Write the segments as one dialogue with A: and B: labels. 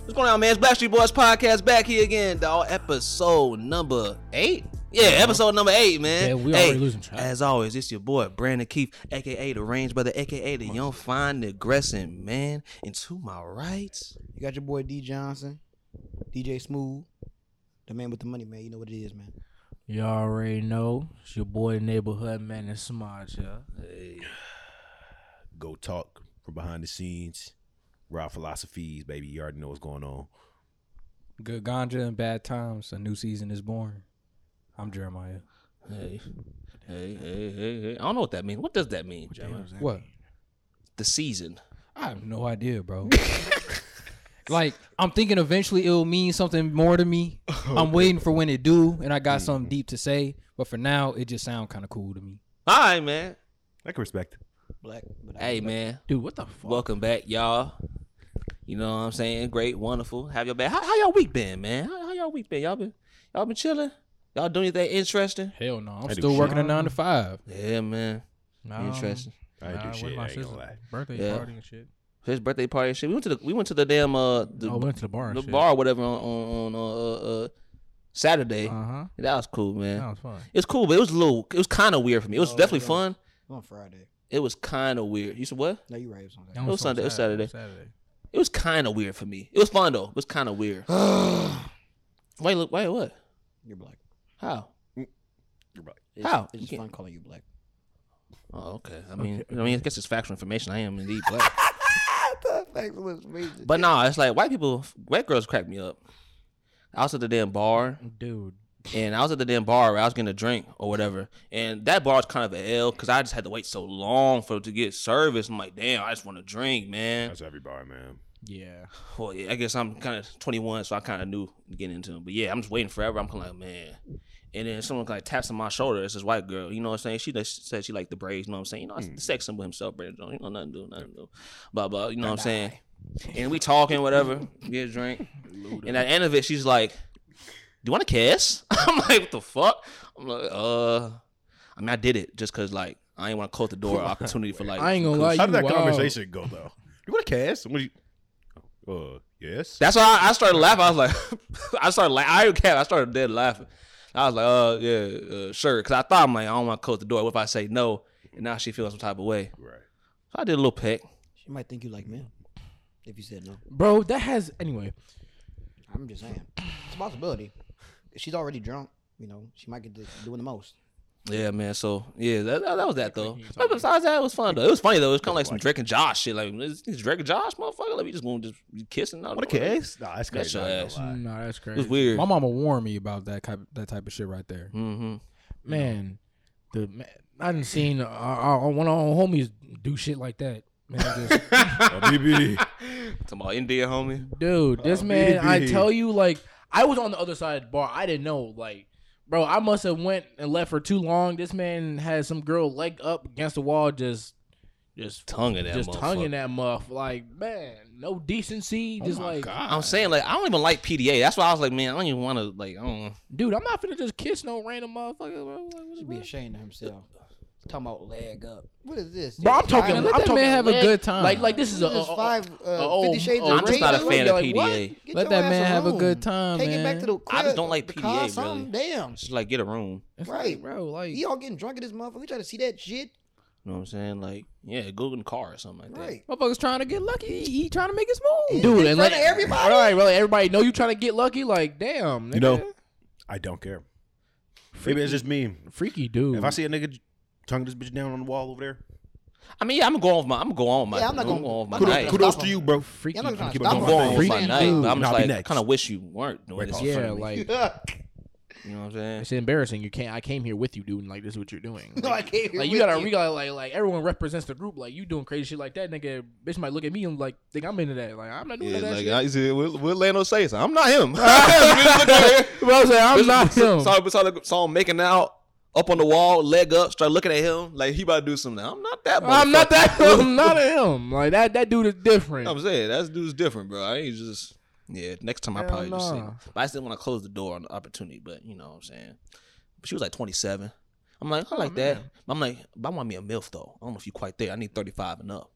A: What's going on, man? It's Black Street Boys Podcast back here again, dog. Episode number eight. Yeah, episode number eight, man.
B: Yeah, we
A: Hey,
B: already losing track.
A: As always, it's your boy Brandon Keith, aka the Range Brother, aka the Young Fine Aggressing Man. And to my right,
C: You got your boy D Johnson, DJ Smooth, the man with the money, man. You know what it is, man.
B: You already know. It's your boy neighborhood man and smart, yeah.
D: go talk from behind the scenes. Raw philosophies, baby. You already know what's going on.
E: Good ganja and bad times. A new season is born. I'm Jeremiah.
A: hey, hey, hey, hey, hey. I don't know what that means. What does that mean, Jeremiah?
E: What?
A: The season.
E: I have no idea, bro. like I'm thinking eventually it'll mean something more to me. I'm waiting for when it do, and I got something deep to say. But for now, it just sound kind of cool to me.
A: All right, man.
D: I can respect.
C: Black. But I,
A: Hey, man.
B: Dude, what the fuck?
A: Welcome back, y'all. You know what I'm saying? Great, wonderful. Have your back. How, how y'all week been, man? How, how y'all week been? Y'all been y'all been chilling? Y'all doing anything interesting?
B: Hell no.
D: I
B: I'm
D: do
B: still
D: shit.
B: working a nine to five.
A: Yeah, man.
B: No.
A: Interesting.
D: I ain't do shit, I ain't gonna lie.
B: Birthday
A: Yeah.
B: party and shit.
A: His birthday party and shit. We went to the we went to the damn uh the,
B: oh, we went to the bar and
A: the
B: shit.
A: bar or whatever on on, on uh, uh Saturday.
B: Uh huh.
A: that was cool, man.
B: That was fun.
A: It's cool, but it was a little it was kinda weird for me. It was
C: Oh,
A: definitely
C: yeah.
A: fun.
C: on Friday.
A: It was kinda weird. You said what?
C: No, you right. It's on
B: That
A: was
B: on
A: Sunday- it was
B: Saturday.
A: It was kinda weird for me. It was fun though. It was kinda weird.
C: Saturday.
A: wait, look, wait, what?
C: You're black.
A: How?
D: You're right.
C: It's,
A: How?
C: It's
A: You
C: just
A: can't-
C: fun calling you black.
A: Oh, okay. I mean, I mean, I guess it's factual information. I am indeed black, but nah, it's like white people, white girls crack me up. I was at the damn bar,
B: Dude.
A: and I was at the damn bar. Where I was getting a drink or whatever, and that bar was kind of an L because I just had to wait so long for to get service. I'm like, damn, I just want a drink, man.
D: That's every bar, man.
B: Yeah.
A: Well, yeah, I guess I'm kind of 21, so I kind of knew getting into them. But yeah, I'm just waiting forever. I'm kind of like, man. And then someone like taps on my shoulder. It's this white girl. You know what I'm saying? She just said she liked the braids. You know what I'm saying? You know, it's the sex symbol himself, Brandon Jones. You know, nothing to do, nothing to do. Blah, blah. You know what I'm saying? And we talking, whatever. Get a drink. And at the end of it, she's like, do you want to kiss? I'm like, what the fuck? I'm like, uh, I mean, I did it just because, like, I ain't want to close the door opportunity for, like,
B: I ain't
A: some
B: gonna
A: coochie.
B: lie.
D: How did that
B: Wow.
D: conversation go though? You want to cast? What do you? Uh, yes.
A: That's why I, I started laughing. I was like, I started laughing. I didn't care. I started dead laughing. I was like, uh, yeah, uh, sure. Because I thought I'm like, I don't want to close the door. What if I say no? And now she feels some type of way.
D: right.
A: So I did a little peck.
C: She might think you like men if you said no.
B: Bro, that has anyway.
C: I'm just saying, it's a possibility. If she's already drunk, you know, she might get to doing the most.
A: Yeah, man. So yeah, that, that, that was that though. But besides that, it was fun though. It was funny though. It was kind of like some Drake and Josh shit. Like is, is Drake and Josh, motherfucker. Like we just gonna just be kissing.
D: Want to cast? Nah, that's
A: That's
D: crazy.
A: your
D: I ain't
A: ass.
D: gonna lie.
B: No, that's crazy.
A: It was weird.
E: My mama warned me about that type that type of shit right there.
A: Mm-hmm.
B: man, the man, I didn't seen uh, our, our, one of our homies do shit like that. Man, just- Oh,
D: BB.
A: Talking about India, homie.
B: dude, this man, I
D: baby.
B: tell you, like I was on the other side of the bar. I didn't know, like, bro, I must have went and left for too long. This man had some girl leg up against the wall, just, just,
A: Tongue in that.
B: just tonguing
A: motherfucker. Oh
B: that muff. Like, man, no decency. Just like,
A: I'm saying like I don't even like PDA. That's why I was like, man, I don't even want to like. I don't.
B: dude, I'm not finna just kiss no random motherfucker, bro. Like,
C: Should
B: what-
C: be
B: what-
C: ashamed of himself. Talking about leg up. What is this?
B: Bro, I'm talking.
E: Man,
B: I'm
E: let that
B: talking
E: man have a
B: leg-
E: good time.
B: Like, like this is a,
C: This is
B: a- a-
C: five, uh,
B: a old-
C: Fifty Shades
B: I'm
C: of
A: I'm just
C: Grey,
A: not a
C: though?
A: fan of
B: Like,
A: PDA.
B: what?
C: Get
E: Let
C: your
E: that
C: ass
E: man have a
C: alone.
E: good time,
C: Take
E: man.
C: it back to the crib.
A: just don't like
C: the
A: PDA,
C: car,
A: really.
C: something. Damn.
A: Just like get a room.
B: It's
C: Right.
B: like, bro. Like,
C: You all getting drunk at this motherfucker. We try to see that shit.
A: You know what I'm saying? Like, yeah, go in the car or something like
C: Right.
E: Motherfuckers trying to get lucky. He, he trying to make his move.
B: dude,
C: in
B: and
C: front
B: like
C: of everybody?
B: All right, really, everybody know you trying to get lucky. Like, damn,
D: You
B: nigga.
D: know, I don't care. Maybe it's just me.
B: freaky dude.
D: If I see a nigga tongue this bitch down on the wall over there,
A: that. I mean, yeah, I'm gonna go on with my, I'm gonna go on with my,
C: Yeah, I'm not
A: I'm gonna,
C: gonna-
A: go on with my
C: I'm not
A: night.
C: gonna-
D: kudos
C: stop
D: to
C: him.
D: you, bro.
C: Freaky. I'm not trying to
D: Keep
C: stop
D: it
A: I'm
C: him.
D: going.
A: going with my
C: Freaky.
A: night, but I'm
D: Nah,
A: just
D: be
A: like,
D: next.
A: kind of wish you weren't doing this.
D: Yeah,
A: shit.
B: yeah,
D: fucking
B: like
A: You know what I'm saying?
B: it's embarrassing. You can't. I came here with you, dude. And, like, this is what you're doing.
C: No, I
B: Like,
C: can't.
B: like, you gotta realize, like, like everyone represents the group. Like, you doing crazy shit like that, nigga. Bitch might look at me and like think I'm into that. Like, I'm not doing that. shit.
A: I said, what, what Lando say? So I'm not him.
B: Bro, I'm saying, I'm not him.
A: Saw, saw, the song making out up on the wall, leg up, start looking at him like he about to do something. I'm not that.
B: I'm not
A: motherfucker.
B: that. I'm not him. Like that. That dude is different.
A: I'm saying that dude's different, bro. I ain't just. Yeah, next time I
B: Hell
A: probably just
B: nah.
A: see. But I still want to close the door on the opportunity. But you know what I'm saying. But she was like 27. I'm like, I like that. But I'm like, but I want me a milf though. I don't know if you quite there. I need 35 and up.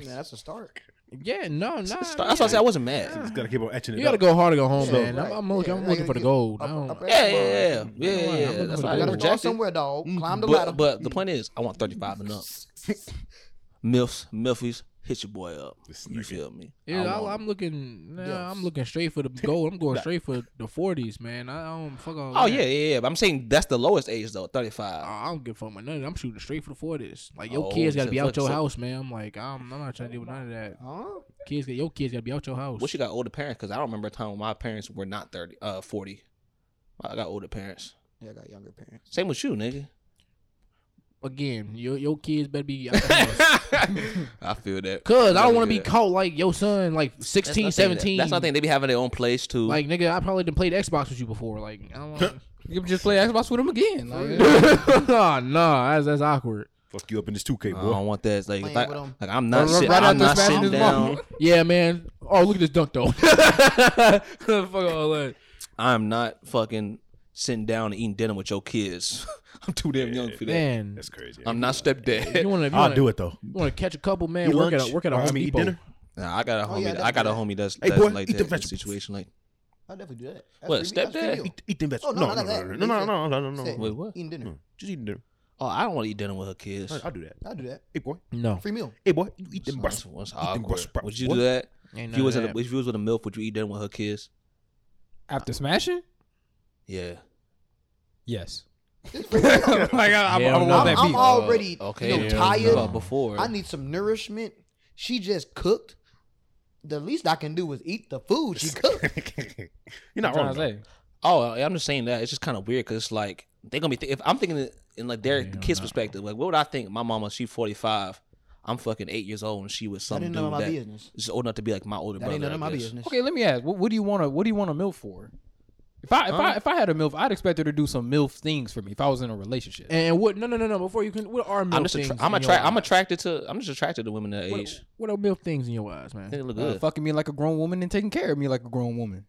C: Yeah, that's a start.
B: Yeah, no, no.
A: That's why I said I wasn't mad.
D: Just gotta keep on etching it.
B: You gotta
D: up.
B: go hard to go home,
C: Yeah,
B: man. I'm,
C: right.
B: I'm looking, I'm
C: Yeah, like,
B: looking for the
C: you-
B: gold. I
C: up-
B: don't-
C: up-
A: Yeah, yeah, yeah, yeah, yeah.
B: I'm looking
A: That's
B: for
A: why
B: the
A: I Mm-hmm. didn't
C: You gotta go
A: reject it.
C: somewhere, dog. Climb the ladder.
A: But, but the point is, I want 35 and up. Milfs, Milfies, hit your boy up.
D: This
A: You
D: nigga.
A: feel me?
B: Yeah,
A: I
B: I
A: want
B: I'm looking. Nah, I'm
C: Yes.
B: looking straight for the gold. I'm going straight for the 40s, man. I don't fuck all.
A: Oh
B: that.
A: yeah, yeah, yeah. But I'm saying that's the lowest age though, thirty five.
B: I I don't give a fuck about none. of it. I'm shooting straight for the 40s. Like your
A: Oh,
B: kids got to
A: so-
B: be out
A: so-
B: your
A: so-
B: house, man. I'm like, I'm, I'm not trying to deal with none of that.
C: Huh?
B: Kids, got- your kids got to be out your house.
A: Wish you got older parents because I don't remember a time when my parents were not thirty, uh, forty. I got older parents.
C: Yeah, I got younger parents.
A: Same with you, nigga.
B: Again, your your kids better be. Out your house.
A: I feel that.
B: Cause I don't want to be
A: Yeah.
B: caught like your son, like 16,
A: That's nothing-
B: 17.
A: That's nothing. They be having their own place too.
B: Like nigga, I probably didn't play Xbox with you before. Like, I don't want.
E: You can just play Xbox with him again. Like,
B: oh, no, that's that's awkward.
D: Fuck you up in this 2K,
A: I
D: boy.
A: don't want that. It's Like, if
C: Playing
A: I,
C: with 'em.
A: like I'm not,
E: Right
A: sit,
E: after
A: I'm not
E: smashing
A: sitting
E: his mom.
A: down.
B: Yeah, man. Oh, look at this dunk though. Fuck all that.
A: I'm not fucking sitting down and eating dinner with your kids. I'm too damn young for that.
B: Man,
D: That's crazy.
A: I'm not
B: you
A: stepdad.
B: want to?
D: I'll do it though.
B: You want to catch a couple, man?
D: Eat
B: Work at
D: lunch?
B: a, work at a
D: Or, I
B: Home
D: mean, eat
B: Depot.
D: dinner?
A: Nah, I got a
C: Oh,
A: homie.
C: yeah,
A: I got a
C: definitely.
A: homie that's,
D: Hey,
A: that's
D: boy,
A: like
D: eat the
A: that in a
D: vegetables.
A: situation. Like,
C: I definitely do that. That's
A: What,
C: free- that's free
A: stepdad?
C: meal.
D: Eat, eat them
C: Oh,
D: vegetables.
C: no,
D: No,
C: not
D: no, no,
C: that.
D: no, no, no, no, no, no, no.
C: Said
A: Wait, what?
C: Eating dinner.
D: Just eat them.
A: oh, I don't want to eat dinner with her kids.
D: I'll do that.
C: I do that.
D: Hey, boy.
B: No,
C: Free meal.
D: Hey, boy. You eat them
A: That's, that's
D: breasts. them
A: awkward.
D: breast sprouts,
A: Would you
D: boy.
A: do that?
B: ain't
A: If you was
B: none
A: in
B: of
A: a,
B: that.
A: if you was with a milf, would you eat dinner with her kids?
E: after smashing?
A: Yeah.
E: Yes.
C: It's free
B: Oh
C: meal.
E: like, I, I, I,
B: Hell
E: want
B: no.
E: that
C: I'm
E: beat.
C: all- Already,
A: Oh, okay.
B: you know,
A: Talking about
B: tired.
A: before.
C: I need some nourishment. She just cooked. The least I can do is eat the food she cooked.
D: You're
E: I'm
D: not
E: trying
D: wrong.
E: to
D: though.
E: say.
A: Oh, I- I'm just saying that it's just kind of weird because it's like they're gonna be. Th- if I'm thinking it in like their
B: Hell
A: kid's
B: no.
A: perspective, like what would I think? My mama, she 45. I'm fucking eight years old, and she was
C: I
A: some
C: didn't
A: dude
C: know my
A: that
C: business.
A: is old enough to be like my older
C: That
A: brother.
C: ain't none
A: I
C: of my
A: guess.
C: business.
E: Okay, let me ask. What, what do you want to? What do you want a milf for? If I if I if I had a milf, I'd expect her to do some milf things for me. If I was in a relationship,
B: And what? No, no, no, no. Before you can, what are milf
A: I'm just.
B: things?
A: Attra- I'm
B: in your
A: attra- I'm
B: eyes?
A: attracted to. I'm just attracted to women that age.
B: What, what are milf things in your eyes,
A: I
B: man?
A: think they look
E: uh,
A: good.
E: fucking me like a grown woman and taking care of me like a grown woman.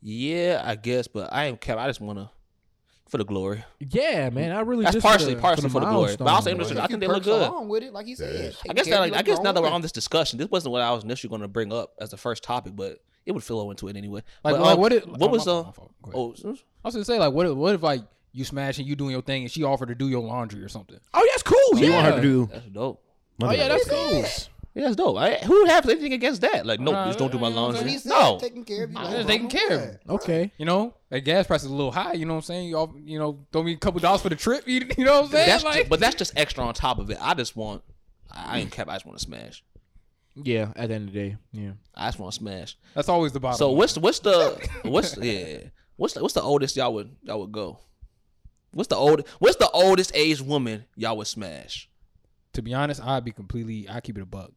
A: yeah, I guess, but I ain't care. I just wanna for the glory.
B: Yeah, man. I really
A: That's
B: just
A: partially-
B: for the,
A: partially for the glory, but I also
B: milestone,
A: interested-
B: bro.
A: I
C: If
A: think
C: you
A: they look
C: perks
A: good.
C: Along with it, like he said.
A: I guess that. I guess now that we're on
C: the
A: this discussion, this wasn't what I was initially gonna bring up as the first topic, but it would flow into it anyway.
E: Like,
A: but,
E: like
A: um,
E: what? It,
A: What
E: oh,
A: was
E: my
A: the?
E: fault, my fault. Go ahead.
A: Oh,
E: I was gonna say like what? if- What if like you smash and you doing your thing and she offered to do your laundry or something?
B: Oh, that's cool.
D: You
B: Yeah.
D: want her to do.
A: that's dope.
B: Oh yeah, that's cool.
A: Yeah, that's dope. I, who would have anything against that? Like, no,
E: Nah,
A: just don't do my
E: I- I-
C: So
A: laundry.
C: he said,
A: No,
C: taking care of you.
E: I'm
C: like,
E: just
C: bro,
E: taking care of you.
C: yeah.
B: Okay.
E: You know, that gas price is a little high. You know what I'm saying? You off, you know, throw me a couple dollars for the trip. You, you know what I'm saying?
A: that's
E: like,
A: ju- but that's just extra on top of it. I just want, I I ain't cap. I just want to smash.
B: Yeah. At the end of the day. Yeah.
A: I just want to smash.
E: that's always the bottom.
A: So
E: line.
A: what's what's the what's yeah what's the, what's the oldest y'all would y'all would go? What's the old what's the oldest age woman y'all would smash?
E: to be honest, I'd be completely. I keep it a buck.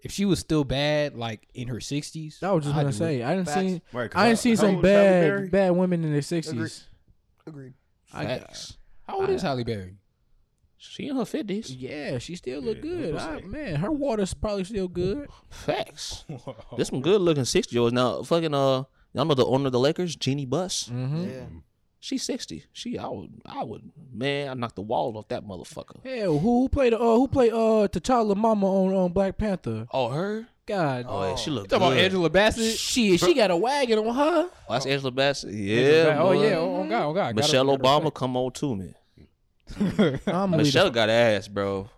E: If she was still bad, like in her sixties,
B: That was just
E: I'd
B: gonna
E: do
B: say. I didn't
C: Facts.
B: see.
D: Right, 'cause
B: I
D: how-
B: didn't see
D: how
B: some
D: old is Halle
B: bad
D: Berry?
B: bad women in their sixties.
C: Agreed.
B: I,
A: Facts.
E: How old is Halle Berry?
A: She in her fifties.
B: yeah, she still look
D: Yeah, I was
B: good.
D: gonna
B: I,
D: say.
B: man, her water's probably still good.
A: Facts. There's some good looking sixty year olds now. Fucking uh, y'all know the owner of the Lakers, Jeannie Buss.
E: Mm.
B: Mm-hmm.
C: Yeah.
A: She's sixty. She I would I would man I knocked the wall off that motherfucker.
B: Hell, who who played uh who played uh T'Challa Mama on on Black Panther?
A: Oh her.
B: God,
A: Oh, yeah, she looked
E: Talking about
A: good.
E: Angela Bassett.
B: Oh, shit, she got a wagon on
A: Oh,
B: her.
A: that's Angela Bassett. Yeah.
E: Angela Ba- oh
A: boy.
E: yeah. Oh, oh, god. Oh god. Gotta-
A: Michelle
E: gotta
A: Obama, come on to me.
E: respect.
B: I'm gonna leave
A: Michelle got ass, bro.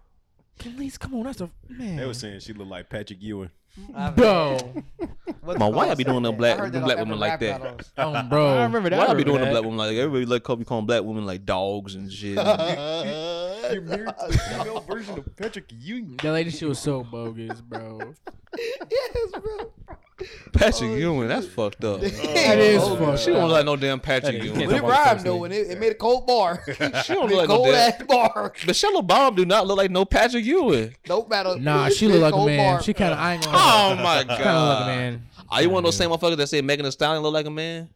B: the- Can we- come on, that's a man,
D: They were saying she looked like Patrick Ewing.
B: bro,
A: My wife be doing them black, them black women like that.
B: um,
E: I
B: bro.
E: remember that. Oh,
A: Why I be
E: remember
A: doing the
E: that.
A: black women like everybody like call, be calling black women like dogs and shit. I
D: You're married to the female version of Patrick Ewing.
B: That lady shit was so bogus, bro.
C: yes, bro.
E: Oh,
A: Patrick Ewing, that's fucked up.
B: That is fucked
A: She don't look like no damn Patrick
E: Hey, you
A: Ewing.
E: can't
C: But it rhymed though, and it, it made a cold bar.
A: She don't
C: Big
A: look like no
C: cold
A: damn.
C: ass bar.
A: Michelle Obama do not look like no Patrick Ewing.
C: Don't matter.
B: Nah, she
C: Big
B: look like a
C: cold
B: man.
C: bar.
B: She kind of I ain't gonna.
A: Oh my
B: She kind of like a
A: god.
B: man.
A: Are you one of those same motherfuckers that say Megan Thee Stallion look like a man?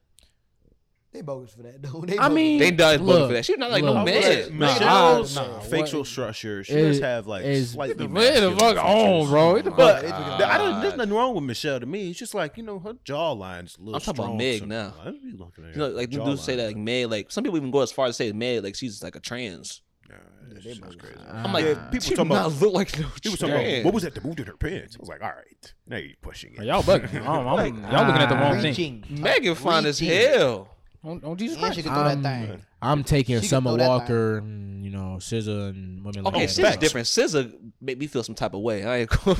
C: They bogus for that though. They
B: I
C: bogus.
B: mean,
A: They done voted
B: look,
A: for that. She not like no
B: look.
A: man. Yeah, nah,
D: Michelle's
B: nah, what-
D: facial structure, she
B: It
D: does have like
B: is-
E: Lay
D: slightly
E: the
D: masculine
E: fuck on,
D: features.
E: bro.
A: Oh,
E: Get the
D: But
E: fuck-
C: They took it
D: the-
C: out.
D: I don't. There's nothing wrong with Michelle to me. It's just like you know her jawline's a little.
A: I'm talking about
D: strong
A: Meg
D: sometimes.
A: now.
D: I don't be looking at
A: You know,
D: her
A: like them dudes say
D: jawline.
A: that like Meg, like some people even go as far as say Meg, like she's like a trans.
D: Nah, trash.
C: they
D: Shit was
C: both-
D: crazy.
A: I'm like,
D: Yeah, people
E: She
D: talking
E: do not
D: about
E: look like no.
D: He was talking
A: Yeah.
D: about what was that? The moved in her pants. I was like, all right, now you're pushing it.
A: Oh,
E: Y'all bugging. I'm, I'm, y'all looking at the wrong thing.
C: Reaching.
A: Megan fine as
C: Reaching.
A: hell.
E: On, on Jesus
C: And she
E: Christ.
C: could throw that
B: Um,
C: thing.
B: I'm taking
C: She can
B: Summer
C: throw that
B: Walker, and, you know, SZA, and women like
A: Okay,
B: that.
A: SZA's different. SZA made me feel some type of way. I ain't cool.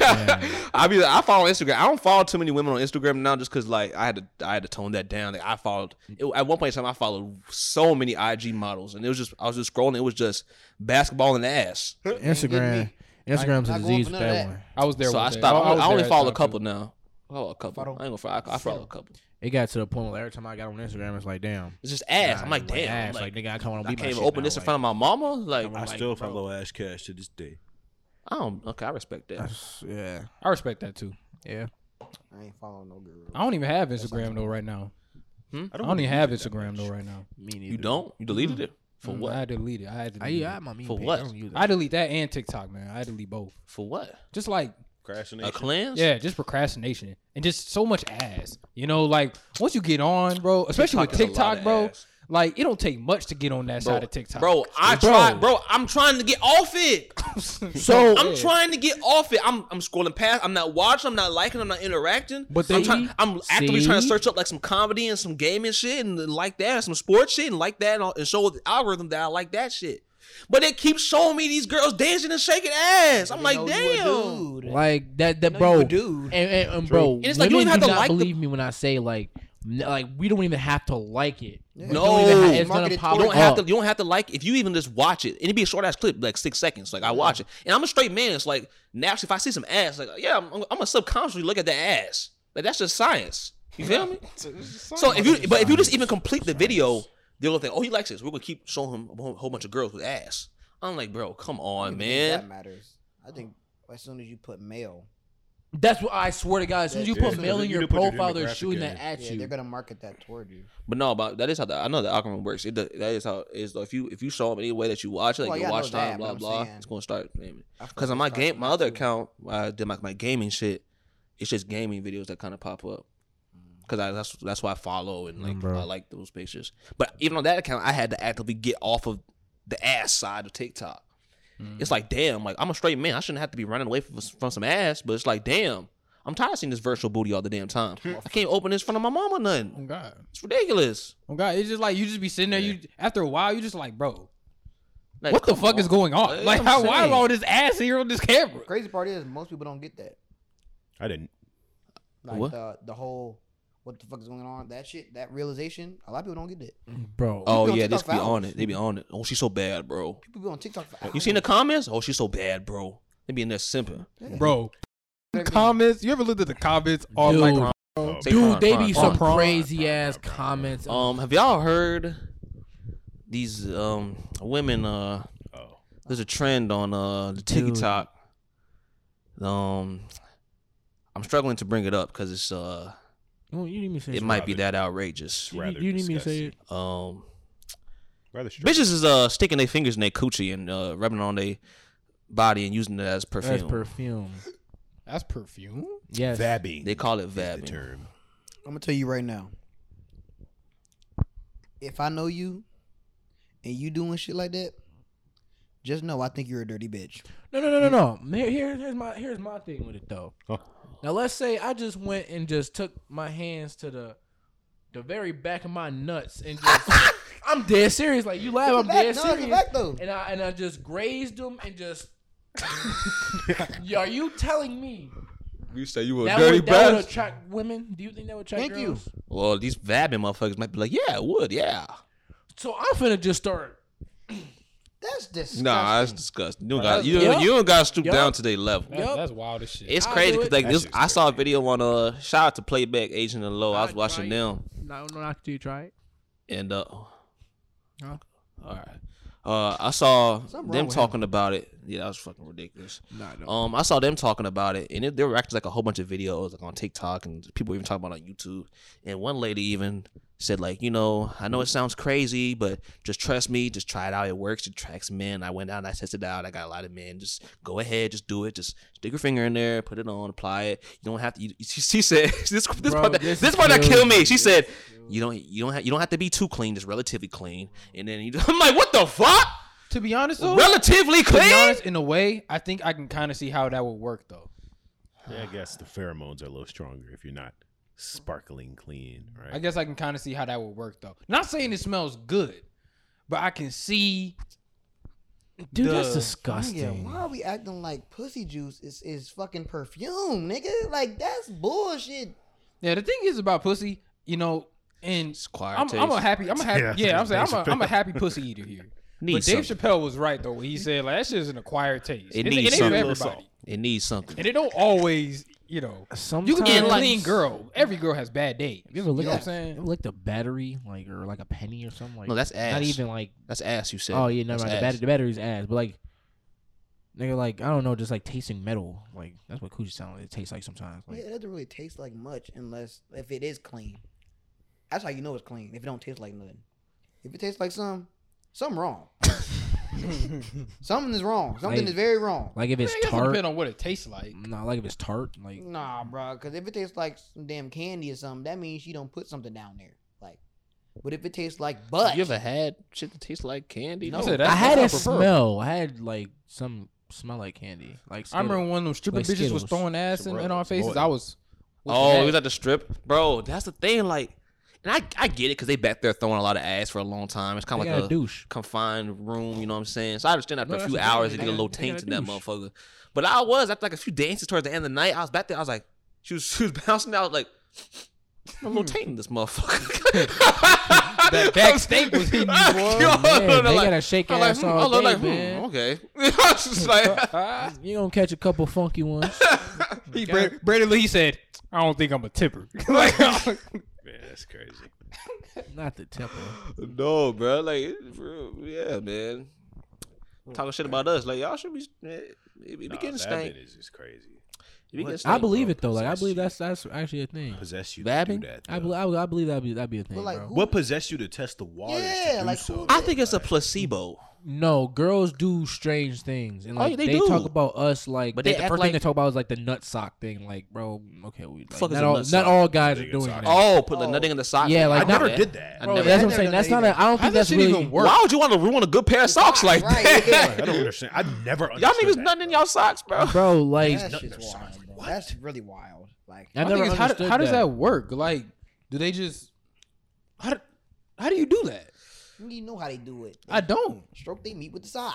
A: I be I follow Instagram. I don't follow too many women on Instagram now, just because like I had to I had to tone that down. Like I followed it, at one point in time, I followed so many IG models, and it was just I was just scrolling. It was just basketball and ass.
B: Instagram. Instagram's a
C: Not going
B: disease
C: for
B: with
C: none of
B: that
C: that.
B: one.
E: I was there.
A: so
E: one
A: I
E: day.
A: stopped. I,
E: was
A: I
E: there
A: only
E: at
A: follow a
E: time,
A: couple
E: too.
A: now. I follow a couple. I
C: Follow-
A: ain't gonna follow. I, I follow a couple.
B: It got to the point where every time I got on Instagram, it's like, damn.
A: It's just ass. I'm like,
B: Nah,
A: damn.
B: Ass.
A: like,
B: Like, nigga, I come on.
A: I can't even open this in front of my mama. Like,
D: I still follow Ash Cash to this day.
A: I don't. Okay, I respect that.
B: Yeah.
E: I respect that too. Yeah.
C: I ain't following no girl.
E: I don't even have Instagram though right now. I don't
D: really
E: even have
D: use it that
E: Instagram though
D: much.
E: right now.
B: Me neither.
A: You don't. You deleted it for
E: I
A: what?
E: had to delete it. I had to.
B: I,
E: Delete
B: I
E: it.
B: have my meme
A: For
B: page.
A: what?
B: I don't use it.
E: I delete that and TikTok, man. I delete both.
A: For what?
E: Just like
A: A
D: Procrastination.
A: cleanse?
E: yeah, just procrastination and just so much ass. You know, like once you get on, bro, especially
A: TikTok
E: with
A: is a lot
E: TikTok,
A: of
E: bro.
A: ass.
E: Like it don't take much to get on that
A: Bro,
E: side of TikTok,
A: Bro, I
E: Bro.
A: tried, bro. I'm trying to get off it.
B: So
A: I'm trying to get off it. I'm I'm scrolling past. I'm not watching. I'm not liking. I'm not interacting.
B: But
A: I'm,
B: they-
A: trying, I'm actively
B: see?
A: trying to search up like some comedy and some gaming shit and like that, and some sports shit and like that, and, all- and show the algorithm that I like that shit. But it keeps showing me these girls dancing and shaking ass. I'm like,
C: Know
A: damn.
C: you a dude.
B: like that, that
C: Know
B: bro,
C: you a dude.
B: and, and, and bro,
A: it's like, you
B: women
A: don't even have to
B: do not
A: like the-
B: believe me when I say like, n- like we don't even have to like it. We
A: No.
B: don't even have- it's
C: Market
B: gonna
C: it
B: pop
A: You
C: towards-
A: don't have
B: up.
A: to. You don't have to like if you even just watch it. It'd be a short ass clip, like six seconds. Like I watch it, and I'm a straight man. It's like naturally, if I see some ass, like yeah, I'm, I'm gonna subconsciously look at the ass. Like that's just science. You feel me? so if you, but if you just even complete the video, they'll think, oh, he likes this. We're gonna keep showing him a whole, whole bunch of girls with ass. I'm like, bro, come on,
C: That
A: man.
C: matters. I think as soon as you put male,
B: That's what I swear to God. As soon as you
C: Yeah,
B: put
D: so
B: mail
D: you
B: in your
D: do put your
B: profile, they're
D: demographic
B: shooting
D: in.
B: that at
C: yeah,
B: you.
C: they're gonna market that toward you.
A: But no, but that is how the, I know the algorithm works. It, do- that is how is if you if you show them any way that you watch it, like
C: Well,
A: your
C: yeah, I know
A: watch time,
C: that,
A: blah
C: but I'm
A: blah,
C: saying-
A: it's gonna start. naming.
C: I fuck
A: Because on
C: with
A: my
C: Star
A: game,
C: Trek
A: my other
C: too.
A: account, where I did my, my gaming shit. It's just gaming videos that kind of pop up.
C: Mm.
A: Cause I, that's that's why I follow and like I like those pictures. But even on that account, I had to actively get off of the ass side of TikTok.
C: Mm.
A: It's like damn, like I'm a straight man. I shouldn't have to be running away from, from some ass. But it's like damn, I'm tired of seeing this virtual booty all the damn time. I can't open this in front of my mom or
E: Oh
A: nothing.
E: God,
A: It's ridiculous.
E: oh God, it's just like you just be sitting there. You after a while, you just like, bro,
A: Like,
E: what the
A: come
E: fuck is going on?
A: Yeah,
E: like,
A: I'm
E: how, why is
A: saying.
E: all this ass here on this camera?
C: Crazy part is most people don't get that.
D: I didn't.
C: Like
A: What?
C: the the whole what the fuck is going on? That shit, that realization. A lot of people don't get that.
B: bro.
A: Oh
C: People
A: yeah, they
C: on
A: be
C: TikTok
A: on
C: hours.
A: it. They be on it. Oh, she's so bad, bro.
C: People be on TikTok for hours.
A: You seen the comments? Oh, she's so bad, bro. They be in there simping.
E: Bro,
C: Everything.
E: comments. You ever looked at the comments on
B: Dude.
E: like
B: Bro.
D: Oh,
A: Say
B: Dude,
A: prime,
B: they
A: prime,
B: be
A: prime.
B: some
E: Prime,
B: crazy
D: prime,
B: ass
D: prime, prime.
B: comments.
A: Um, have y'all heard these um women? Uh,
D: oh.
A: there's a trend on uh the
B: Dude.
A: TikTok. Um, I'm struggling to bring it up because it's uh
B: Oh, you need me to say
A: it
B: something.
A: might be that outrageous.
B: You-
D: rather
B: You need me to say
D: disgusting.
B: it.
A: Um,
D: Rather straight.
A: bitches is uh sticking their fingers in their coochie and uh rubbing it on their body and using it as perfume.
B: That's perfume.
E: That's perfume.
B: Yes.
D: Vabbing.
A: they call it
D: the
A: vabbing.
D: term.
C: I'm gonna tell you right now. If I know you, and you doing shit like that, just know I think you're a dirty bitch.
B: No, no, no, no, no. Here, here- here's my here's my thing with it though.
D: Huh.
B: Now let's say I just went and just took my hands to the the very back of my nuts and just I'm dead serious. Like you laugh, I'm
C: Back,
B: dead
C: no,
B: serious.
C: back though.
B: And I and I just grazed them and just. Yeah, Are you telling me
A: You say you a
B: that would, that would attract women? Do you think that would attract
C: Thank you.
B: girls?
A: Well, these vabbing motherfuckers might be like, yeah, it would, yeah.
B: So I'm finna just start.
C: That's disgusting.
A: Nah, that's disgusting. You don't got you,
B: Yeah.
A: you don't got to stoop
B: Yeah.
A: down to their level.
E: That's,
B: Yup.
E: that's wild as shit.
A: It's
B: I'll
A: crazy
B: do
A: 'cause,
B: it.
A: like
D: That
A: this.
D: shit's
A: I saw a video on uh shout out to Playback Agent and Low. I was
B: I'd
A: watching
B: try
A: them
B: No, no, not to try it.
A: and uh,
B: Huh?
A: all right. Uh, I saw
C: Something wrong
A: them
C: with
A: talking about it. Yeah, that was fucking ridiculous.
B: Nah, no.
A: Um, I saw them talking about it, and it, they were actually like a whole bunch of videos, like on TikTok, and people even talking about it on YouTube. And one lady even said, like, you know, I know it sounds crazy, but just trust me, just try it out. It works. It tracks men. I went out and I tested it out. I got a lot of men. Just go ahead, just do it. Just stick your finger in there, put it on, apply it. You don't have to. You, she, she said, this this
B: Bro,
A: part that,
B: this
A: this, part that
B: kills
A: killed me.
B: me.
A: She said, you don't you don't have you don't have to be too clean, just relatively clean. And then you, I'm like, what the fuck?
E: To be honest, though,
A: Relatively
E: to be
A: clean.
E: honest, in a way, I think I can kind of see how that would work though.
D: Yeah, I guess the pheromones are a little stronger if you're not sparkling clean, right?
E: I guess I can kind of see how that would work though. Not saying it smells good, but I can see.
B: Dude,
E: the-
C: Oh,
B: that's
C: Yeah,
B: disgusting.
C: why are we acting like pussy juice is, is fucking perfume, nigga? Like that's bullshit.
E: Yeah, the thing is about pussy, you know, and
A: It's quiet
E: I'm,
A: taste.
E: I'm a happy, I'm a happy,
D: Yeah,
E: yeah, I'm saying
D: Dave
E: I'm a, I'm a
D: Chappelle.
E: happy pussy eater here.
A: Need
E: but Dave
A: something.
E: Chappelle was right though when he said like that shit is an acquired taste.
A: It
E: It, it,
A: needs
E: ain't for
A: something.
E: everybody,
A: It needs something.
E: and it don't always, you know. You can be a
B: Sometimes-
E: clean girl. Every girl has bad days.
B: You ever lick,
E: know
B: a-
E: what I'm saying?
B: you ever licked a battery, like or like a penny or something? Like
A: No, that's ass.
B: not even like.
A: That's ass. You said.
B: Oh yeah, never
A: That's
B: mind. The,
A: ass.
B: batter, the battery's ass, but like, nigga, like I don't know, just like tasting metal. Like that's what coochie sound. Like, it tastes like sometimes. Like,
C: Yeah, it doesn't really taste like much unless if it is clean. That's how you know it's clean. If it don't taste like nothing, if it tastes like some, something wrong. something is wrong. Something
B: Like-
C: is very wrong.
B: like if it's
E: I guess it
B: tart,
E: depends on what it tastes like.
B: nah, like if it's tart, like
C: Nah, bro. Because if it tastes like some damn candy or something, that means she don't put something down there. Like, but if it tastes like butt,
A: You ever had shit that tastes like candy?
C: No. I said
E: that's-
B: I had a
E: that's not preferable.
B: smell. I had like some smell like candy. Like
E: I remember when those stripper
B: Like
E: bitches was
B: Skittles.
E: throwing ass in, in our faces. I was. with
A: Oh,
E: that.
A: he was at the strip, bro. That's the thing. Like, and I, I get it because they back there throwing a lot of ass for a long time. It's kind
B: They
A: of like
B: got a
A: a
B: douche.
A: confined room. You know what I'm saying? So I understand after
B: No,
A: a
B: that's
A: few
B: the thing,
A: hours
B: they
A: you get a
B: got-
A: little
B: they got
A: taint
B: a
A: in that
B: douche.
A: motherfucker. But I was after like a few dances towards the end of the night. I was back there. I was like, she was she was bouncing out like. I'm a little taint in this motherfucker. that
E: back steak was hitting you, boy.
B: Man, they gotta shake ass all day, man.
A: hmm, okay. I was just like,
E: Ah,
B: you gonna catch a couple funky ones.
E: he, Bra- Brandon Lee said, "I don't think I'm a tipper." like,
D: Man, that's crazy.
B: Not the temple.
A: No, bro. Like, it's real. yeah, man. Talking shit about us, like y'all should be, man, it be
D: Nah,
A: getting
D: that
A: stank.
D: bit is just crazy.
A: It be getting
D: what-
A: stank,
B: I believe
A: bro.
B: it though. Like I
D: Possess
B: believe
D: you.
B: that's that's actually a thing.
D: Possess you to do
A: Vabbing?
D: that.
B: I
D: though.
B: believe I, I believe that'd be that'd be a thing.
C: like,
B: bro.
C: who-
D: what possessed you to test the waters?
C: Yeah,
D: to do
C: like,
D: so?
C: who-
A: I think it's a placebo.
B: No, girls do strange things, and
A: Oh,
B: like
A: yeah,
B: they,
A: they do.
B: talk about us like.
A: But
B: But they,
A: they
B: the
A: act
B: first thing
A: like-
B: they talk about is like the nut sock thing. Like, bro, okay, we like,
A: Fuck is
B: not
A: a
B: all
A: nut
B: not
A: sock?
B: all guys are
D: Nigga
B: doing
D: sock.
B: that.
A: Oh, put the
C: Oh.
A: nothing in the sock.
B: Yeah, like,
D: I
A: did
B: not-
D: never did that.
A: I
B: Bro,
A: never
B: that's
C: did
B: what I'm
C: that.
B: saying. That's not. A, I don't
E: How
B: think
E: does
B: that's
E: shit
B: really.
E: even work?
A: Why would you want to ruin a good pair of socks like
C: Right,
A: that?
D: I don't understand. I never
A: Y'all
D: understood
A: niggas
D: that,
A: nothing in
D: though.
A: y'all socks, bro.
B: bro. Like,
C: That's
D: Nothing
C: just
D: or
C: wild.
D: something.
C: bro.
D: What?
C: That's really wild. Like,
B: I
E: My
B: never
E: thing is, how, do-
B: understood
E: how does
B: that.
E: that work? Like, do they just how do, how do you do that?
C: you know how they do it. They
E: I don't.
C: stroke they meat with the sock.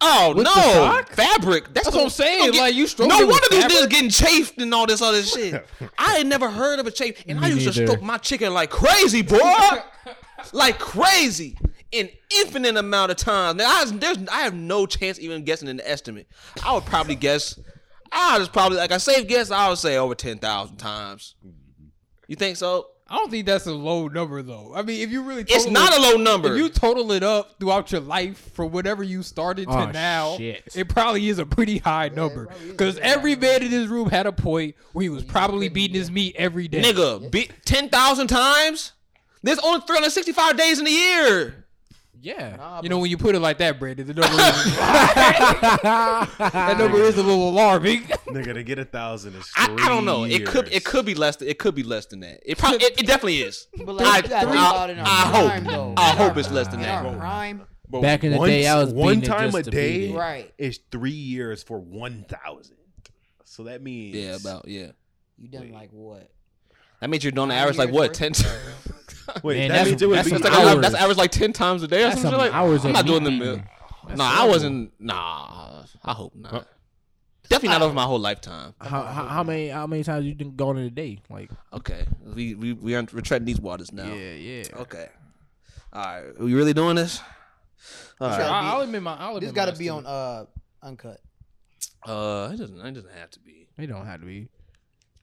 A: Oh
E: With the
A: no,
E: sock?
A: fabric. That's,
E: That's
A: gonna-
E: what I'm saying,
A: gonna
E: like, you stroke
A: No
E: it with
A: wonder these
E: fabric?
A: niggas getting chafed and all this other shit. I ain't never heard of a chafe, and I
B: Me
A: used to
B: neither.
A: stroke my chicken like crazy, boy, like crazy, an infinite amount of times. Now I, was- there's, I have no chance even guessing an estimate. I would probably guess. I was probably like a safe guess. I would say over ten thousand times. You think so?
E: I don't think that's a low number though. I mean, if you really
A: It's
E: total
A: not
E: it-
A: a low number.
E: If Oh, you total it up throughout your life from whenever you started to
B: Oh,
E: now,
B: shit.
E: it probably is a pretty high number.
C: probably is a
E: Because
C: pretty high
E: every man in this room had a point where he was probably beating his meat every day.
A: Nigga, be, ten thousand times. There's only 365 days in a year.
B: yeah,
E: You know, when you put it like that, Brandon, the number is, that number is a little alarming.
D: Nigga, to get a thousand is
A: I, I don't know. It could
D: years.
A: it could be less. Than, it could be less than that. It probably it, it definitely is.
C: But like, you
A: I,
C: gotta think about it in
A: I,
C: our
A: I
C: prime, though.
A: hope I
C: In our-
A: hope it's less than
C: In
A: that.
C: our prime,
D: But
B: Back in the day, I was
D: one
B: beating it
D: time
B: just
D: a
B: to
D: day.
B: beat it.
C: Right.
D: Is three years for one thousand. So that means
A: Yeah, about yeah.
C: you done like what?
A: That means you're doing the
C: Nine
A: average like
C: years
A: what
C: worth?
A: ten. times?
D: Wait,
B: Man,
D: that
B: that's-
D: means it would
B: that's
D: be
A: that's,
B: some
A: like,
B: hours.
A: that's average like ten times a day. Or
B: That's
A: something
B: some
A: like.
B: hours
A: I'm
B: of
A: not doing the
B: meat
A: meal.
B: eating.
A: No,
B: That's
A: I
B: horrible.
A: wasn't. Nah, I hope not. Definitely not over my whole lifetime.
B: How, how how many how many times you didn't go in a day? Like,
A: Okay, we we we are we're treading these waters now.
B: yeah.
A: Okay. All right. Are we really doing this? All
C: Sure.
A: right.
E: I, will admit my. I'll admit
C: This
E: my
C: gotta
E: last
C: be
E: two.
C: on uh uncut.
A: Uh, it doesn't. It doesn't have to be.
B: They don't have to be.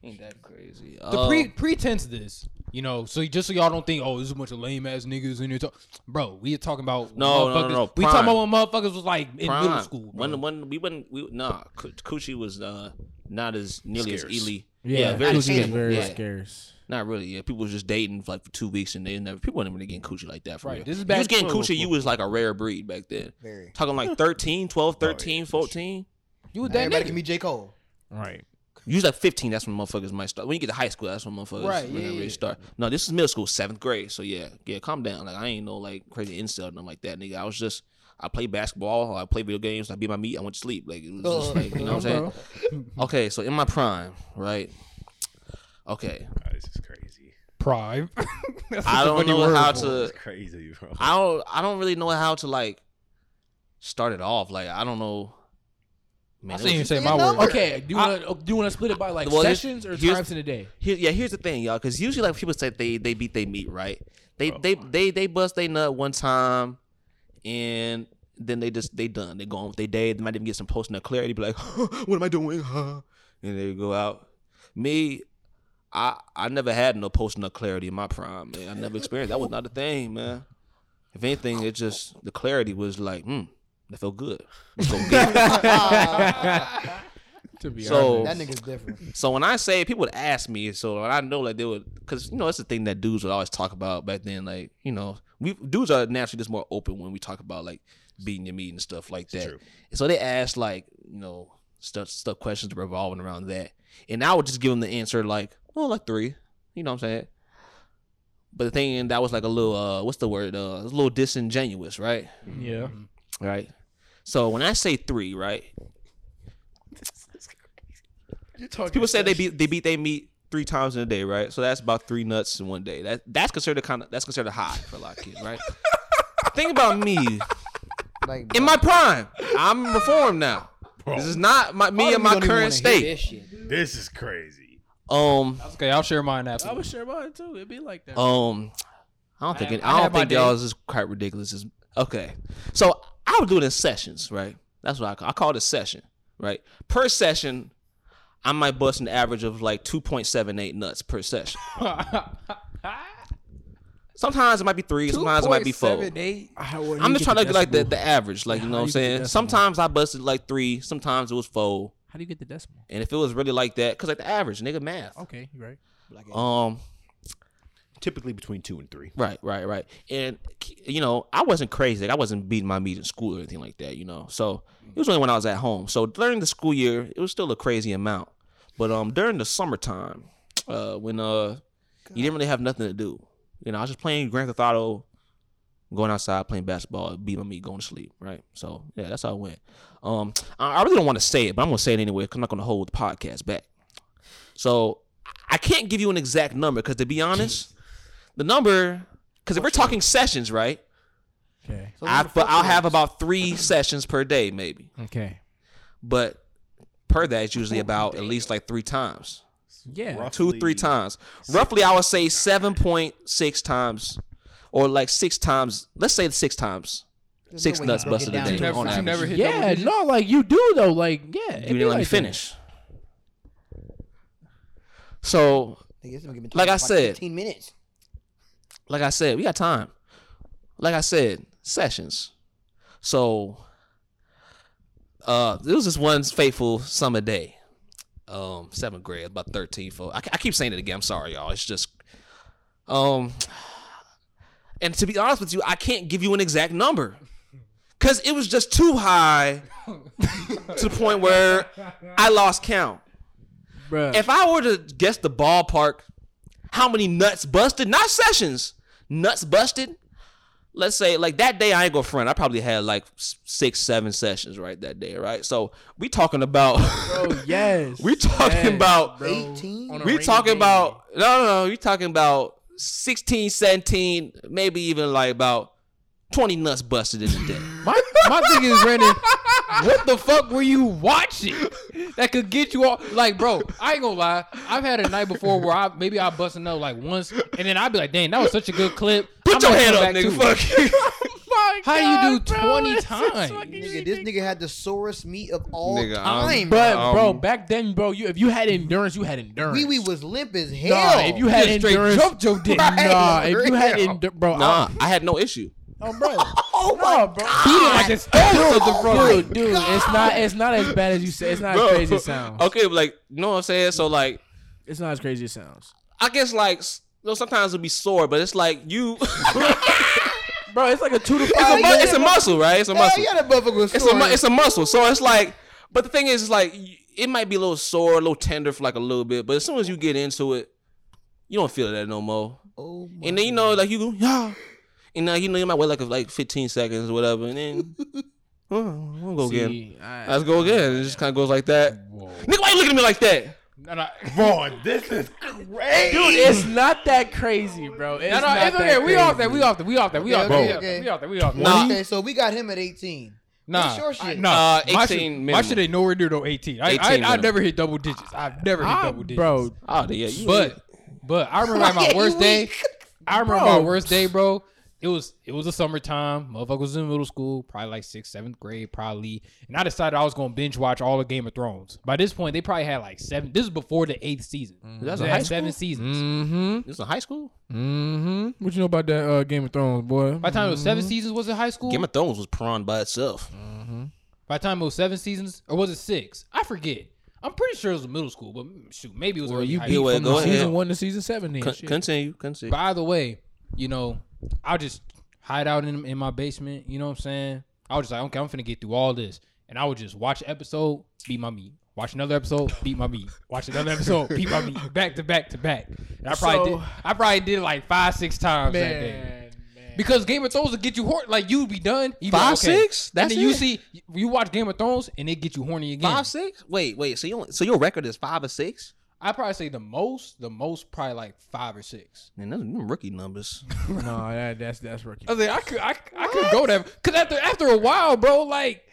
A: Ain't that crazy?
E: The pre pretense of this, you know, so just so y'all don't think, oh, there's a bunch of lame ass niggas in here. Talk- bro, we are talking about
A: No, no, no,
E: motherfuckers-
A: no,
E: We talking
A: prime.
E: about when motherfuckers was like in middle school. Bro.
A: When when we went we nah, Cu- Coochie was uh not as nearly
D: Scarce.
A: as Ely.
B: Yeah,
A: very
B: coochie is
A: attainable,
B: very
A: yeah.
B: scarce.
A: Not really. Yeah, people was just dating for like for two weeks and they never people weren't really getting coochie like that for
E: Right,
A: real.
E: this is
A: If
E: back-
A: You was getting
E: whoa,
A: coochie,
E: whoa,
A: you was like a rare breed back then.
C: Very.
A: Talking like 13, 12,
D: yeah,
A: 13,
D: for sure.
A: 14.
E: you was that
C: Everybody
E: nigga.
C: can be J Cole.
B: Right.
A: You was like 15, that's when motherfuckers might start. When you get to high school, that's when motherfuckers
E: Right,
A: when
E: yeah,
A: they really
E: yeah.
A: start. No, this is middle school, seventh grade. So yeah, yeah, calm down. Like I ain't no like crazy incel or nothing like that, nigga. I was just I play basketball, I play video games, I beat my meat, I went to sleep. Like, it was
C: Oh.
A: just like you know what I'm saying? Okay, so in my prime, right? Okay,
D: Oh, this is crazy.
E: Prime. That's
A: I
E: such a
A: don't
E: funny
A: know
E: word
A: how
E: for
A: to.
D: It's crazy, bro.
A: I don't. I don't really know how to like start it off. Like, I don't know. Man,
E: I
A: it
E: seen
A: was
E: you
A: just-
E: say my
C: Yeah,
E: word.
C: no.
B: Okay, do you want
E: oh,
B: to do you want to split it by like
A: Well, here's-
B: sessions or
A: here's-
B: times in a day?
A: Here, yeah, here's the thing, y'all, because usually like people say they they beat they meat, right? They they they they bust they nut one time, and then they just they done. They go on with their day. They might even get some post nut clarity, be like, "What am I doing?" Huh? And they go out. Me, I I never had no post nut clarity in my prime, man. I never experienced that was not a thing, man. If anything, it just the clarity was like, hmm, that felt good. Let's go get it.
B: To be
A: So-
C: That nigga's different.
A: So when I say people would ask me, so I know like they would, cause you know that's the thing that dudes would always talk about back then. Like you know, we dudes are naturally just more open when we talk about like beating your meat and stuff like that.
D: true.
A: So they asked like you know stuff stuff questions revolving around that, and I would just give them the answer like, oh, like three. You know what I'm saying? But the thing that was like a little uh, what's the word? Uh, it was a little disingenuous, right?
B: yeah.
A: Right. So when I say three, right, people say they beat they beat they meat three times in a day, right? So that's about three nuts in one day. That that's considered kind of that's considered high for a lot of kids, right? Think about me
C: Like,
A: in my prime. I'm reformed now. This is not my me in my current state.
D: This is crazy.
A: Um,
E: Okay, I'll share mine after.
B: I was sure about it too. It'd be like that.
A: um, I don't think
E: I-
A: it,
E: I
A: I,
E: have
A: don't
E: my
A: think
E: day.
A: y'all is quite ridiculous. Is okay. So I would do it in sessions, right? That's what I call I call it a session, right? Per session, I might bust an average of like two point seven eight nuts per session. Sometimes it might be three. Sometimes it might be four.
B: Oh,
A: I'm just trying to get like the, the average, like you know what I'm saying. Sometimes I busted like three, sometimes it was four,
B: How do you get the decimal?
A: and if it was really like that, cause like the average, nigga, math.
B: Okay, you're right.
A: Um,
D: Typically between two and three.
A: right, right, right, and you know I wasn't crazy. Like, I wasn't beating my meat in school or anything like that, you know. So it was only when I was at home. So during the school year, it was still a crazy amount, but um during the summertime, uh when uh you didn't really have nothing to do, you know, I was just playing Grand Theft Auto. going outside playing basketball, beat my meat, going to sleep, right? So yeah, that's how it went. Um, I, I really don't want to say it, but I'm gonna say it anyway. Cause I'm not gonna hold the podcast back. So I- I can't give you an exact number because to be honest, the number because if we're talking sessions, right?
B: Okay.
A: I, but I'll have about three sessions per day, maybe.
B: Okay.
A: But per day, it's usually about at least like three times,
B: Yeah.
A: two,
D: Roughly
A: three times. Roughly, I would say seven point six times, or like six times. Let's say six times. Six nuts busted a day.
E: You never-
A: on
E: you
A: average.
E: never hit double
B: Yeah,
E: digits?
B: no, like you do though. Like yeah, it'd
A: you
B: be
A: didn't let me
B: like that.
A: finish. So, Like I said-
C: 15 minutes.
A: like I said, we got time. Like I said, sessions. So, uh, there was this one fateful summer day, um, seventh grade, about thirteen. For I, I keep saying it again. I'm sorry, y'all. It's just, um, and to be honest with you, I can't give you an exact number because it was just too high to the point where I lost count.
B: Bruh.
A: If I were to guess the ballpark, how many nuts busted? Not sessions, nuts busted. Let's say like that day I ain't go front. I probably had like s- six, seven sessions right that day, right? So we talking about
E: Oh,
B: Bro, yes.
A: we talking about
C: 18?
B: On a
A: we
B: rainy
A: talking
B: day.
A: about no, no, no. We talking about 16, 17, maybe even like about twenty nuts busted in a day.
E: My my thing is, Brandon, what the fuck were you watching that could get you all like, bro? I ain't gonna lie. I've had a night before where I maybe I bust another like once, and then I'd be like, dang, that was such a good clip.
A: Put
E: I'm
A: your
E: gonna
A: hand
E: come
A: up,
E: back
A: nigga.
E: to it.
A: Fuck you.
E: How you do
B: God, bro,
E: 20
B: this is
E: times?
B: fucking
C: Nigga, this nigga had the sorest meat of all
A: Nigga, I'm-
C: time.
B: But bro,
A: Um,
B: back then, bro, you if you had endurance, you had endurance.
C: Wee Wee was limp as hell.
B: nah, if you had
E: Just straight
B: endurance,
E: jumped your dick.
B: nah, if you had
C: Real.
B: endurance, bro,
A: Nah, I had no issue.
B: oh, bro, oh nah, bro,
E: like it's thousands of the bro.
B: dude, dude, it's not, it's not as bad as you say. It's not
A: Bro.
B: as crazy as it sounds.
A: Okay, but, like you know what I'm saying. So like.
B: It's not as crazy as it sounds,
A: I guess like s- you know, sometimes it'll be sore, but it's like you
B: bro. It's like a two to
A: it's, a
B: five.
A: mu- it's a muscle, right? It's a
C: Hell
A: muscle.
C: yeah, that motherfucker was
A: It's a mu-
C: sore.
A: it's a muscle. So it's like but the thing is it's like y- it might be a little sore, a little tender for like a little bit, but as soon as you get into it, you don't feel that no more.
C: Oh my
A: And then you know like you go, yeah. You know, you know, you might wait like like 15 seconds or whatever, and then oh, we'll go again.
B: See, I-
A: Let's go again. It just kind of goes like that. Nigga, why you looking at me like that?
E: No, no,
D: Vaughn, this is crazy.
B: Dude, it's not that crazy, bro. It's
E: no, no,
B: not
E: it's okay.
B: that
E: We off that.
B: crazy.
E: We off that. We off that. We
C: Okay,
E: off that.
D: okay,
E: We off
C: okay.
E: that. We off that. We off that.
A: Nah.
C: Okay, so we got him at 18.
E: Nah,
C: What's your shit?
E: I, nah.
A: Uh,
E: my
A: 18
E: shit, my
A: minimum.
E: shit ain't nowhere near though. Eighteen. I,
A: 18
E: I, I
A: minimum.
E: never hit double digits. I've never
C: Ah,
E: hit
B: I-
E: double digits,
B: bro.
A: Oh yeah, you
E: But but I remember like,
C: Yeah,
E: my
C: you
E: worst day.
C: weak.
E: I remember
B: Bro.
E: my worst day, bro. It was it was the summertime. Motherfuckers was in middle school, probably like sixth, seventh grade, probably. And I decided I was gonna binge watch all of Game of Thrones. By this point, they probably had like seven. This is before the eighth season.
A: Mm. That's
E: They
A: a
E: had
A: high school? Mm.
E: seven seasons.
B: Mm-hmm.
A: this is high school.
B: Mm-hmm. What you know about that uh, Game of Thrones, boy?
E: By the time it was seven seasons, was it high school?
A: Mm-hmm. Game of Thrones was prawn by itself.
E: By the time it was seven seasons, or was it six? I forget. I'm pretty sure it was middle school, but mm, shoot, maybe it was.
B: Well,
E: early
B: you
E: high
B: beat
A: Yeah,
E: school.
A: well,
B: from
A: go
B: season
A: ahead.
B: one to season seven. Then,
A: Con-
B: shit.
A: continue, continue.
E: By the way, you know, I'll just hide out in in my basement. You know what I'm saying? I was just like, okay, I'm finna get through all this, and I would just watch an episode, beat my meat. Watch another episode, beat my meat. Watch another episode, beat my meat. Back to back to back. And I probably
B: So-
E: did. I probably did like five, six times that day.
B: man, man.
E: Because Game of Thrones will get you horny. Like you'd be done. You'd be
A: Five,
E: like, okay.
A: six?
E: And
A: That's
E: then you
A: it?
E: see, you watch Game of Thrones, and it get you horny again.
A: five six? Wait, wait. So you only, so your record is five or six?
E: I probably say the most, the most probably like five or six.
A: Man, those them rookie numbers.
B: no, that, that's that's rookie.
E: I was like, I could, I, I could go there because after after a while, bro, like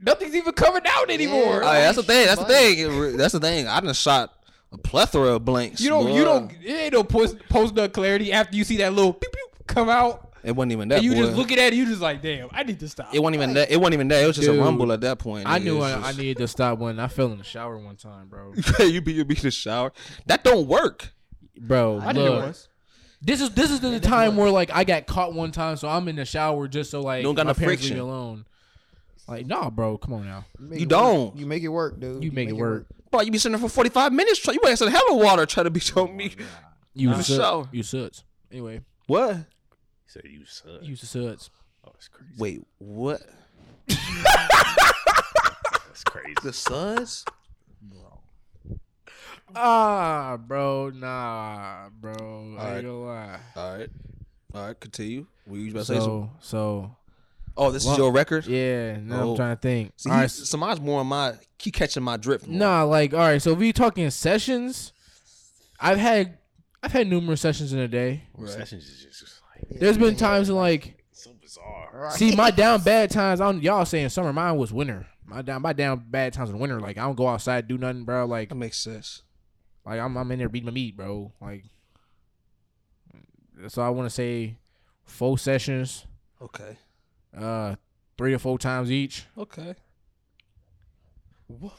E: nothing's even coming out anymore.
A: Oh, yeah, that's the thing. That's the
C: Buddy.
A: thing. That's the thing. I done shot a plethora of blanks.
E: you don't, you
A: boy.
E: don't, it ain't no post post nut clarity after you see that little pew, pew come out,
A: It wasn't even that.
E: and you
A: boy.
E: just looking at it, you just like, damn, I need to stop.
A: It wasn't even that. It wasn't even that. It was just
B: Dude,
A: a rumble at that point.
B: I
A: nigga.
B: knew
A: It's
B: I, I
A: just-
B: needed to stop when I fell in the shower one time, bro.
A: you be you be in the shower. That don't work.
B: Bro,
E: I did it
B: look.
E: once.
B: This is this is the time where like I got caught one time, so I'm in the shower just so like
A: You don't got
B: my
A: no
B: parents leave
A: friction.
B: me alone. Like, nah, bro, come on now.
C: make
A: You
C: it work.
A: don't.
C: You make it work, dude.
B: You make it work.
A: Bro, you be sitting there for 45 minutes. Try, you ain't said hell of water trying to be on me.
B: You
A: Nah.
B: was a
A: Shower.
B: sut. You suds. Anyway,
A: What?
D: So you suck.
B: you was a suds.
D: oh, that's crazy.
A: Wait, what?
D: That's crazy.
A: The Suns?
B: Ah, bro, nah, bro. I ain't
A: Alright.
B: gonna lie.
A: All right. All right, continue. Were you about to say something?
B: So, so
A: Oh, this
B: well,
A: is your record?
B: yeah. Now
A: Oh.
B: I'm trying to think.
A: See,
B: all
A: he-
B: right,
A: Samaj more on my, he catching my drift. more.
B: Nah, like all right. So if we talking sessions, I've had I've had numerous sessions in a day.
D: Sessions is just, just like
B: There's been times in like
D: so bizarre.
B: see my down bad times. I don't, y'all saying summer. Mine was winter. My down my down bad times in winter. Like I don't go outside do nothing, bro. Like
A: That makes sense.
B: like I'm I'm in there beating my meat, bro. Like so I want to say four sessions,
A: Okay.
B: uh, three or four times each.
A: Okay.
E: What?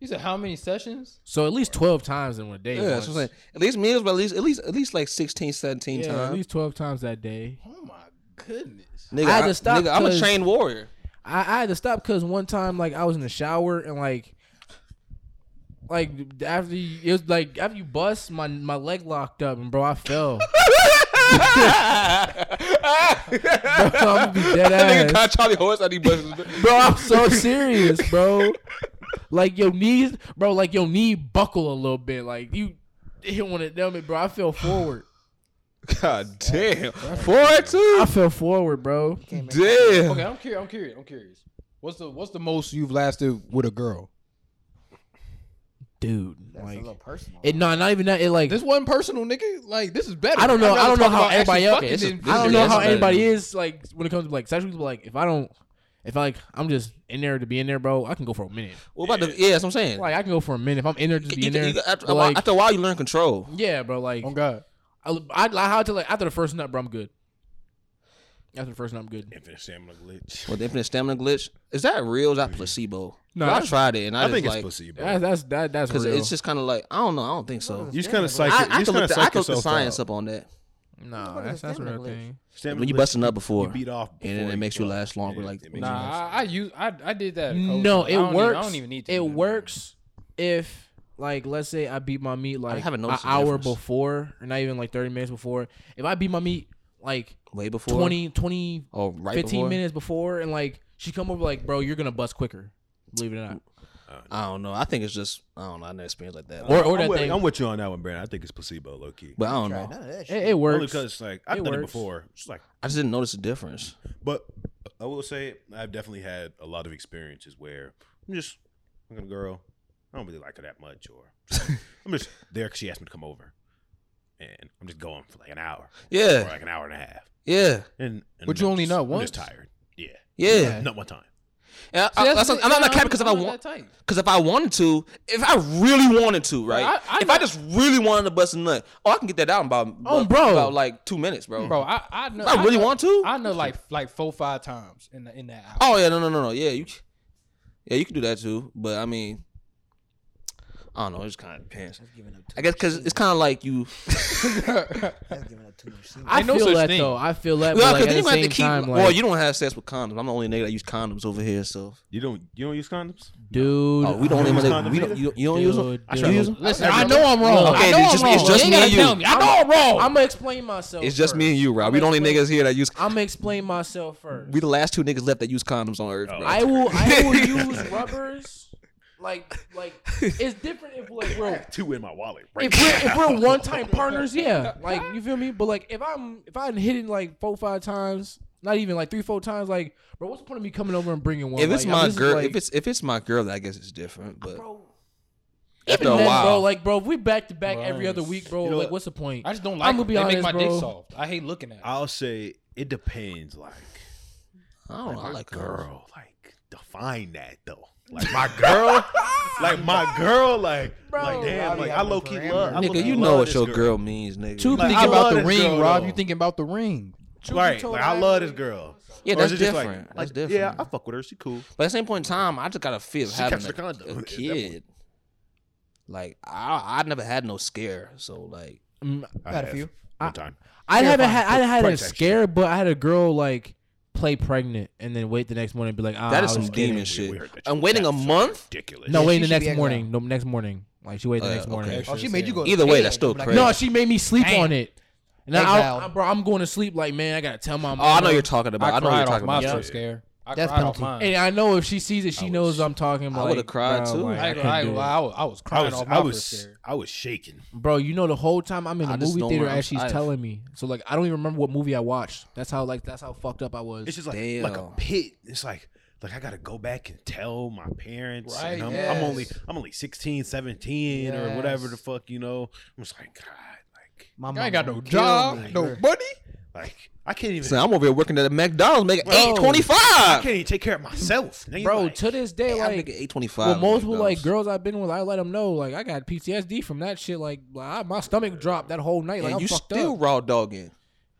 E: You said how many sessions?
B: So at least twelve times in one day.
A: Yeah, that's what I'm
B: once.
A: saying. At least meals, but at least, at least, at least like 16, 17
B: Yeah, at
A: times.
B: least twelve times that day.
E: Oh my goodness!
A: Nigga,
B: I had to stop
A: nigga, I'm a
B: 'cause-
A: trained warrior.
B: I, I had to stop because one time, like, I was in the shower and like, like after you, it was like after you bust, my my leg locked up and bro, I fell. bro, I'm gonna be dead
A: That nigga
B: ass.
A: caught Charlie Horse out of buses.
B: Bro, I'm so serious, bro. Like your knees, bro. Like your knee buckle a little bit. Like you hit one of them, and bro, I fell forward.
A: God damn. Four two.
B: I fell forward, bro.
A: Damn.
E: Okay, I'm curious. I'm curious. I'm curious. What's the what's the most you've lasted with a girl?
B: Dude,
C: That's a
B: like
C: little personal.
B: it. No, not even that. It like
E: This wasn't personal, nigga. Like this is better.
B: I don't know.
E: I'd
B: I don't
E: rather
B: know
E: talk
B: how
E: about actually
B: everybody else.
E: fucking
A: it's a-
E: than-
A: this
B: I don't
A: is-
B: know
A: that's
B: how
A: better.
B: anybody is like when it comes to like sexual. people, Like if I don't, if I like, I'm just in there to be in there, bro. I can go for a minute.
A: What about the? Yeah, that's what I'm saying.
B: Like I can go for a minute if I'm in there to
A: You-
B: be
A: you-
B: in there.
A: you- after,
B: but,
A: a while,
B: like,
A: after a while, you learn control.
B: yeah, bro. Like
E: Oh God.
B: I, I, I how to like after the first nut, bro. I'm good. After the first nut, I'm good.
D: Infinite stamina glitch.
A: Well, the infinite stamina glitch is that real? Or is that placebo? No,
B: No,
A: I
B: that's-
A: tried it and I,
D: I think
A: just like
D: it's pussy, bro.
B: That's that's that, that's
A: because
B: real.
A: it's just kind of like I don't know. I don't think so.
D: You just kind of psych.
A: I, I
D: you just
A: could
D: kinda
A: look. The, I
D: psych
A: could look the
D: yourself
A: science
D: out.
A: up on that.
B: no,
C: What
B: that's
C: is
B: that's a
C: stamina
B: real
C: glitch?
B: thing.
D: Stamina
A: When you
D: glitch,
A: busting up before,
D: you beat off,
A: and then
D: before
A: it makes you
D: go.
A: last longer.
D: Yeah,
A: like
D: it makes you last.
E: Nah, I, I use I I did that.
B: No,
E: I
B: it
E: don't need-
B: works.
E: I don't even need to. do
B: It
E: that.
B: works if like let's say I beat my meat like
A: haven't
B: an
A: noticed the
B: hour
A: difference.
B: before, or not even like thirty minutes before. If I beat my meat like
A: way before
B: 20, 20
A: or right
B: 15
A: before.
B: minutes before and like she come over like bro you're gonna bust quicker believe it or not
A: I don't know. I think it's just I don't know. I never experienced like that.
B: Or, or
D: I'm
B: that
D: with,
B: thing.
D: I'm with you on that one, Brandon. I think it's placebo, low key.
A: but I don't
C: Try
A: know.
C: none of that
B: it,
C: shit.
B: it works.
D: Only because like I've
B: It
D: done it
B: works.
D: before. It's like,
A: I just didn't notice the difference.
D: but I will say I've definitely had a lot of experiences where I'm just I'm a girl. I don't really like her that much, or I'm just there 'cause she asked me to come over, and I'm just going for like an hour or
A: Yeah,
D: like an hour and a half.
A: yeah,
D: And, and
E: But you
D: I'm
E: only
D: just-
E: nut
D: I'm
E: once?
D: just tired. Yeah,
A: yeah.
D: not one time.
A: And
E: See,
A: I,
E: that's
A: that's
E: the
A: what-
E: thing.
A: I'm not
E: I'm
A: that
E: not-
A: type because if I
E: I'm not
A: want,
E: that type.
A: because if I wanted to, if I really wanted to, right?
E: I- I
A: if
E: know-
A: I just really wanted to bust a nut, oh, I can get that out in about,
B: Oh,
A: about-
B: bro.
A: about like two minutes, bro.
E: bro. I I know.
A: I really
E: know-
A: want to.
E: I know like like four five times in the, in that hour.
A: Oh yeah, no, no, no, no. Yeah, you, c- yeah, you can do that too. But I mean, I don't know. It just kind of depends.
C: That's giving up too
A: I guess
C: much
A: because
C: semen.
A: it's kind of like you.
C: That's giving up too much semen.
B: I
E: Ain't no
B: feel
E: such
B: that
E: thing.
B: though. I feel that.
A: Well,
B: but,
A: 'cause
B: like, at
A: then
B: the
A: you gonna have
B: same
A: to keep.
B: time,
A: well,
B: like,
A: you don't have sex with condoms. I'm the only nigga that use condoms over here. So,
D: You don't you don't use condoms?
B: dude.
A: oh, we don't.
D: use
A: Even,
D: condoms
A: we don't.
D: either?
A: You, you don't use them.
B: Dude,
A: I try to-
B: dude.
A: use them.
E: Listen, I know I'm wrong.
A: Okay,
E: I
A: it's
E: know I'm
A: just-
E: wrong.
A: it's just
E: You ain't
A: me
E: gotta
A: and you.
E: tell me. I know I'm wrong.
B: I'm gonna explain myself.
A: It's just
B: first.
A: me and you, Rob. We the only niggas here that use.
B: I'm gonna explain myself first.
A: We the last two niggas left that use condoms on
D: Oh,
A: Earth, bro.
B: I will. I will use rubbers. Like, like it's different if like we're
D: Two in my wallet. Right.
B: if we're if we're one time partners, yeah. Like you feel me? But like if I'm if I'm hitting like four five times, not even like three four times, like bro, what's the point of me coming over and bringing one?
A: if it's
B: Like,
A: my
B: this is,
A: girl,
B: like-
A: if it's if it's my girl, then I guess it's different. But
B: bro,
A: after
B: even
A: a
B: then, bro,
A: while,
B: like bro, if we back to back every
E: Nice.
B: other week, bro,
D: You know
B: like
D: what?
B: what's the point?
E: I just don't like.
B: I'ma
E: them.
B: be
E: they
B: honest,
E: make my
B: bro.
E: dick soft. I hate looking at. It.
D: I'll say it depends. Like,
A: I don't know. Oh, I
D: my
A: like girl.
D: girl. Like, define that though. Like my girl. like my girl. Like,
B: Bro,
D: like damn.
C: Robbie
D: Like
C: got
D: I
C: no
D: low key
C: parameters.
D: love. I
A: Nigga,
D: low-key
A: you
D: love
A: know what
D: this
A: your girl, means, nigga.
E: Too
D: Like, I
E: thinking
D: love
E: about the
D: this
E: ring,
D: girl,
E: Rob.
D: though.
E: You thinking about the ring?
D: Right. Like I love this girl.
A: yeah,
D: Or is
A: that's
D: it just like-
A: different. that's
D: like,
A: different.
D: Yeah, I fuck with her. She cool.
A: But at the same point in time, I just got a fear of
D: She
A: having
D: catch
A: a,
D: the condom
A: a
D: at that
A: kid. Like I, I never had no scare, so like
B: Mm,
D: I
E: Got a
D: have.
E: few.
D: One time.
B: I haven't
D: Terrifying.
B: had I had a
D: Price action.
B: scare, but I had a girl like play pregnant and then wait the next morning and be like, ah,
A: that
B: I
A: is some
B: was kidding.
A: demon
D: We
A: shit.
D: heard that
A: I'm
D: shit.
A: waiting a
D: That's so
A: month.
D: Ridiculous.
B: No,
C: Yeah,
B: wait
C: she
B: the
C: should be
B: next
C: a
B: morning. No, next morning. Like she waited
A: Uh,
B: the next morning.
A: okay.
E: Extra
C: Oh, she made
E: sin.
C: you go. to
A: Either way,
C: bed.
A: that's still
C: Be like,
A: crazy.
B: No, she made me sleep
E: Damn.
B: on it. And I,
E: Exile.
B: I, bro, I'm going to sleep like, man, I gotta tell my mom.
A: Oh, I know you're talking about. I,
E: I
A: know what you're
E: cried off
A: talking
E: my
A: about.
E: first scare. I
C: That's
E: cried off mine.
C: penalty.
B: And I know if she sees it, she
D: I
B: knows
D: was-
B: I'm talking. Like,
A: I would've cried,
B: bro,
A: too.
B: like,
E: I,
B: I
E: ain't
B: couldn't
E: gonna lie, I,
B: do it.
E: was, I was
D: I
E: crying
D: was
E: off
D: I
E: my first
D: was
E: scare.
D: I was shaking.
B: Bro, you know the whole time I'm in
A: I
B: the
A: just
B: movie
A: don't
B: theater
A: remember-
B: as she's
A: I-
B: telling me. So like I don't even remember what movie I watched. That's how like that's how fucked up I was.
D: It's just like
A: Damn.
D: like a pit. It's like like I gotta go back and tell my parents.
E: Right,
D: and I'm,
E: yes.
D: I'm only I'm only 16, 17 or whatever the
E: Yes.
D: fuck, you know. I'm just like, God,
C: My
E: I
C: mama
E: ain't got no
C: gonna kill
E: job,
C: me.
E: no buddy.
D: like like I can't even
A: So I'm over here working at a McDonald's, making
D: Bro.
A: eight twenty
D: I
A: five.
D: can't even take care of myself. nigga.
B: bro,
D: Like,
B: to this day,
A: I'm
B: like
A: making eight twenty five.
B: well, multiple like girls I've been with, I let them know like I got PTSD from that shit. Like I, my stomach dropped that whole night. Like
A: and
B: I'm
A: you
B: fucked
A: still
B: up.
A: raw dogging.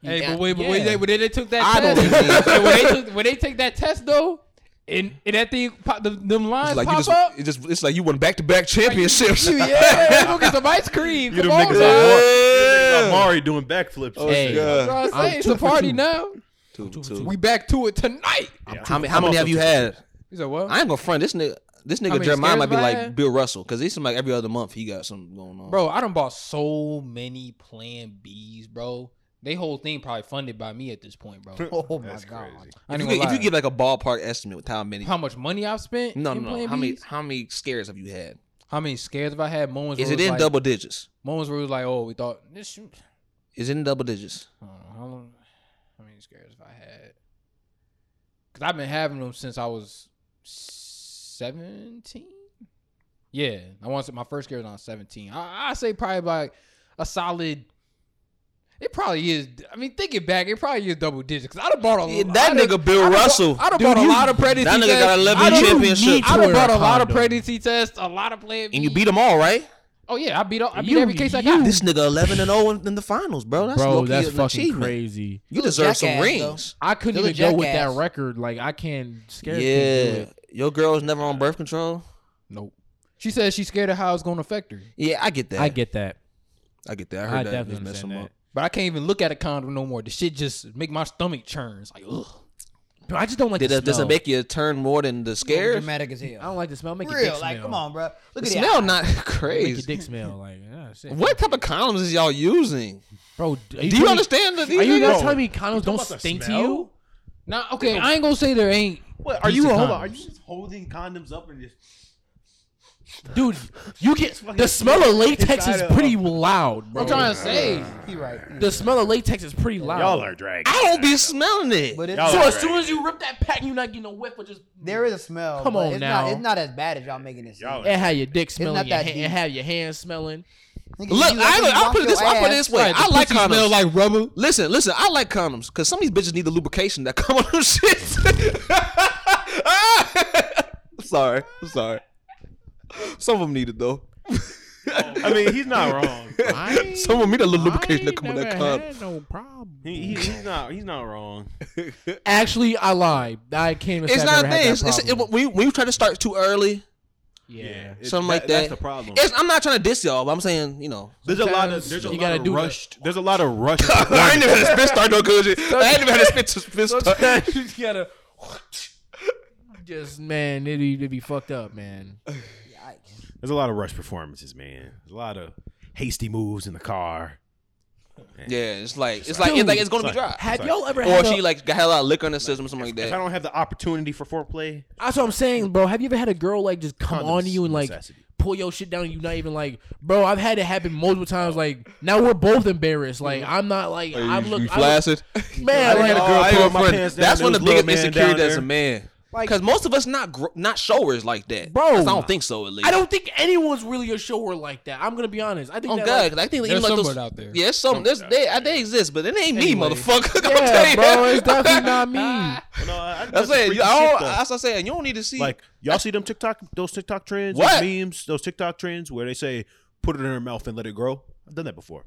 E: Hey,
B: Yeah.
E: but wait, but wait,
B: Yeah.
E: they, when they, they took that
A: I don't
E: test,
A: believe
E: when, they took, when they take that test though, and, and that thing, pop, the, them lines
A: It's like you
E: pop
A: just,
E: up.
A: it just, it's like you won back to back championships.
E: You- yeah, you go get some ice cream.
D: you
E: Come
D: done
E: on,
D: niggas
E: man.
A: Yeah.
D: like Amari- Amari doing backflips.
A: Oh,
B: Hey.
E: You
A: God.
E: know what I'm
B: I'm
E: saying? It's
B: two
E: a
B: for
E: party
B: two.
E: now.
A: Two, two,
E: We back to it tonight.
D: Yeah.
A: How many, how many have you had?
E: He said, "What,
A: I ain't gonna front this nigga. This nigga
E: many
A: Jeremiah
E: scares
A: might be
E: have I
A: like
E: had?
A: Bill Russell because he seem like every other month he got something going on.
E: bro? I done bought so many Plan Bs, bro. They whole thing probably funded by me at this point, bro.
C: Oh my
D: That's
C: god.
D: crazy.
E: I ain't
A: if, you,
E: gonna
A: get- if
E: lie.
A: you give like a ballpark estimate with how many,
E: how much money I've spent?
A: no, no,
E: in
A: no,
E: Plan
A: how many,
E: Bs?
A: how many scares have you had?
E: How many scares have I had? Moments.
A: Is
E: where
A: it
E: was
A: in
E: like,
A: double digits?
E: Moments where it was like, oh, we thought this. Shoot.
A: Is it in double digits?
E: I don't know, how, long, how many scares have I had? Because I've been having them since I was seventeen. Yeah, I want to say my first scare was when I was seventeen. I, I say probably like a solid. It probably is. I mean, thinking back, it probably is double digits. Cause I done bought a
A: Yeah, that
E: I done-
A: nigga Bill
E: I done bought-
A: Russell.
E: I done
A: Dude,
E: bought a
A: you-
E: lot of pregnancy
A: that nigga
E: tests.
A: got 11
E: I done-
A: championships.
B: You need
E: I
B: to
E: done
B: wear
E: bought a lot of
B: condom.
E: pregnancy tests, a lot of playing.
A: And you beat them all, right?
E: Oh yeah, I beat all, I beat
B: You-
E: every case I
B: you-
E: got.
A: This nigga eleven and zero in the finals, bro. That's
B: bro,
A: low-key
B: that's
A: an
B: fucking
A: achievement.
B: crazy.
A: You deserve some
C: jackass, though.
A: rings.
B: I couldn't
C: Still a
B: even go with that
C: jackass.
B: record. Like I can't scare. people.
A: Yeah, your girl's never on birth control.
E: Nope. She said she's scared of how it's gonna affect her.
A: Yeah, I get that.
B: I get that.
A: I get that. I
B: I,
A: heard that. Just
B: definitely
A: mess
B: understand
A: him
B: that.
A: up.
E: But I can't even look at a condom no more. The shit just make my stomach churn. It's like ugh.
B: Bro, I just don't like
A: Did
B: the
A: it, does it
B: smell.
A: make you turn more than the
C: It was
A: scare?
C: Dramatic as
B: I don't
C: hell.
B: like the smell. Make your
C: Real,
B: dick
C: like,
B: smell.
C: come on, bro. Look
A: The
C: at
A: smell
C: that.
A: not
B: Make your
A: crazy.
B: dick smell like ah, shit.
A: What type of condoms is y'all using?
B: bro?
A: Do you understand that these
B: Are you
A: niggas?
B: guys telling me condoms don't
D: about the
B: stink to
D: smell?
B: you?
E: Nah, okay, I ain't gonna say there ain't.
D: What
E: Piece of
D: Are
E: condoms.
D: you just holding condoms up and just
B: Dude, you get the smell of latex is pretty loud, bro.
E: I'm trying to say.
C: He right.
B: the smell of latex is pretty loud.
D: Y'all are dragging.
A: I don't be smelling it.
C: But it's,
D: Y'all
B: so
D: are
B: as soon
D: dragging.
B: as you rip that pack, you're not getting a whiff of just
C: there is a smell.
B: Come
C: but
B: on
C: it's
B: now.
C: Not, it's not as bad as y'all making it. seem.
D: Y'all are-
B: and have your dick smelling,
C: not
B: your
C: that
B: ha-
C: deep.
B: and have your hands smelling.
A: Look,
C: Nigga, you-
A: I,
C: you
A: I'll
C: wash
A: put it this.
C: your
A: I put it
C: ass.
A: this way. I like condoms.
E: smell like rubber.
A: listen, listen. I like condoms because some of these bitches need the lubrication that come on them shit. sorry, I'm sorry. Some of them need it though.
D: I mean, he's not wrong.
A: Some of them need a little lubrication that come on that condom.
B: no problem.
D: He, he, he's not. He's not wrong.
B: Actually, I lied. I came.
A: It's not a thing. It's, it's,
B: It's,
A: it, when, you, when you try to start too early,
B: yeah.
D: It-
A: Something like
D: That's
A: that.
D: the problem.
A: it's, I'm not trying to diss y'all, but I'm saying you know.
D: There's a lot of
B: Sometimes
D: there's a
B: you
D: lot
B: gotta
D: of
B: do
D: rushed. There's a lot of rushed.
A: I ain't never had a spit start no good shit. I ain't never had a spit spit start.
B: you gotta. Just man, it'd be, it'd be fucked up, man.
C: Yikes.
D: There's a lot of rush performances, man. There's a lot of hasty moves in the car.
A: Yeah, it's like it's like it's like it's gonna be
D: It's like-
A: dry.
B: Have
D: Sorry.
B: y'all ever
A: Or
B: had?
A: she
B: A,
A: like got a lot of liquor in her system or something like
D: If I
A: that.
D: don't have the opportunity for foreplay,
B: that's what I'm saying, bro. Have you ever had a girl like just come
D: condoms
B: on to you and like
D: necessity.
B: pull your shit down? And you not even like, bro. I've had it happen multiple times. Like now we're both embarrassed. Like I'm not like I'm look, I look
A: flaccid.
B: man.
D: I
B: like,
D: had a girl
A: I ain't
D: pull
A: gonna
D: my
A: front.
D: pants down,
A: oh, That's
D: there
A: one of
D: was
A: the
D: little
A: biggest
D: man down
A: insecurities as a
D: there.
A: man.
C: Like-
A: Because most of us not gr- not showers like that,
B: Bro.
A: 'Cause I don't think so at least.
B: I don't think anyone's really a shower like that. I'm gonna be honest. I think
A: Oh
B: that,
A: God!
B: like-
A: 'cause I think even
E: There's
A: like those
E: somewhere out there.
A: Yeah, there's some. There's, they, I- they exist, but it ain't me,
B: Anyway.
A: motherfucker. I'm tell
B: yeah,
A: you.
B: bro, it's definitely not me.
D: Well, no, I, I
A: I'm saying, you, I don't,
D: I
A: that's what I'm saying. You don't need to see.
D: like y'all see them TikTok, those TikTok trends,
A: What?
D: those memes, those TikTok trends where they say put it in her mouth and let it grow. I've done that before.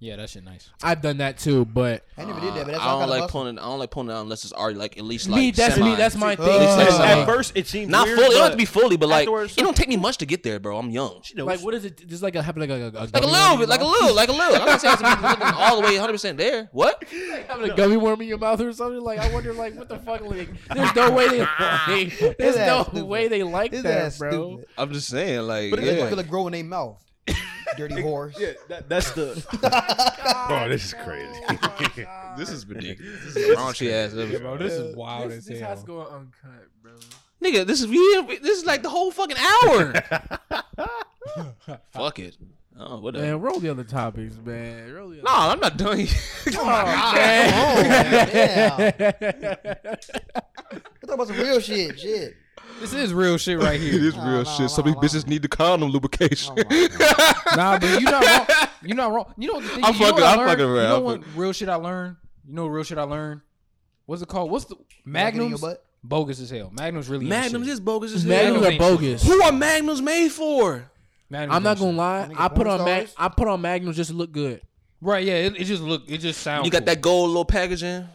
E: Yeah, that shit nice.
B: I've done that too, but
C: I never did that, but
A: I
C: that's all
A: don't
C: kind
A: like
C: of muscle.
A: pulling. I don't like pulling it out unless it's already like at least like
B: me, that's
A: semi.
B: me, that's my thing.
C: Uh,
B: Like,
D: At-
A: Uh,
D: at first, it seems
A: Not
D: weird,
A: fully. It don't have
D: but
A: to be fully, but like
D: afterwards-
A: it don't take me much to get there, bro. I'm young.
D: she knows.
B: like, what is it? It's like a happen like a, a,
A: Like a
B: gummy
A: little
B: worm
A: bit,
B: in
A: like a
B: your
A: little, like a little. I'm not saying I have to be looking all the way 100 percent there. What?
B: mouth? having a gummy worm in your mouth or something. Like I wonder, like what the fuck? Like there's no way they, like, there's
C: His
B: no
C: ass stupid.
B: way they like
C: His
B: that,
C: ass
B: bro.
C: stupid.
A: I'm just saying, like,
C: But it's gonna grow in their mouth. Dirty horse.
D: Yeah, that, that's the. oh, this is crazy.
A: this is ridiculous. This is raunchy ass.
E: Bro, Oh, this is wild
B: This,
E: as
B: this has to
E: hell.
B: go uncut, bro.
A: Nigga, this is we- this is like the whole fucking hour. Fuck it. Oh, whatever.
B: Man, roll the other topics, man. Roll the other
A: No, I'm not done. yet. oh my God.
C: Let's talk about some real shit. Shit.
E: This is real shit right here.
A: This
C: Nah, real nah, shit. Some of nah, these nah. bitches
A: need the condom lubrication.
C: Oh my
E: nah, but you're not wrong. You're not wrong. You know what the thing
A: I'm
E: is, you know
A: fucking-
E: what I
A: I'm
E: learned?
A: fucking around.
E: You know
A: I'm
E: what real shit I learned? You know what real shit I learned? What's it called? What's the
C: Magnum in your
E: Magnums?
C: butt?
E: Bogus as hell. Magnums really. ain't
A: Magnums
E: shit.
A: is bogus as
B: topics.
A: hell.
B: Magnums are bogus.
A: Who are Magnums made for?
E: Magnums
B: I'm not
E: ain't shit.
B: gonna lie.
C: Nigga,
B: I put
C: porn
B: on mag-
C: stars?
B: I put on Magnums just to look good.
E: Right? Yeah. It, it just look. It just sounds.
A: You got that gold little packaging.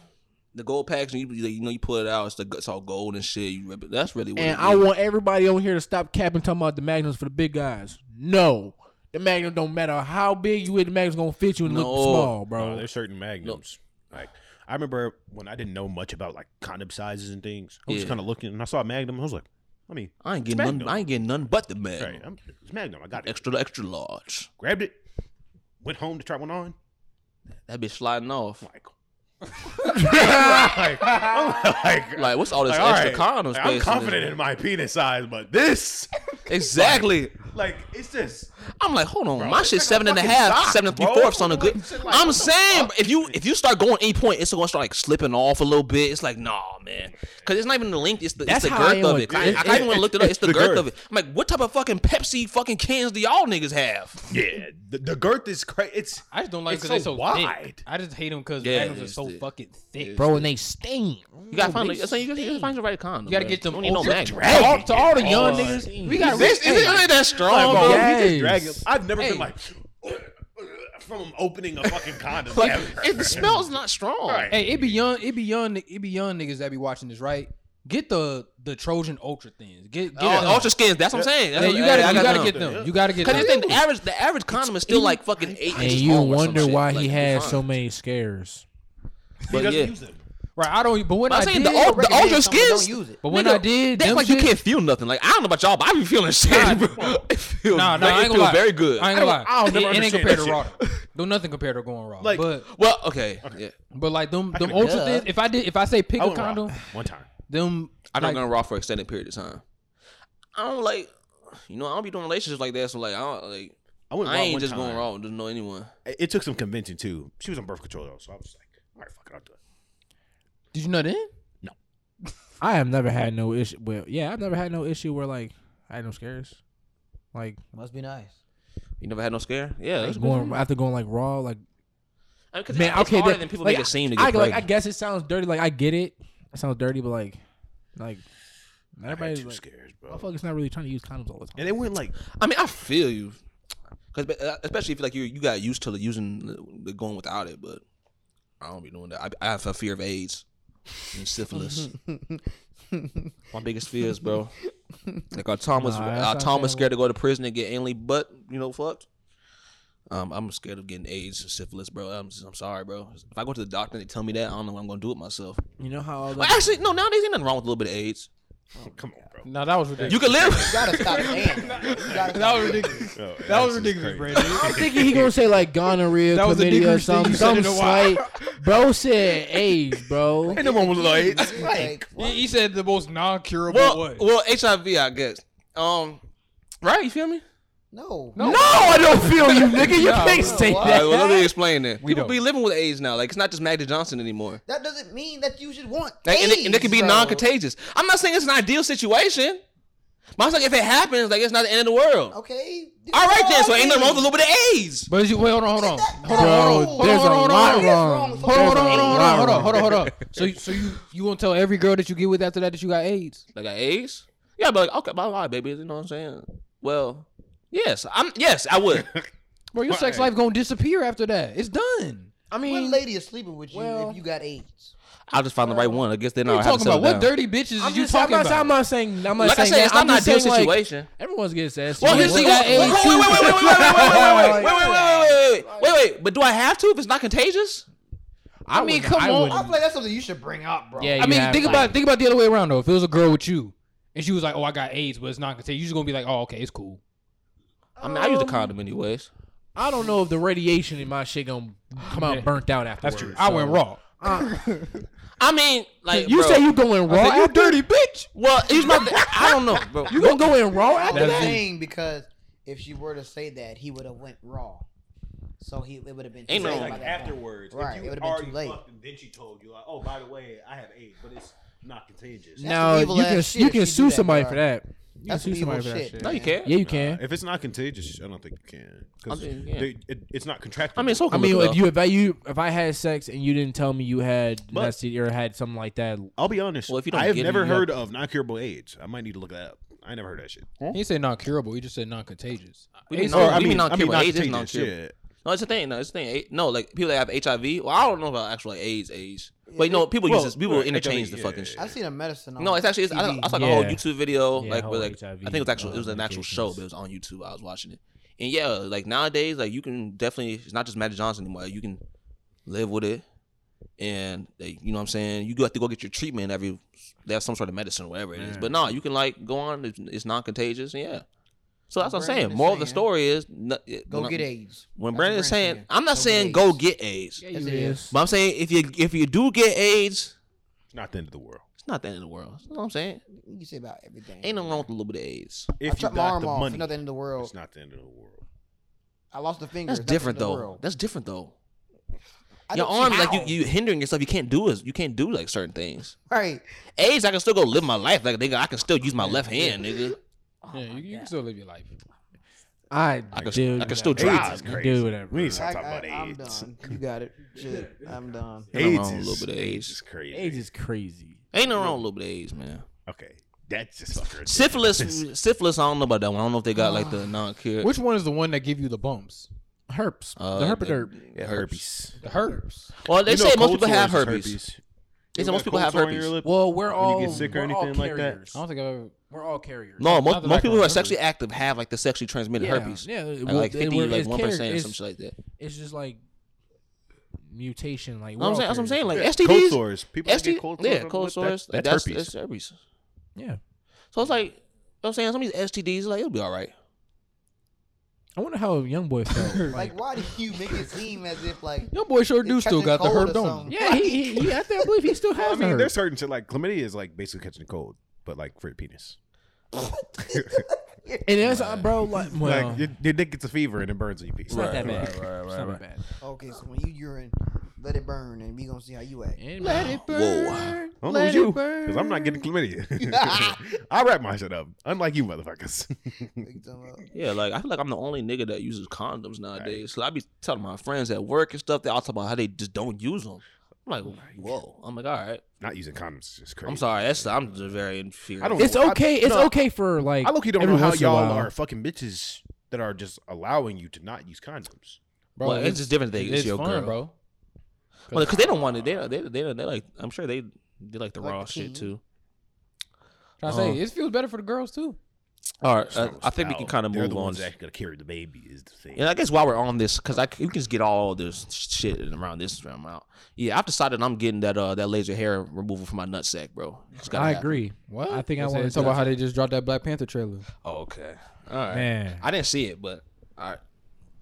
A: The gold packaging, you, you know, you pull it out, it's, the, it's all gold and shit. You rip it. That's really what
B: And
A: it
B: I
A: is.
B: want everybody on here to stop capping talking about the magnums for the big guys. No. The magnum don't matter how big you is, the magnum's gonna fit you and
A: No.
B: look small,
D: No,
B: bro.
D: there's certain magnums. Like I remember when I didn't know much about like condom sizes and things. I was
A: Yeah.
D: just kind of looking, and I saw a magnum. I was like, I mean,
A: I ain't getting
D: Magnum.
A: none. I ain't getting none but the Magnum.
D: right, I'm, it's magnum. I got it.
A: Extra, extra large.
D: Grabbed it. Went home to try one on.
A: That bitch sliding off.
D: Like, like, I'm like,
A: Like, what's all this
D: like, all
A: extra
D: right,
A: condom
D: like,
A: space? in
D: I'm
A: this
D: confident
A: bitch?
D: in my penis size, but this,
A: Exactly.
D: like, it's just
A: I'm like, hold on,
D: Bro,
A: my
D: it's
A: shit
D: like a
A: seven and a
D: fucking
A: half,
D: sock,
A: seven and three
D: bro.
A: fourths on a good.
D: It's like, what
A: I'm
D: the
A: saying, if you if you start going any point, it's gonna start like slipping off a little bit. It's like, nah, man, because it's not even the length. It's the
B: That's
A: it's the
B: how I
A: girth
B: am
A: of
B: with-
A: it. 'Cause I,
B: it-
A: I even went and looked it up. It's the,
D: the
A: girth,
D: girth.
A: of it. I'm like, what type of fucking Pepsi fucking cans do y'all niggas have?
D: yeah. The, the girth is crazy. It's
E: I just don't like
D: It's
E: because they're
D: so
E: so
D: wide.
E: thick. I just hate them because
A: Yeah,
E: Magnums
A: it
E: are
A: is
E: so
A: thick.
E: fucking thick.
B: Bro, and they sting.
A: You gotta find, the, so you, gotta- you gotta find the right condom.
E: You gotta
A: bro.
E: get them
A: You don't need no
E: ultra
A: magnum.
E: drag-
B: To all, to all the young
E: Oh,
B: niggas, we got
A: Is this- is it really that strong,
D: bro,
A: bro?
B: yeah.
D: you just
B: Yes.
D: drag it. I've never
A: Hey.
D: been like from opening a fucking condom.
A: Like,
D: ever.
A: it, the smell's not strong.
D: Right.
E: Hey, it be young, it be young, it be young niggas that be watching this, right? Get the the Trojan Ultra things. Get get
A: Oh,
E: them.
A: ultra skins. That's what I'm saying. That's
E: Yeah,
A: what-
E: you gotta,
A: I
E: you
A: got
E: gotta
A: them.
E: get them. You gotta get
A: Cause
E: them.
A: you think the average the average condom is still like fucking eight
B: And
A: inches
B: you
A: long or some
B: wonder
A: shit.
B: why
A: Like,
B: he
A: it's
B: had
A: fine.
B: so many scares.
D: he
A: But
D: doesn't
A: yeah.
D: use them.
E: Right, I don't. But when
A: But
E: I
A: I'm saying
E: did,
A: the, ul- the
C: recommend
A: ultra
C: someone don't
A: skins.
C: use it.
E: but when
A: nigga,
E: I did,
A: that's
E: them
A: like
E: shit-
A: you can't feel nothing. Like I don't know about y'all, but I be feeling shit, bro. It feels
E: Nah, nah,
A: it
E: I ain't gonna
A: feels
E: lie.
A: very good.
E: I ain't gonna lie.
D: I don't
E: it,
D: never
E: it ain't
D: understand
E: compared
D: that
E: to raw. Do nothing compared to going raw.
D: Like-
E: but
A: well, okay, yeah.
E: but like them them
D: can-
E: ultra
C: Duh.
E: things. If I did, if I say pick
D: I
E: a
D: went raw
E: condom,
D: one time.
E: them
A: I don't
E: like,
A: go raw for extended period of time. I don't like. you know, I don't be doing relationships like that. So like, I don't, like
D: I went
A: I
D: raw
A: ain't
D: one
A: just going
D: time.
A: wrong. Just know anyone.
D: It it took some convincing too. She was on birth control though, so I was like, all right, fuck it, I'll do it.
E: Did you know that?
B: I have never had no issue. Well, yeah, I've never had no issue where like I had no scares. Like
C: Must be nice.
A: You never had no scare. Yeah, that's good.
B: going after going like raw, like
A: I mean, 'cause
B: man,
A: it's
B: okay,
A: harder
B: that-
A: than people
B: like,
A: make it seem to get
B: I, like, I
A: pregnant.
B: guess it sounds dirty. Like I get it. It sounds dirty, but like, like not
D: I had
B: everybody's
D: two
B: like,
D: scares, bro.
B: motherfuckers not really trying to use condoms all the time.
D: And they went like,
A: I mean, I feel you, because especially if like you you got used to using the going without it, but I don't be doing that. I, I have a fear of AIDS and syphilis. My biggest fears, bro. Like our Tom was
B: Nah, that's
A: our
B: not
A: Tom was
B: fair.
A: scared to go to prison and get anally butt you know fucked. Um, I'm scared of getting AIDS and syphilis, bro. I'm I'm sorry, bro. If I go to the doctor and they tell me that, I don't know what I'm gonna do with myself.
B: You know how all
A: Well,
B: the
A: actually, no. Nowadays, ain't nothing wrong with a little bit of AIDS.
D: oh, come on, bro.
E: No, that was ridiculous.
A: You can live.
C: You gotta stop saying that. You gotta
E: that
C: stop
E: was
C: saying
E: ridiculous.
D: Oh,
E: That was
D: is
E: ridiculous,
D: crazy.
B: I'm
E: Brandon.
B: thinking he gonna say like gonorrhea,
E: That was the
B: chlamydia, or
E: diggeriest thing
B: something,
E: you said
B: some
E: in a while.
B: slight. Bro said AIDS, bro.
D: Ain't no one was like,
C: that. Like,
E: He, he said the most non-curable
A: well,
E: one.
A: well, HIV, I guess. Um, right? You feel me?
C: no.
E: No.
B: I don't feel you, nigga.
E: No,
C: no,
A: All right, well, let me explain that.
E: We
A: People
E: don't.
A: be living with AIDS now. Like, it's not just Magic Johnson anymore.
C: That doesn't mean that you should want.
A: Like, and, it, and it
C: AIDS,
A: can be
C: bro.
A: non-contagious. I'm not saying it's an ideal situation. But I'm saying if it happens, like, it's not the end of the world.
C: Okay.
A: All right, then. So ain't nothing wrong with a
C: the
A: little bit of AIDS.
E: But you, wait, hold on, hold on,
C: That-
E: hold on, hold on,
C: Bro,
E: hold on,
B: there's a
E: hold on,
B: lot
E: hold on,
B: wrong.
C: Hold
E: hold on, hold on,
B: There's a
E: hold
B: lot
E: on, hold on,
B: wrong.
E: hold on, hold on. So, you- so you you gonna tell every girl that you get with after that that you got AIDS?
A: Like, I AIDS? Yeah, but like, okay, bye bye, baby. You know what I'm saying? Well, yes. I'm. Yes, I would.
E: Bro, your sex
D: Right.
E: life gonna disappear after that. It's done. I mean,
C: What lady is sleeping with you
B: Well-
C: if you got AIDS?
A: I'll just find the right one. I guess then
E: what
A: I'll
E: you
A: have to
E: talking
A: settle
E: about? What
A: down.
E: dirty bitches
B: I'm
E: is you
B: just- I'm
E: talking
B: not-
E: about?
B: I'm not saying. I'm not
A: Like I
B: saying.
A: said, it's
B: that.
A: not
B: I'm
A: an
B: just
A: ideal
B: saying, like,
A: situation.
B: Everyone's getting sassy.
A: Well,
B: Like,
A: here's the
B: what-
A: thing. Wait, wait, wait, wait, wait, wait, wait, wait, wait, wait, wait, wait, wait, wait, wait, wait, wait, wait, wait. But do I have to if it's not contagious?
E: I mean,
B: wouldn't-
E: come
B: I
E: on.
B: wouldn't.
C: I feel like that's something you should bring up, bro.
E: I
B: Yeah, you
E: mean,
B: have,
E: think
B: like-
E: about think about the other way around though. If it was a girl with you, and she was like, "Oh, I got AIDS, but it's not contagious," you're just gonna be like, "Oh, okay, it's cool."
A: I mean, I use a
B: Um,
A: condom anyways.
B: I don't know if the radiation in my shit gonna come out
E: Yeah.
B: burnt out afterwards.
E: I
B: so-
E: went raw.
A: I mean, like
B: You
A: bro,
B: say you going raw?
E: said, "You
B: after?
E: dirty bitch."
A: Well, here's my. Th- I don't know, bro.
B: You gonna go in raw after
C: I'm
E: That's
B: that?
C: saying because if she were to say that, he would have went raw. So he it would have been too
A: Ain't no-
C: late by
A: Like,
C: that point. Right, it would've been too late.
D: and then she told you, like, oh, by the way, I have AIDS, but it's not
C: That's
D: contagious.
B: No,
C: some
B: you
C: evil
B: can
C: ass shit
B: you
C: if
B: can
C: you do
B: sue
C: that,
B: somebody
C: bro.
B: for that. You
C: That's
B: can
C: some
B: sue somebody for
C: evil
B: that
C: shit.
B: shit.
A: no, you can't.
B: Yeah, you can.
D: If it's not contagious, I don't think you can. 'Cause
A: I mean, yeah.
D: they- it- it's not contracted.
A: I mean, so
B: I mean, if you if I you if I had sex and you didn't tell me you had
D: But-
B: nasty or had something like that,
D: I'll be honest.
A: Well, if you don't
D: I have
A: get it,
D: never
A: you
D: heard of non-curable AIDS. I might need to look that up. I never heard that shit.
E: He didn't say non curable. He just said non contagious.
A: We mean,
E: AIDS-
A: non-
E: or,
A: we
E: I mean,
A: mean non-curable. AIDS is
D: non-contagious,
A: non-curable.
D: yeah.
A: no, it's a thing. No, it's a thing. A- No, like people that have HIV. Well, I don't know about actual like AIDS. AIDS. But you know, people
D: Well,
A: use this. People
D: right,
A: interchange
D: HIV,
A: the
D: yeah,
A: fucking
D: yeah,
A: shit.
D: yeah.
C: I've seen a medicine. On
A: No, it's actually. It's, I,
C: TV.
A: I saw like a
B: Yeah.
A: whole YouTube video.
B: Yeah,
A: like,
B: whole
A: where, like
B: HIV,
A: I think it was actual. It was an
B: uh,
A: actual show,
B: medications.
A: but it was on YouTube. I was watching it, and yeah, like nowadays, like you can definitely. It's not just Magic Johnson anymore. You can live with it, and like, you know what I'm saying. You have to go get your treatment every. They have some sort of medicine, or whatever it is. But no, you can like go on. It's, it's non-contagious. and Yeah. So that's what I'm
C: Brandon
A: saying.
C: is
A: Moral of the
C: saying,
A: story is no- it-
C: go
A: when
C: get
A: I,
C: AIDS.
A: When
C: That's what
A: Brandon is saying, I'm not
C: Go
A: saying
C: get
A: go
C: AIDS.
A: get AIDS,
C: Yes, it is.
A: but I'm saying if you if you do get AIDS,
D: It's not the end of the world.
A: it's not the end of the world. That's what I'm saying.
C: You can say about everything.
A: Ain't nothing wrong with a little bit of AIDS.
C: I
D: If you
C: chopped my
D: got
C: arm
D: the
C: off.
D: money,
C: It's not the end of the world.
D: it's not the end of the world.
C: I lost a finger.
A: That's
C: It's not the
A: different
C: end of the
A: though.
C: world.
A: That's different though.
C: I
A: Your
C: don't see
A: arm, like
C: how.
A: you, you hindering yourself. You can't do as you can't do like certain things.
C: Right.
A: AIDS, I can still go live my life. Like nigga, I can still use my left hand, nigga.
B: oh
E: yeah, you, you can still live your life.
B: I
A: I can,
B: dude,
A: I can still
D: AIDS
A: drive.
D: is
B: do
D: crazy.
B: whatever.
D: We need to
C: I,
D: stop talking about
C: I, I'm
D: AIDS.
C: done. You got it. Shit. I'm done.
A: Ain't nothing
D: AIDS
A: wrong with
D: is,
A: a little bit of
D: AIDS
A: AIDS.
D: is crazy.
B: AIDS is crazy.
A: Ain't no wrong with a little bit of AIDS, man.
D: okay. That's just fucking
A: Syphilis,
D: ridiculous.
A: syphilis. I don't know about that one. I don't know if they got like the non-cure.
E: Which one is the one that give you the bumps?
B: Herpes,
A: uh,
B: the herpiderp.
A: yeah,
D: herpes.
E: The herpes.
A: Well, they
D: You know
A: say most
D: cold
A: people
D: sores
A: have
D: is
A: herpes. They say most people have herpes.
B: Well, Oh, we're all
D: get sick or
B: we're all
D: anything like that?
B: carriers.
E: I don't think I've ever.
B: We're all carriers.
A: No, most,
E: Not that
A: most
E: I can
A: people who are
E: remember.
A: sexually active have like the sexually transmitted
B: Yeah,
A: herpes.
B: Yeah,
A: Like,
B: well,
A: like
B: they
A: fifty,
B: were-
A: like
B: it's
A: one
B: carrier-
A: percent or
B: it's-
A: some shit like that.
B: It's just like mutation. Like
A: Know what I'm saying, that's what I'm saying. Like
D: Cold
A: STDs,
D: sores. People that
A: ST,
D: get cold sores.
A: yeah, cold
D: with
A: sores.
D: That,
A: Like,
D: that's,
A: that's,
D: herpes.
A: that's herpes.
B: yeah.
A: So it's like, you know what I'm saying some of these STDs, like it'll be all right.
B: I wonder how a young boy felt.
C: Like, why do you make it seem as if like
E: Your boy sure
C: It
E: do still
C: catching
E: got the
C: cold
E: herp,
C: or
E: don't
C: something.
E: he?
B: yeah, he, he, he, I think- I believe he still has
D: I mean,
B: her.
D: there's certain shit like chlamydia is like basically catching a cold, but like for your penis.
B: And that's uh, bro, like, well,
D: like your, your dick gets a fever and it burns you.
E: It's not that
A: Right,
E: bad.
A: right, right,
E: It's
A: right,
E: not
A: right.
E: that bad.
C: Okay, so when you urine, let it burn, and we gonna see how you act.
B: Let it
A: Whoa.
D: I don't know you, because I'm not getting chlamydia. I wrap my shit up, unlike you motherfuckers.
C: You talking about-
A: Yeah, like I feel like I'm the only nigga that uses condoms nowadays. So I be telling my friends at work and stuff. They all talk about how they just don't use them. I'm like, whoa. I'm like, all right.
D: not using condoms is just crazy.
A: I'm sorry. That's I'm just very inferior.
D: I don't.
B: It's
D: I-
B: okay. It's
D: no,
B: okay for like.
D: I look, you don't
B: every
D: know how
B: once in a
D: y'all
B: while.
D: are fucking bitches that are just allowing you to not use condoms.
E: Bro,
A: well, it's just different things. It's, your girl, bro.
E: bro.
A: Well, because they don't want it. They don't. They, they, they, they like. I'm sure they they like the
C: Like
A: raw
C: the
A: shit
C: king.
A: too.
E: Trying to say,
A: Uh-huh.
E: it feels better for the girls too.
A: All right.
D: So
A: Uh, I think we can kind of
D: they're
A: move
D: the
A: on.
D: Ones that actually gotta carry the baby is the thing.
A: And I guess while we're on this, because I c- we can just get all this shit around this amount. Yeah, I've decided I'm getting that uh that laser hair removal for my nutsack, bro. It's gotta
B: I
A: happen.
B: agree.
E: What?
B: I think I
E: They said-
B: wanna
E: talk
B: do
E: about
B: that.
E: how they just dropped that Black Panther trailer.
A: Oh, okay. All right.
E: Man.
A: I didn't see it, but all right.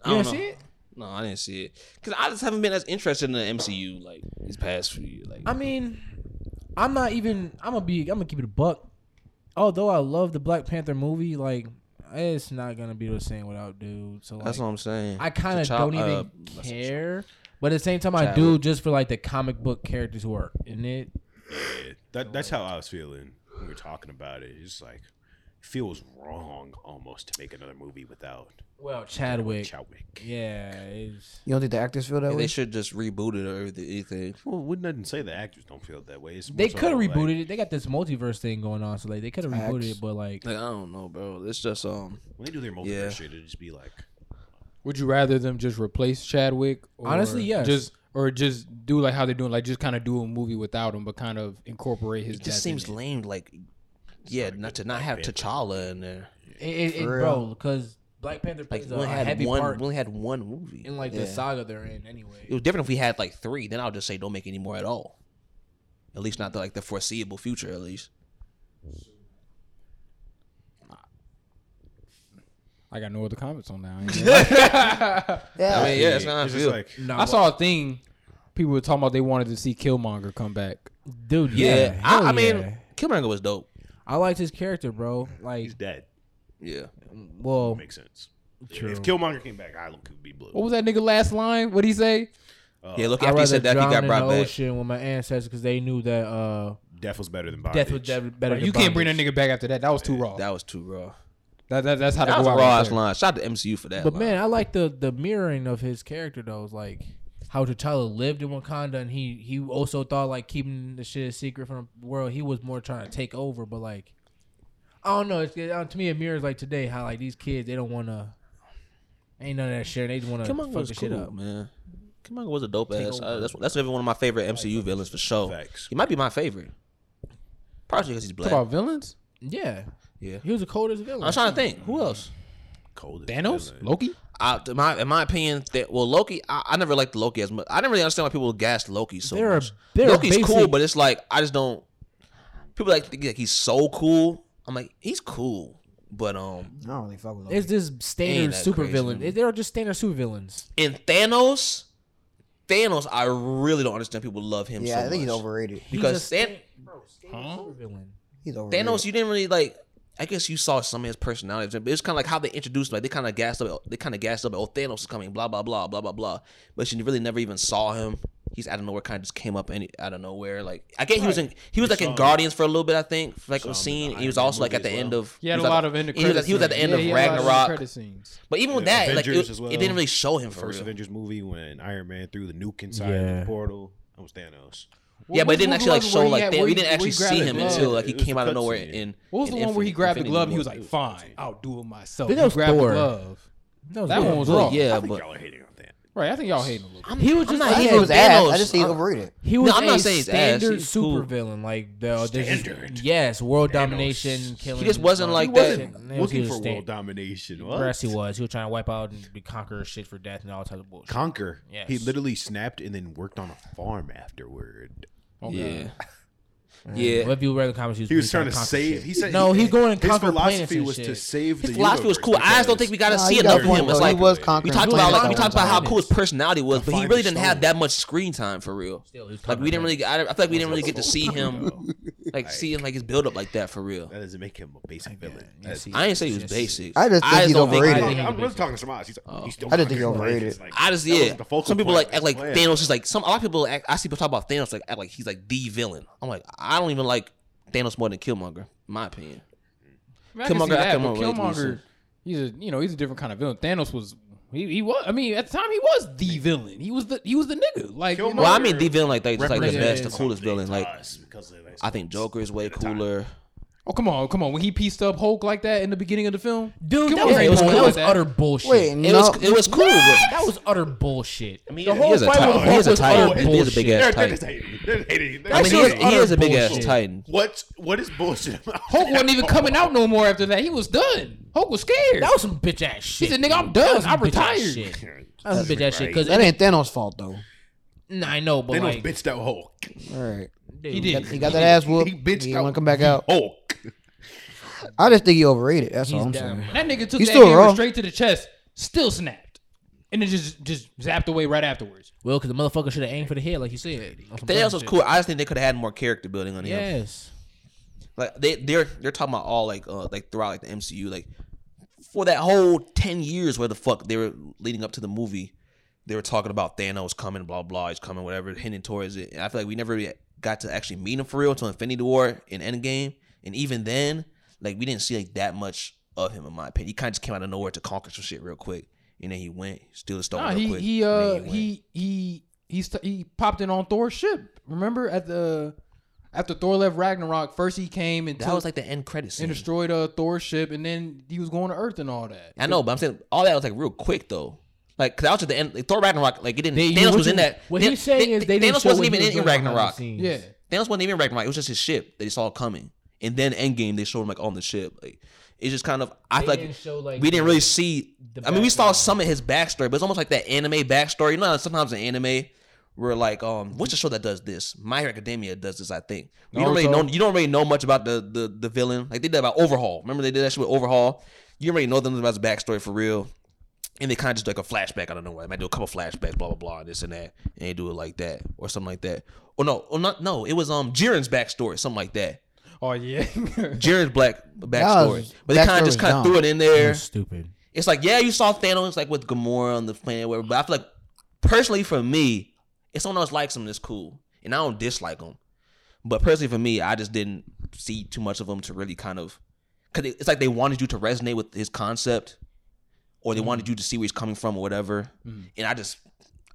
A: I
B: You
A: don't
B: didn't
A: know.
B: see it?
A: No, I didn't see it because I just haven't been as interested in the MCU like these past few years. Like,
B: I mean, I'm not even. I'm gonna be. I'm gonna keep it a buck. Although I love the Black Panther movie, like it's not gonna be the same without dude. So like,
A: that's what I'm saying.
B: I kind of
A: T'Challa-
B: don't
A: uh,
B: even
A: that's-
B: care. But at the same time, I do
A: Chadwick.
B: just for like the comic book characters who are in it.
D: Yeah, that, that's how I was feeling when we were talking about it. It's like it feels wrong almost to make another movie without
B: Well, Chadwick.
D: Chadwick.
B: Yeah, it's,
C: You don't think the actors feel that
A: Yeah,
C: way?
A: they should just reboot it or anything.
D: Well, wouldn't nothing say the actors don't feel that way? It's more
B: they
D: so
B: could have
D: like-
B: rebooted it. They got this multiverse thing going on, so like they could have
C: Facts.
B: rebooted it. But like,
A: Like, I don't know, bro. It's just um.
D: when they do their multiverse
A: Yeah.
D: shit. It'd just be like
E: Would you rather them just replace Chadwick? Or
B: Honestly, yes.
E: Just or just do like how they're doing, like just kind of do a movie without him, but kind of incorporate his.
A: It just
E: death in
A: seems
E: it.
A: lame. Like, yeah, not to not have T'Challa in there.
B: it, it, it,
C: For
B: bro, because Black Panther
A: Like,
B: plays
A: we
B: a, a
A: only had
B: heavy
A: one.
B: part
A: We only had one movie.
B: in like
A: Yeah.
B: the saga they're in, anyway.
A: It was different if we had like three. Then I'll just say don't make any more at all. At least not the, like the foreseeable future. At least.
E: I got no other comments on that. I ain't gonna lie.
A: I
C: yeah,
A: mean, yeah, that's not
D: it's just like
B: no,
E: I saw a thing. People were talking about they wanted to see Killmonger come back.
B: dude.
A: Yeah,
B: Yeah,
A: I,
B: hell
A: I mean,
B: yeah.
A: Killmonger was dope.
B: I liked his character, bro. Like,
D: he's dead.
A: Yeah,
B: well,
D: Makes sense.
B: True.
D: If Killmonger came back, Island could be blue.
E: What was that nigga last line? What'd he say?
D: Uh,
A: yeah. Look,
B: I
A: after he
B: rather
A: said that, he
B: drown
A: got
B: in
A: brought
B: the
A: back.
B: ocean with my ancestors because they knew that uh,
D: death was better than bondage.
B: death was de- better.
E: you
B: than
E: can't bring that
B: bondage.
E: nigga back after that. That was too raw.
A: That was too raw.
E: That, that, that's how to
A: That was
E: go
A: a
E: out.
A: raw ass
E: right there.
A: line. Shout out to MCU for that.
B: But
A: line.
B: man, I like the the mirroring of his character though. It's like how T'Challa lived in Wakanda, and he he also thought like keeping the shit a secret from the world. He was more trying to take over, but like I don't know. It's, it, uh, to me, it mirrors like today how like these kids they don't want to. Ain't none of that shit. They just want to fuck
A: Killmonger was
B: the shit
A: cool,
B: up.
A: man. Killmonger was a dope ass. I, that's that's every one of my favorite MCU villains for sure.
D: Facts.
A: He might be my favorite, partially because he's
E: Talk
A: black.
E: about villains.
B: Yeah,
A: yeah,
B: he was the coldest villain.
A: I'm trying to think who else.
D: cold. as
E: Thanos,
D: villain.
E: Loki.
A: I, in my in my opinion, that well, Loki. I, I never liked Loki as much. I didn't really understand why people gassed Loki so
B: They're a-
A: much.
B: they're a
A: Loki's cool,
B: basic-
A: but it's like I just don't. People like think like he's so cool. I'm like he's cool, but um,
C: I don't really fuck with
B: It's
C: Loki.
B: just standard
A: that crazy,
B: supervillain.
A: man.
B: They're just standard supervillains.
A: in Thanos, Thanos, I really don't understand people love him.
C: Yeah,
A: so
C: I think he's
A: much.
C: overrated.
A: because
B: He's a
A: Than-
B: stand- bro, standard supervillain.
C: He's overrated.
A: Thanos, you didn't really like. I guess you saw some of his personality, but it's kind of like how they introduced. him. Like they kind of gassed up. They kind of gassed up. Oh, Thanos is coming. Blah blah blah blah blah blah. But you really never even saw him. He's out of nowhere. Kind of just came up any, out of nowhere. Like I guess he was in. He was like in
D: him.
A: Guardians for a little bit. I think like a
D: him in the
A: scene.
D: Iron
A: He was
D: Man
A: also like
D: movie
A: at the
D: as well.
A: end of.
E: He had a
A: was at-
E: lot of end of
A: he was, at- he was at the end
E: Yeah,
A: of
E: he had a lot
A: Ragnarok.
E: credit scenes.
A: but even with
D: Yeah,
A: that, like
D: Avengers
A: it,
D: as well.
A: it didn't really show him
D: The
A: for
D: first
A: real.
D: Avengers movie when Iron Man threw the nuke inside
B: Yeah.
D: the portal. That was Thanos.
A: Yeah, but it didn't
E: What-
A: actually like
E: what was the
A: show
E: one where
A: like
E: he had-
A: that.
E: where
A: We
E: he-
A: didn't
E: where he
A: actually
E: grabbed
A: see
E: the
A: him
E: glove?
A: until like he
D: It was
A: came
D: the
A: out of
D: cutscene.
A: nowhere. In
E: What was
A: in
E: the one where he
A: Infinity-
E: grabbed the
A: Infinity
E: glove? and He
A: War.
E: was like, "Fine, I'll do it myself."
B: Then
E: He
B: that was
E: grabbed the
B: Thor.
E: glove.
B: That was
E: That
B: weird.
E: one was
A: Well,
E: raw.
A: yeah,
D: I think
A: but
D: y'all are hating on that.
E: Right, I think y'all hating a little bit.
B: He was
A: I'm
B: just
A: not
B: like-
C: I didn't
A: hating
C: say he
A: on
C: was ass. I
A: Thanos. Uh,
C: just say he's
A: I'm-
C: overrated.
B: He was
A: I'm
B: a
A: not saying he's ass.
B: standard
A: He's cool.
B: supervillain, like the this is-
D: Standard.
B: yes, world domination, killing.
A: He just wasn't like
D: He
A: that.
D: wasn't
B: He was
D: looking
B: just
D: for
B: stand-
D: world domination. What?
B: Yes, he was. He was trying to wipe out and be conquer shit for death and all types of bullshit.
D: Conquer.
B: Yes.
D: He literally snapped and then worked on a farm afterward.
E: Oh, God.
A: Yeah. Yeah.
B: What if you read the comments?
D: He was trying to save. He said
B: No, he going and
D: His
B: conquer planets
D: philosophy
B: and
D: was to
B: shit.
D: save the
A: His philosophy was
D: universe
A: cool. I just don't
D: because-
A: think we got to
C: Nah,
A: see
C: he got
A: enough
C: a
A: of him.
C: point,
A: It's
C: though. He
A: like
C: was
A: we
C: conquering
A: talked about
C: planets
A: like
C: at
A: we
C: one
A: talked about how
C: time.
A: cool his personality was, but he
C: find
A: really
C: the
A: didn't
C: stone.
A: have that much screen time for real. Like we didn't really. I, I feel like we didn't really get to see him, like see him like his build up like that for real.
D: That doesn't make him a basic villain. That's-
A: I didn't say he was basic.
C: I just think he's
A: don't think-
C: overrated.
D: I'm talking- I'm really talking to Samaj. He's, he's still
C: I just think
D: fucking
C: he
D: overrated.
C: overrated.
D: It's like-
A: I just
D: that was
A: yeah.
D: the focal
A: Some people
D: point
A: like act
D: of
A: like
D: his plan.
A: Thanos is like some. A lot of people act, I see people talk about Thanos like act like he's like the villain. I'm like I don't even like Thanos more than Killmonger. in My opinion.
E: I mean, I can
A: Killmonger-
E: see that,
A: Killmonger
E: but
A: was
E: Killmonger,
A: decent.
E: he's a you know he's a different kind of villain. Thanos was he, he was I mean at the time he was the villain. He was the he was the nigga. Like you know,
D: Killmonger-
A: Well, I mean the villain like they just like the
D: Represented
A: best, the coolest
D: something
A: villain.
D: to
A: Like
D: us because of that.
A: I think Joker is way
D: At the time.
A: cooler.
E: oh come on come on when he pieced up Hulk like that in the beginning of the film,
B: Dude, that
E: Killmonger
B: was,
A: it was
B: that
A: cool.
B: was utter bullshit.
C: Wait,
A: It
C: no.
A: was it was cool. But
B: That was utter bullshit. I mean, the
A: he
B: whole
A: is a
B: fight
A: titan.
B: with
A: He is a
B: Hulk was
A: titan.
B: utter
A: He is a big
B: bullshit.
A: ass
D: They're, they're
A: titan.
D: just hating. They're hating. They're
A: I mean,
B: shit
A: he
D: hating.
A: is,
B: was
A: he is a big ass
B: bullshit.
A: titan.
D: What's what is bullshit? About
E: Hulk wasn't even coming out no more after that. He was done. Hulk was scared.
B: That was some bitch ass shit.
E: He said, "Nigga, I'm
B: That
E: done.
B: was some
E: I'm
B: bitch ass
E: retired."
B: shit. That was some bitch ass shit. Cause
C: That ain't Thanos' fault though.
B: nah, I know, but
D: They
B: like,
D: don't bitch that Hulk.
C: All right,
B: dude,
E: He did.
C: he got that ass whooped.
D: He bitched
C: He
D: out.
C: want to come back out.
D: Hulk.
C: I just think he overrated. That's all
B: He's
C: I'm
B: down.
C: saying.
E: That nigga took
C: He's
E: that
C: still
E: hammer
C: raw.
E: straight to the chest, still snapped, and then just just zapped away right afterwards.
B: Well, because the motherfucker should have aimed for the head, like you said. On some
A: Thanos
B: dumb
A: was
B: shit.
A: cool. I just think they could have had more character building on him.
B: Yes.
A: Like they they're they're talking about all like uh like throughout like the MCU like for that whole ten years where the fuck they were leading up to the movie, they were talking about Thanos coming, blah blah, he's coming, whatever, hinting towards it. And I feel like we never really got to actually meet him for real until Infinity War and Endgame, and even then, like we didn't see like that much of him in my opinion. He kind of just came out of nowhere to conquer some shit real quick, and then he went steal the stone.
E: Nah,
A: real
E: he
A: quick,
E: he
A: and then
E: uh
A: went.
E: he he he st- he popped in on Thor's ship. Remember at the after Thor left Ragnarok, first he came and
A: that
E: took-
A: was like the end credits
E: and
A: scene.
E: destroyed uh, Thor's ship, and then he was going to Earth and all that.
A: I know, but I'm saying all that was like real quick though. Like, cause that was at the end. Like, Thor Ragnarok, like it didn't.
B: They-
A: Thanos
B: what
A: was
B: you-
A: in that.
B: What
A: Than-
B: he's saying is they
A: Thanos
B: didn't show
A: wasn't
B: what he
A: even
B: was
A: in, in
B: doing behind the
A: Ragnarok.
B: scenes.
E: Yeah,
A: Thanos wasn't even in Ragnarok. It was just his ship that he saw coming, and then Endgame they showed him like on the ship. Like, it's just kind of I feel like,
B: didn't show, like,
A: we didn't really see.
B: the
A: I mean, we saw
B: background.
A: some of his backstory, but it's almost like that anime backstory. You know, how sometimes in anime. Where like um, what's the show that does this? My Hero Academia does this, I think. You don't really
E: Naruto.
A: know. You don't really know much about the the the villain. Like they did about Overhaul. Remember they did that shit with Overhaul. You don't really know them about his backstory for real and they kind of just do, like a flashback. I don't know why. They might do a couple flashbacks, blah blah blah, this and that, and they do it like that or something like that. Or no, or not. No, it was um Jiren's backstory, something like that.
E: oh yeah.
A: Jiren's black backstory,
C: was-
A: but they kind
C: backstory
A: of
C: was
A: just kind of
C: dumb.
A: threw it in there.
B: Stupid.
A: It's like yeah, you saw Thanos like with Gamora on the planet, whatever. But I feel like personally for me, if someone else likes him, that's cool, and I don't dislike him. But personally for me, I just didn't see too much of him to really kind of because it's like they wanted you to resonate with his concept, or they wanted you to see where he's coming from or whatever. And I just,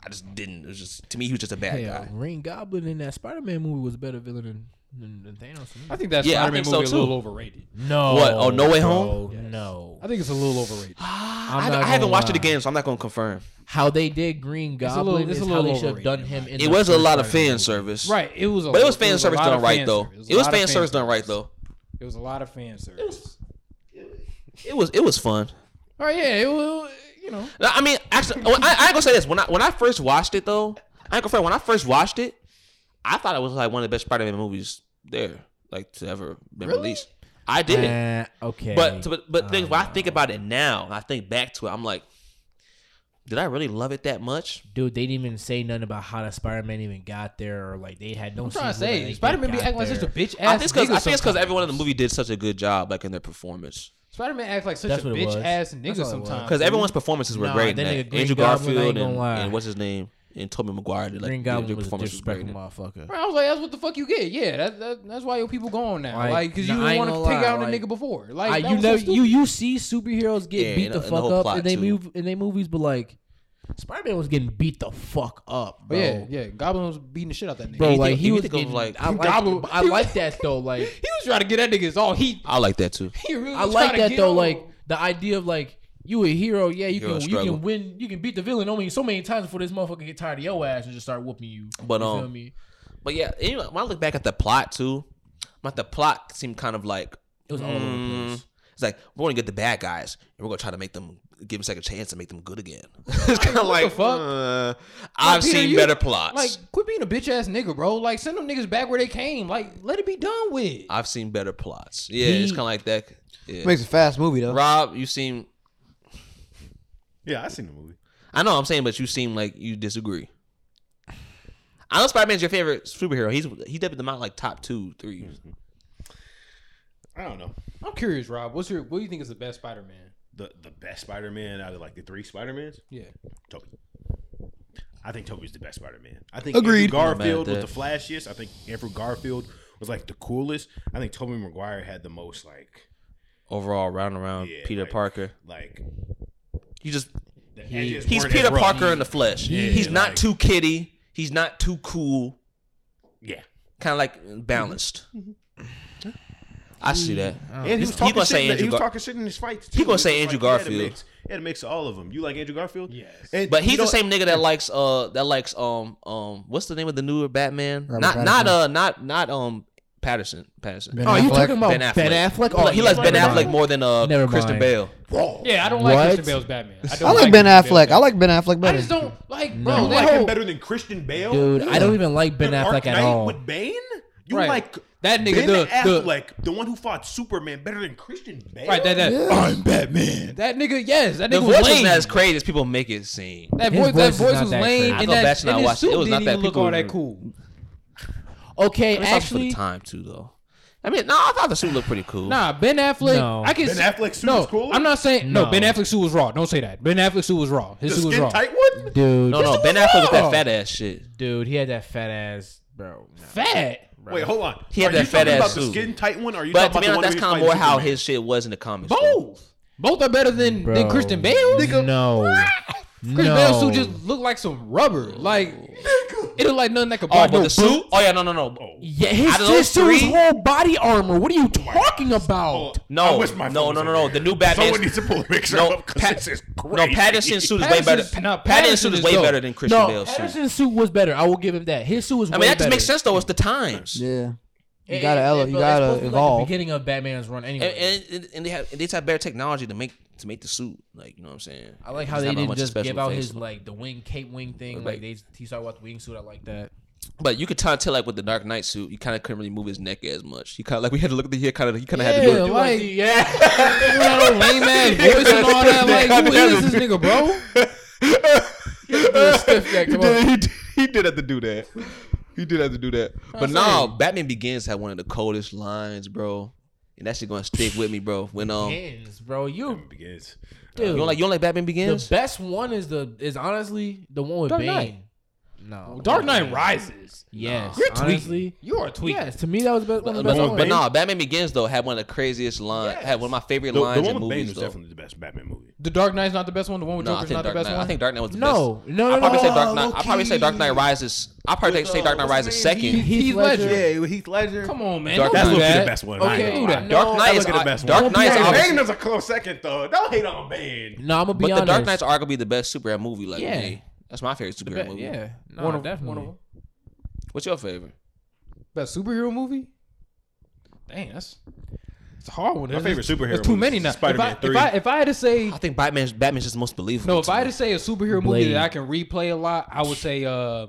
A: I just didn't. It was just to me, he was just a bad
B: Yeah,
A: guy.
B: Green Goblin in that Spider Man movie was a better villain than, than, than Thanos. to me.
E: I think that
A: Yeah, I
E: Spider-Man
A: think so,
E: movie
A: too.
E: a little overrated.
B: No.
A: What, oh, No Way
B: bro,
A: Home?
B: No.
E: I think it's a little overrated.
A: I,
B: not
A: I haven't
B: gonna
A: watched it
B: lie.
A: again, so I'm not going to confirm.
B: How they did Green
E: a little-
B: Goblin
E: it's a
B: is how
E: little
B: they should have
E: overrated,
B: done
E: in
B: him.
E: my
B: In
A: It
B: the
A: was a
B: first
A: lot of
B: Spider-Man
A: fan
B: movie.
A: service,
E: Right, it was a
A: But it
E: lot-
A: was fan
E: a
A: service
E: lot
A: done
E: of
A: right
E: fan
A: though.
E: service.
A: It was
E: A lot of
A: fan service done right
E: service.
A: though.
E: It was a lot of fan service.
A: It was it was fun.
E: Oh yeah, it was, you know.
A: No, I mean, actually, oh, I, I ain't gonna say this. When I when I first watched it though, I ain't gonna say when I first watched it, I thought it was like one of the best Spider-Man movies there, like to ever been released. I did.
B: Eh, okay.
A: But but but things when I think about it now, I think back to it. I'm like, did I really love it that much?
B: dude, they didn't even say nothing about how the Spider Man even got there, or like they had no.
E: I'm trying to
B: sequel that they
E: say Spider Man be
B: got
E: acting like
B: there.
E: such a bitch
A: I
E: ass.
A: think it's because
E: nigga
A: I think it's because
E: sometimes.
A: everyone in the movie did such a good job, like in their performance.
E: Spider Man acts like such
B: That's
E: a
B: what it was.
E: bitch ass
B: That's
E: nigga
B: all it
E: sometimes.
B: was.
A: Because everyone's performances were
B: Nah,
A: great. in
B: that nigga
A: that.
B: Green
A: Andrew
B: Goblin, I ain't
A: Garfield
B: gonna
A: and,
B: lie.
A: and what's his name and Tobey Maguire. Like,
B: Green
A: their-
B: Goblin
A: their
B: was a
A: performances were great in
B: disrespectful
A: it.
B: motherfucker.
E: Right, I was like, that's what the fuck you get. Yeah, that, that, that's why your people gone now.
B: Like,
E: Like, because
B: nah, I
E: you
B: ain't
E: want
B: gonna
E: to take
B: lie,
E: out a
B: like,
E: nigga before.
B: I,
E: Like, that
B: you
E: was so
B: never you
E: stupid.
B: you see superheroes get
A: Yeah,
B: beat
A: and-
B: the
A: and the
B: fuck
A: whole
B: up
A: plot,
B: in they
A: too.
B: move in they movies, but like Spider Man was getting beat the fuck up,
E: But
B: bro.
E: yeah, yeah, Goblin was beating the shit out that nigga.
B: Bro,
A: And you
B: like
A: think-
B: he
A: you
B: was
A: think of,
B: getting,
A: like-
B: like I like,
E: Goblin-
B: I like that though. Like
E: he was trying to get that nigga. It's all heat.
A: I like that too.
E: He really
B: I
E: was
B: like
E: trying to
B: that
E: get
B: though.
E: on.
B: Like the idea of like you a hero, yeah, you
A: Hero
B: can you
A: struggle.
B: can win, you can beat the villain only so many times before this motherfucker get tired of your ass and just start whooping you.
A: But,
B: you feel
A: um,
B: me?
A: But yeah, anyway, when I look back at the plot too, like the plot seemed kind of like
B: It was all over the
A: Mm.
B: place.
A: It's like we're gonna get the bad guys and we're gonna try to make them give us like a chance and make them good again. it's kind of like,
E: the fuck?
A: uh, I've
E: Peter,
A: seen
E: you-
A: better plots.
E: Like, quit being a bitch ass nigga, bro. Like, send them niggas back where they came. Like, let it be done with.
A: I've seen better plots. Yeah, it's
E: He-
A: kind of like that. Yeah.
C: Makes a fast movie though.
A: Rob, you seem.
D: Yeah, I seen the movie.
A: I know I'm saying, but you seem like you disagree. I know Spider Man's your favorite superhero. He's he definitely them out like top two, three.
D: I don't know
E: I'm curious, Rob. What's your? What do you think is the best Spider Man?
D: the the best Spider Man out of like the three Spider Mans.
E: Yeah.
D: Toby. I think Toby's the best Spider Man. I think
C: Agreed.
D: Andrew
A: I'm not mad at
D: Garfield was
A: that.
D: the flashiest. I think Andrew Garfield was like the coolest. I think Toby Maguire had the most like
A: Overall, round and round,
D: Yeah,
A: Peter
D: like-
A: Parker.
D: like
A: He just
D: the edges
A: he's
D: weren't as
A: Peter
D: rough.
A: Parker in the flesh.
D: Yeah,
A: he's not
D: like-
A: too kitty. He's not too cool.
D: Yeah.
A: Kind of like balanced. I see that.
D: And he was
A: He
D: talking
A: gonna
D: shit.
A: say
D: in the- he
A: Andrew
D: was
A: Gar-
D: talking shit in his fights.
A: He
D: too.
A: gonna
D: It
A: say
D: was
A: Andrew
D: like, he had a
A: Garfield.
D: mix- He had a mix of all of them. You like Andrew Garfield?
E: Yes.
D: And
A: But he's
D: you know-
A: the same nigga that likes uh that likes um um what's the name of the newer Batman?
C: Robert
A: not not
C: Pattinson.
A: uh not not um Patterson Patterson.
C: Ben
B: Oh, you
C: Affleck.
B: talking about
A: Ben
B: Ben
A: Affleck.
B: Affleck? Oh,
A: he likes
D: never
A: Ben Affleck
D: mind.
A: more than uh
B: Never
A: Kristen
B: mind.
A: Bale.
E: Yeah, I don't like
C: What?
E: Christian Bale's Batman. I, don't
C: I like
E: Christian
C: Ben Affleck.
E: Bale's
C: I like Ben Affleck
E: Batman.
C: better.
E: I just don't like, bro.
B: No.
E: That
D: like him
E: whole
D: better than Christian Bale,
B: Dude, I don't even like Ben
D: The Dark
B: Affleck at
D: Knight
B: all.
D: With Bane, you
E: Right.
D: like
E: That nigga,
D: Ben
E: the- the-
D: Affleck, the, one who fought Superman, better than Christian Bale.
E: right, that that,
D: I'm Batman.
E: that nigga, yes, that
A: The
E: nigga was
A: voice wasn't
E: lame.
A: as crazy as people make it seem.
E: that
B: His
E: voice, that
B: voice is
E: voice
B: not
E: was
B: that
E: lame,
B: crazy.
A: I
E: and
A: know
E: that
A: Batman, I
E: and his
A: watched it. It
E: suit
A: was not
E: didn't
A: that
E: even look
A: people
E: all that
A: were-
E: cool.
B: Okay,
A: It's also for the
B: actually,
A: time too though. I mean, no, I thought the suit looked pretty cool.
E: Nah, Ben Affleck.
B: No.
E: I can
D: Ben
E: see-
D: Affleck's suit
E: no,
D: was cooler?
E: I'm not saying no.
B: No.
E: Ben Affleck's suit was raw. Don't say that. Ben Affleck's suit was raw. His
D: The
E: suit was
D: skin
E: raw.
D: tight one.
B: dude,
A: no, no, Ben
E: was
A: Affleck with that
E: wrong.
A: fat ass shit.
B: dude, he had that fat ass, bro. no.
E: Fat.
D: Wait, hold on.
A: He had
D: are
A: that
D: you
A: fat
D: talking
A: ass
D: about the
A: suit.
D: skin tight one? Or are you
A: But to
D: talking
A: be
D: about
A: honest,
D: the
A: that's
D: one
A: kind of more how
D: his.
A: his shit was in the comics. Oh, though.
E: Both. Both are better than
B: Bro.
E: than Christian Bale.
B: No,
E: Chris
B: no.
E: Bale's suit just looked like some rubber. Like it looked like nothing that could block
A: Oh, but
E: no
A: the suit?
E: bullets.
A: Oh yeah, no, no, no.
B: Yeah, his,
A: Out of those
B: his suit was
A: three-
B: whole body armor. What are you talking
D: Oh,
B: about?
A: No,
D: I wish my
A: no,
D: phone
A: no,
D: was
A: no,
D: over
A: no.
D: here.
A: The new Batman.
D: Someone needs to pull a picture
A: No,
D: up because
A: Pat-
D: this is crazy.
A: no, Patterson's suit is way better.
E: Patterson's- no,
A: Patterson's suit is
E: Patterson's
A: way
E: dope.
A: better than Christian
B: No,
A: Bale's suit.
B: Patterson's suit was better. I will give him that. His suit was.
A: I
B: way
A: mean, that just
B: better.
A: makes sense though. It's the times,
C: Yeah, you
B: It-
C: gotta
B: it-
C: ele-
B: it-
C: you
B: it's supposed to
C: gotta
B: be Like
C: evolve.
B: the beginning of Batman's run, anyway.
A: and, and, and they have and they just have better technology to make to make the suit. Like you know what I'm saying.
B: I like
A: It
B: how
A: doesn't
B: they
A: have
B: didn't
A: much
B: just
A: special
B: give out
A: effects.
B: his like the wing cape wing thing.
A: Like-
B: Like they he started with the wingsuit. I like that.
A: But you could kind of tell like with the Dark Knight suit, you kind of couldn't really move his neck as much. He kind of like we had to look at the hair, kind of he kind of had to do it.
E: Yeah, like
B: yeah.
E: that old lame ass voice and all that. Like who is this nigga, bro? stiff neck, come on.
A: he, did, he did have to do that. He did have to do that. But no, Batman Begins had one of the coldest lines, bro. And that shit gonna stick with me, bro. When um, you
B: Hands, bro. You
D: Begins.
B: dude.
A: don't like you don't like Batman
B: the
A: Begins?
B: best one is the is honestly the one with
E: Dark
B: Bane.
E: Knight.
B: No,
E: Dark Knight Rises.
B: Yes,
E: You're tweaking.
B: honestly,
E: You are tweaking.
B: yes. To me, that was the best, one of the
A: but
B: best
D: one
B: ones.
D: with
A: but
D: Bane?
A: nah, Batman Begins though had one of the craziest lines. Had one of my favorite
D: The, the
A: lines
D: one
A: in
D: with Bane
A: movies
D: was
A: though.
D: definitely the best Batman movie.
E: The Dark Knight's not the best one. The one with
A: No, I
E: Joker's
A: think
E: not the
A: Dark
E: best
A: Knight.
E: one.
A: I think Dark Knight was the
B: No,
A: best.
B: no, no,
A: I probably
B: no.
A: say Dark Knight. I probably say Dark Knight Rises. I probably
D: With,
A: say
D: uh,
A: Dark Knight
D: what's
A: Rises
D: his name?
A: second.
B: Heath
E: Heath
B: Ledger.
E: Ledger.
D: with Heath Ledger.
E: Come on, man.
A: Dark
E: Don't
D: That's
A: Knight.
E: do
D: gonna be
E: that.
D: the best one. I
B: Okay,
D: ain't gonna
B: dude,
D: lie.
B: I-
A: Dark Knight
D: That's
A: is
D: gonna be the best
A: Dark
D: one.
A: Knight is
B: Don't be
A: obviously
D: Bane is a close second though. Don't hate on Bane.
B: No, I'm gonna be
A: But
B: honest.
A: the Dark Knight's are gonna be the best superhero movie. Like,
B: Yeah.
A: hey, that's my favorite superhero
B: Be-
A: movie.
B: yeah, no,
E: One of
B: definitely.
E: one of them.
A: What's your favorite?
E: Best superhero movie? Dang, that's it's a hard one.
D: My favorite superhero
E: There's too
D: movie
E: many
D: is
E: now.
D: Spider-Man
E: if,
D: 3.
E: I, if I if I had to say
A: I think Batman's Batman's just the most believable.
E: no, if
A: to
E: I had
A: me.
E: to say a superhero movie
B: Blade.
E: that I can replay a lot, I would say uh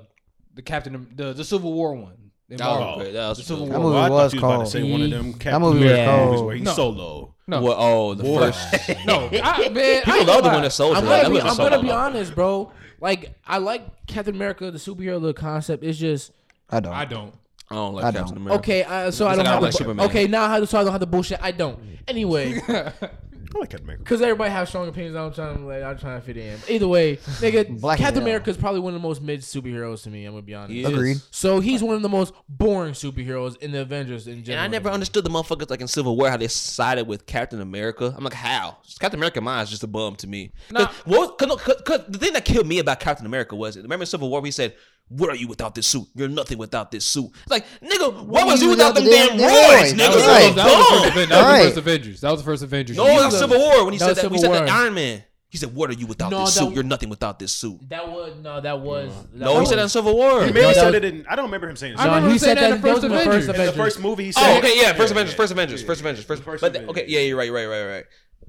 E: the Captain the the Civil War one. in
A: That was
E: Marvel.
A: great. That was
E: the Civil
A: good.
E: War.
C: That movie was
D: I thought you was about
C: cold.
D: to say one of them
C: That
D: Captain
C: movie was
B: Yeah.
D: movies
C: cold.
D: where he's
E: No.
D: solo.
E: No,
A: Well, oh, the
D: Boy.
A: first.
E: no, I, man, I
A: People
E: ain't
A: love the
E: gonna
A: Winter
E: lie.
A: Soldier.
B: I'm
A: though. That
B: gonna, be,
A: was a
B: I'm
A: solo
B: gonna be
A: though.
B: honest, bro. Like I like Captain America, the superhero little concept. It's just
C: I don't.
E: I don't.
A: I don't like
C: I
A: Captain
C: don't.
A: America.
B: okay. I, so I
A: It's like
B: don't
A: I
B: have
A: like
B: to, bu-
A: Superman.
B: okay now. How so I don't have the bullshit. I don't. Anyway,
D: I like Captain America.
B: because everybody has strong opinions. I'm trying to like, I'm trying to fit in. Either way, nigga,
C: Black
B: Captain
C: Widow.
B: America is probably one of the most mid superheroes to me. I'm gonna be honest.
A: He is.
C: Agreed.
B: So he's one of the most boring superheroes in the Avengers in
A: And
B: general.
A: I never understood the motherfuckers like in Civil War how they sided with Captain America. I'm like, how? Captain America mine is just a bum to me. Cause,
E: Nah.
A: what, cause, no, 'cause- 'cause the thing that killed me about Captain America was it. Remember in Civil War we said, "What are you without this suit? You're nothing without this suit." It's like, nigga, what, was you without, them damn roids,
C: roids?
A: nigga?
E: That was, that was, that was, the, first,
C: Right.
A: Dumb.
E: Aven- that was the
C: Right.
E: first Avengers. That was the first Avengers.
A: No,
E: You
A: that was
E: the-
A: Civil War when he
B: That
A: said
B: was
A: that. We
B: Civil
A: said that
B: War.
A: Iron Man. He said, "What are you without
B: No,
A: this
B: that
A: suit?
B: w-
A: You're nothing without this suit."
B: That was no, that was that
A: No, he
B: was-
A: said that in Civil War.
D: He maybe
B: that
D: said
B: was-
D: it in. I don't remember him saying. it.
E: I remember
B: he
E: him
B: said
E: saying that in
B: that- that was
E: First
B: in the First
E: Avengers.
D: in the
B: Avengers.
D: first movie, he said.
A: Oh, okay, yeah, First
D: Yeah,
A: Avengers,
D: yeah.
A: First Avengers, First Avengers, First,
D: First
A: but th-
D: Avengers.
A: okay, yeah, you're right, you're right, you're right, you're right.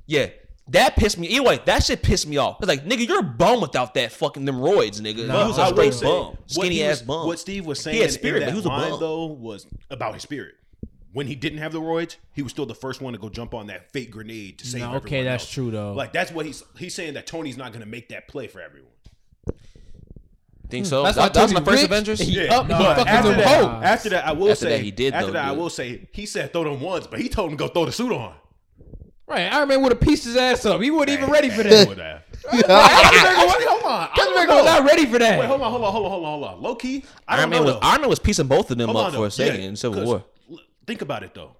A: Yeah, that pissed me. Anyway, that shit pissed me off. It's like, nigga, you're a bum without that fucking them roids, nigga.
B: Nah,
A: he was a
D: I will
A: straight
D: say,
A: bum,
D: what
A: skinny
D: he
A: ass
D: was-
A: bum.
D: What Steve was saying
A: he had spirit,
D: in that
A: but he was a
D: line,
A: bum.
D: though was about his spirit. When he didn't have the roids, he was still the first one to go jump on that fake grenade to save.
B: No, okay,
D: everyone
B: that's
D: else.
B: true, though.
D: Like that's what he's he's saying that Tony's not going to make that play for everyone. Hmm.
A: Think so?
E: That's
A: That,
E: why
A: that was in the
E: Tony
A: First
E: Rich-
A: Avengers.
E: he-
D: Yeah,
E: up the
D: but
E: fucking
D: after
E: rope.
D: that, after that, I will
A: After
D: say
A: that, he did,
D: After
A: though,
D: that, I
A: dude.
D: will say he said throw them ones, but he told him go throw the suit on.
E: Right, Iron Man would have pieced his ass up. He wasn't even ready for
D: Hey,
E: that.
D: boy, that.
E: Hold on, Iron Man was not ready for
D: Wait,
E: that.
D: hold on, hold on, hold on, hold on, hold on. Low key, I
A: Iron
D: don't
A: Man
D: know.
A: was
D: though.
A: Iron Man was piecing both of them
D: Hold
A: up
D: on,
A: for
D: though.
A: a second
D: Yeah,
A: in Civil
D: 'cause
A: War.
D: l- Think about it though.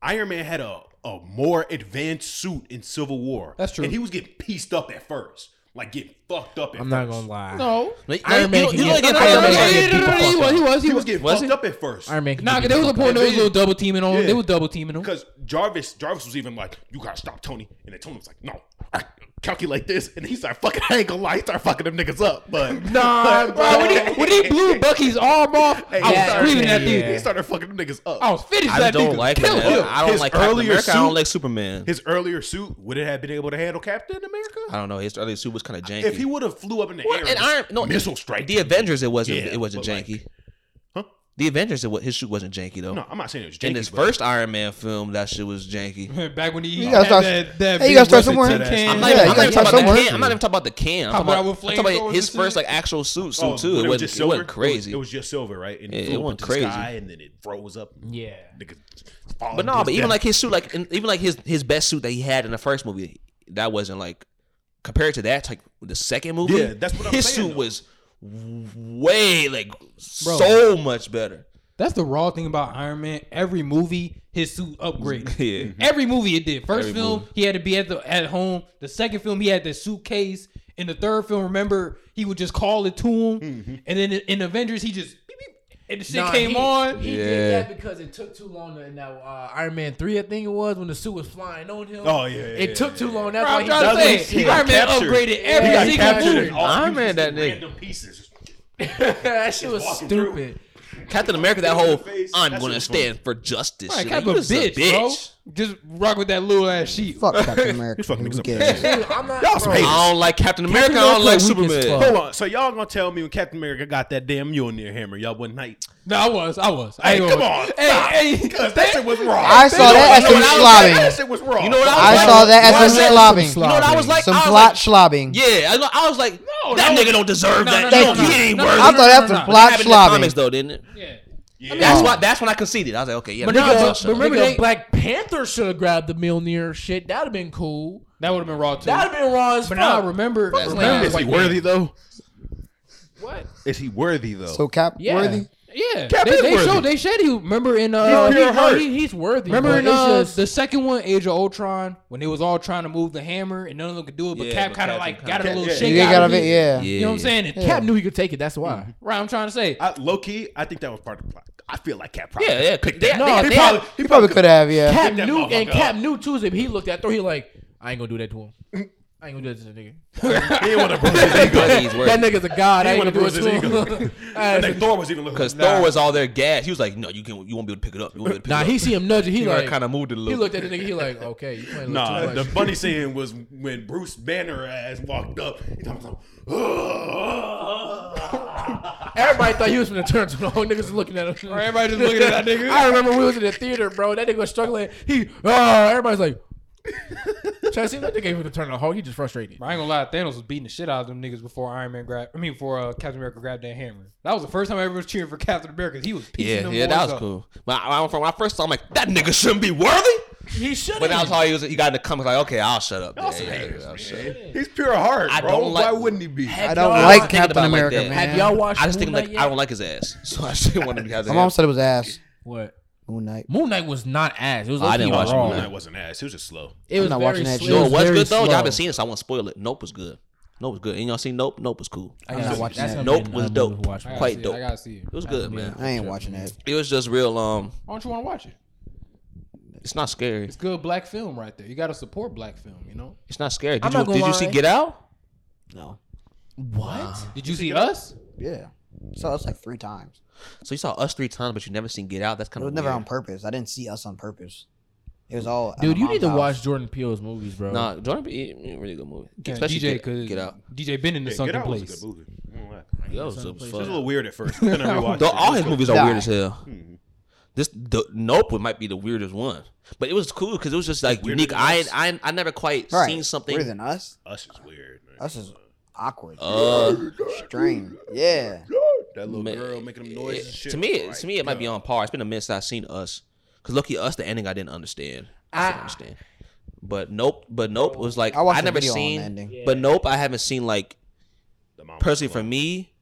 D: Iron Man had a, a more advanced suit in Civil War.
E: That's true.
D: And he was getting pieced up at first. Like getting fucked up at first.
B: I'm not gonna lie.
E: No,
A: Like,
B: Iron
A: you-
B: Man
A: you-
B: can
A: you
B: get-
A: look at
B: Iron
A: Iron Man
B: Man can
A: getting
B: get people
E: he
A: people
E: was,
A: fucked
E: he
A: up.
E: was,
D: He was getting
A: Was
D: fucked
A: he?
D: up at first.
B: Iron Man. can
E: Nah,
B: get
E: there was a
B: people
E: point
B: fucked
E: there
B: up.
E: was a little double teaming on.
D: Yeah.
E: him. They was double teaming on. him.
D: Because Jarvis, Jarvis was even like, "You gotta stop Tony," and then Tony was like, "No, I calculate this," and he started fucking. I ain't gonna lie, he started fucking them niggas up. But
E: Nah, bro. When he, when he blew Bucky's arm off, I
D: Hey, he
E: was
D: started-
E: screaming at
D: he-
E: dude.
D: He started fucking them niggas up.
E: I was finished
A: I
E: that
A: don't
E: nigga.
A: like
E: Kill
A: that.
E: him.
A: I don't
D: His
A: like Captain
D: earlier
A: America. I don't
D: suit-
A: like Superman.
D: His earlier suit would it have been able to handle Captain America?
A: I don't know. His earlier suit was kind of janky.
D: if he would have flew up in the air,
A: and Iron no
D: missile strike.
A: The Avengers, it wasn't.
D: Yeah,
A: it wasn't
D: but like-
A: janky.
D: Huh?
A: The Avengers, it, wa- his shoot wasn't janky though.
D: no, I'm not saying it was janky.
A: In his
D: but-
A: first Iron Man film, that shit was janky.
E: Back when he
D: You
E: had
D: gotta
C: start-
E: that, that
C: hey, you
E: big
C: gotta start
E: weapon
D: somewhere.
E: to the
D: I'm
E: can.
A: I'm not,
D: not Yeah,
A: even, I'm
D: you gotta
A: not even talking
C: start
A: about the
C: somewhere.
A: can. I'm not even talking about the can. I'm
E: How
A: talking
E: about
A: about,
E: with
A: I'm talking
E: flamethrowers
A: about his
E: and
A: first
E: shit?
A: like actual suit suit
D: Oh,
A: too.
D: but
A: It, wasn't,
D: just
A: it
D: silver?
A: wasn't
D: It
A: crazy.
D: was just silver, right? And
A: Yeah,
D: it
A: it
D: flew up
A: wasn't
D: into
A: crazy.
D: the sky, and then it froze up.
B: Yeah.
D: Niggas falling
A: but
D: to
A: no,
D: his
A: but even
D: death.
A: like his suit, like in, even like his his best suit that he had in the first movie, that wasn't like compared to that. Like the second movie,
D: Yeah, that's what I'm
A: his
D: saying,
A: suit
D: though.
A: was way like so much better.
E: That's the raw thing about Iron Man. Every movie, his suit upgrades.
A: Yeah.
E: Every movie it did. First
A: Every
E: film,
A: movie.
E: he had to be at the at home. The second film, he had the suitcase. In the third film, remember he would just call it to him.
A: Mm-hmm.
E: And then in, in Avengers, he just beep, beep, and the shit
B: Nah,
E: came
B: he-
E: on.
B: He
A: Yeah.
B: did that because it took too long. To, in that uh, Iron Man three, I think it was, when the suit was flying on him.
D: Oh, yeah, yeah,
B: It
D: yeah,
B: took too
D: yeah.
B: long. That's
E: Bro,
B: why
E: I'm
B: he
E: trying
D: that's
E: to
D: what he said.
E: say, Iron Man
D: Captured.
E: upgraded
D: He
E: every
D: got
E: single
D: captured
E: movie.
D: in all-
A: Iron
D: he was
A: Man,
D: just
A: that
D: in
A: nigga.
D: Random pieces.
B: that shit was
D: walking through.
B: stupid.
A: Captain America, that whole
D: Face,
A: I'm
D: that shit
A: gonna
D: was funny.
A: stand for justice.
E: Right,
A: shit.
E: kind
A: Like,
E: of a
A: you
E: bitch,
A: just a bitch.
E: bro. Just rock with that little ass sheep.
C: Fuck Captain America.
D: You fucking niggas up
C: Who
D: there.
C: cares?
B: Dude, I'm not.
D: Y'all some
B: bro,
D: haters.
A: I don't like Captain America. I don't like
B: America weak as
A: Superman.
B: fuck.
D: Hold on, so y'all gonna tell me when Captain America got that damn Mjolnir hammer? Y'all wasn't night.
E: No, I was, I was. I
D: Hey,
E: ain't
D: come
E: gonna-
D: on, stop.
E: Hey, hey,
D: Cause that shit was wrong.
C: I saw that as
D: You know
C: some
D: what I was-
C: slobbing.
D: That shit was wrong.
A: You know what I
C: I
A: was
C: saw
A: like?
C: that
A: Why
C: as
A: is
C: some
A: You
C: slobbing.
A: know what I was like?
C: Some
A: I was
C: plot
A: like,
C: slobbing.
A: Yeah, I, was- I was like,
E: No,
A: that
E: no.
A: nigga don't deserve
E: No,
A: that.
E: no,
A: No,
E: no, no,
A: he ain't
E: no,
A: worth
E: no,
A: it.
E: no,
C: I
E: no,
C: thought that's
E: no,
C: a
E: no.
C: plot
A: happened in the
C: slobbing.
A: comics though, didn't it?
E: Yeah.
D: Yeah.
A: That's why. That's when I conceded. I was like, okay, yeah.
B: But
A: the
B: nigga,
A: fuck shut up.
B: remember
E: Nigga,
B: they, Black Panther should have grabbed the Mjolnir shit. That'd have been cool.
E: That would have been raw too.
B: That'd have been raw as
E: but
B: fuck.
E: now I remember.
A: That's
E: remember
A: not-
D: Is he
E: white
D: worthy though?
B: what?
D: Is he worthy though?
C: So Cap
E: Yeah.
C: worthy.
E: Yeah.
D: Captain
E: they they
D: Worthy.
E: showed they said he remember in
B: No,
E: uh
B: he,
D: pure
B: no,
D: hurt.
B: he, he's worthy.
E: remember
B: but
E: in
B: it's
E: uh,
B: just-
E: the second one Age of Ultron when they was all trying to move the hammer and none of them could do it but
A: Yeah,
E: Cap
A: but
E: kind of
A: Cap
E: like
A: kinda-
E: got a little
D: Yeah.
E: shake
C: You
E: out
C: got
E: of
C: of
E: it.
C: it, yeah.
E: You know what I'm saying? And
B: Cap
E: Cap
B: knew he could take it. That's why.
E: right I'm trying to say.
D: I, low key, I think that was part of the plot. I feel like Cap probably.
A: Yeah, yeah. Cause they,
B: No,
A: they,
B: they
A: they,
B: probably-
A: had-
C: He probably could have, yeah.
B: Cap
D: Pick that
B: knew, and
D: motherfucker
B: Cap
D: up.
B: knew Tuesday. He looked at throw. He like, I ain't gonna do that to him. I ain't gonna do that to the nigga.
D: He didn't want to bruise his ego.
A: Buddy's worth
B: That nigga's a god. I ain't
D: He
B: gonna
D: didn't
B: do it
D: want to bruise his
B: to
D: ego.
B: him.
D: I think Thor was even looking.
A: Because Thor was all their gas. He was like, no, you can. You won't be able to pick it up. You won't be able to pick
B: Nah,
A: it up.
B: he see him nudging. He
A: You already
B: like
A: kinda moved it a
B: He
A: little
B: looked at the nigga. He like, okay, you playing a little
D: Nah,
B: too
D: the
B: much.
D: funny scene was when Bruce Banner ass walked up. He talking about, "Ugh."
B: Everybody thought he was gonna turn to the whole niggas was looking at him.
E: Everybody just looking at that nigga.
B: I remember we was in the theater, bro. That nigga was struggling. He, oh, everybody's like, trying to see that nigga even to turn the whole. He just frustrated.
E: I ain't gonna lie, Thanos was beating the shit out of them niggas before Iron Man grabbed. I mean, before uh, Captain America grabbed that hammer. That was the first time I ever was cheering for Captain America. He was piecing
A: Yeah,
E: them
A: yeah, that
E: boys
A: was
E: up.
A: cool. But I, I, from when I first saw, him, I'm like, that nigga shouldn't be worthy.
B: He should.
A: But that was how he was. He got in the comments like, okay, I'll shut up.
D: Y'all
A: Yeah,
D: some
A: yeah,
D: haters,
A: I'll shut up.
D: man. He's pure heart,
A: I
D: bro.
A: don't like-
D: Why wouldn't he be?
C: I don't
A: I
C: like
A: was thinking
C: Captain
A: about it like
C: America,
A: that.
C: man.
B: Have y'all watched?
A: I just think
B: Moon Knight
A: like
B: yet?
A: I don't like his ass, so I just didn't want him to have
C: My
A: his
C: mom
A: ass.
C: said it was ass.
B: what.
C: Moon Knight.
B: Moon Knight was not ass. It was.
A: Oh, I
B: low-key
A: didn't watch
B: raw.
A: Moon Knight.
D: That wasn't ass. He was just slow.
B: It was
C: not
B: very
C: watching that
B: slow.
C: shit.
A: You know
B: was
A: what was
B: very
A: good though? Y'all
B: slow.
A: haven't seen it, so I won't spoil it. Nope was good. Nope was good. Ain't y'all seen Nope? Nope was cool.
B: I gotta
C: not
B: watch
C: watching
B: that.
C: that.
A: Nope was dope.
E: I gotta
A: Quite
E: see
A: dope.
E: It. I gotta see it.
A: It was good, man.
C: I ain't watching that.
A: It was just real. Um,
E: Why don't you want to watch it?
A: It's not scary.
E: It's good black film right there. You got to support black film. You know.
A: It's not scary. Did
B: I'm
A: you
B: not gonna
A: did you see
B: lie.
A: Get Out?
C: No.
A: What?
E: Did you see us?
C: Yeah. So it's like three times.
A: So you saw us three times, but you never seen Get Out. That's
C: It
A: kind
C: was
A: of
C: never on purpose. I didn't see us on purpose. It was all. at
B: Dude,
C: my
B: you need to
C: mom's
B: watch
C: house.
B: Jordan Peele's movies, bro.
A: Nah, Jordan Peele eh, eh, really good movie.
E: Yeah,
A: Especially
E: DJ
A: Get,
E: could
A: Get Out.
E: DJ been in the
D: Yeah,
E: sunken
D: Get Out
E: place.
D: was a good movie. I won't lie.
A: Yo, it's up as
D: It was a little
A: fuck.
D: weird at first. Then I rewatched
A: Though
D: it.
A: all his movies are
C: Nah.
A: weird as hell.
D: Mm-hmm.
A: This the Nope might be the weirdest one, but it was cool because it was just like
D: Weirder
A: unique.
D: than
A: I,
D: us?
A: I I never quite
C: Right.
A: seen something.
C: Weirder than us.
D: Us is weird. man.
C: Us is awkward.
A: Uh,
C: Strange. Yeah.
D: that little
A: man,
D: girl making them noises. and
A: it-
D: shit.
A: eh, To me, it-
D: Like,
A: to me, it might be
D: God.
A: on par. It's been a minute since I've seen us. Cause lucky us, the ending I didn't understand. I still understand. But nope, but
D: Oh.
A: nope was like
C: Ah. I
A: I,
C: watched a
A: never
C: video on the
A: seen.
C: ending.
A: But nope, I haven't seen like
D: The mom was
A: personally for
D: slow.
A: me,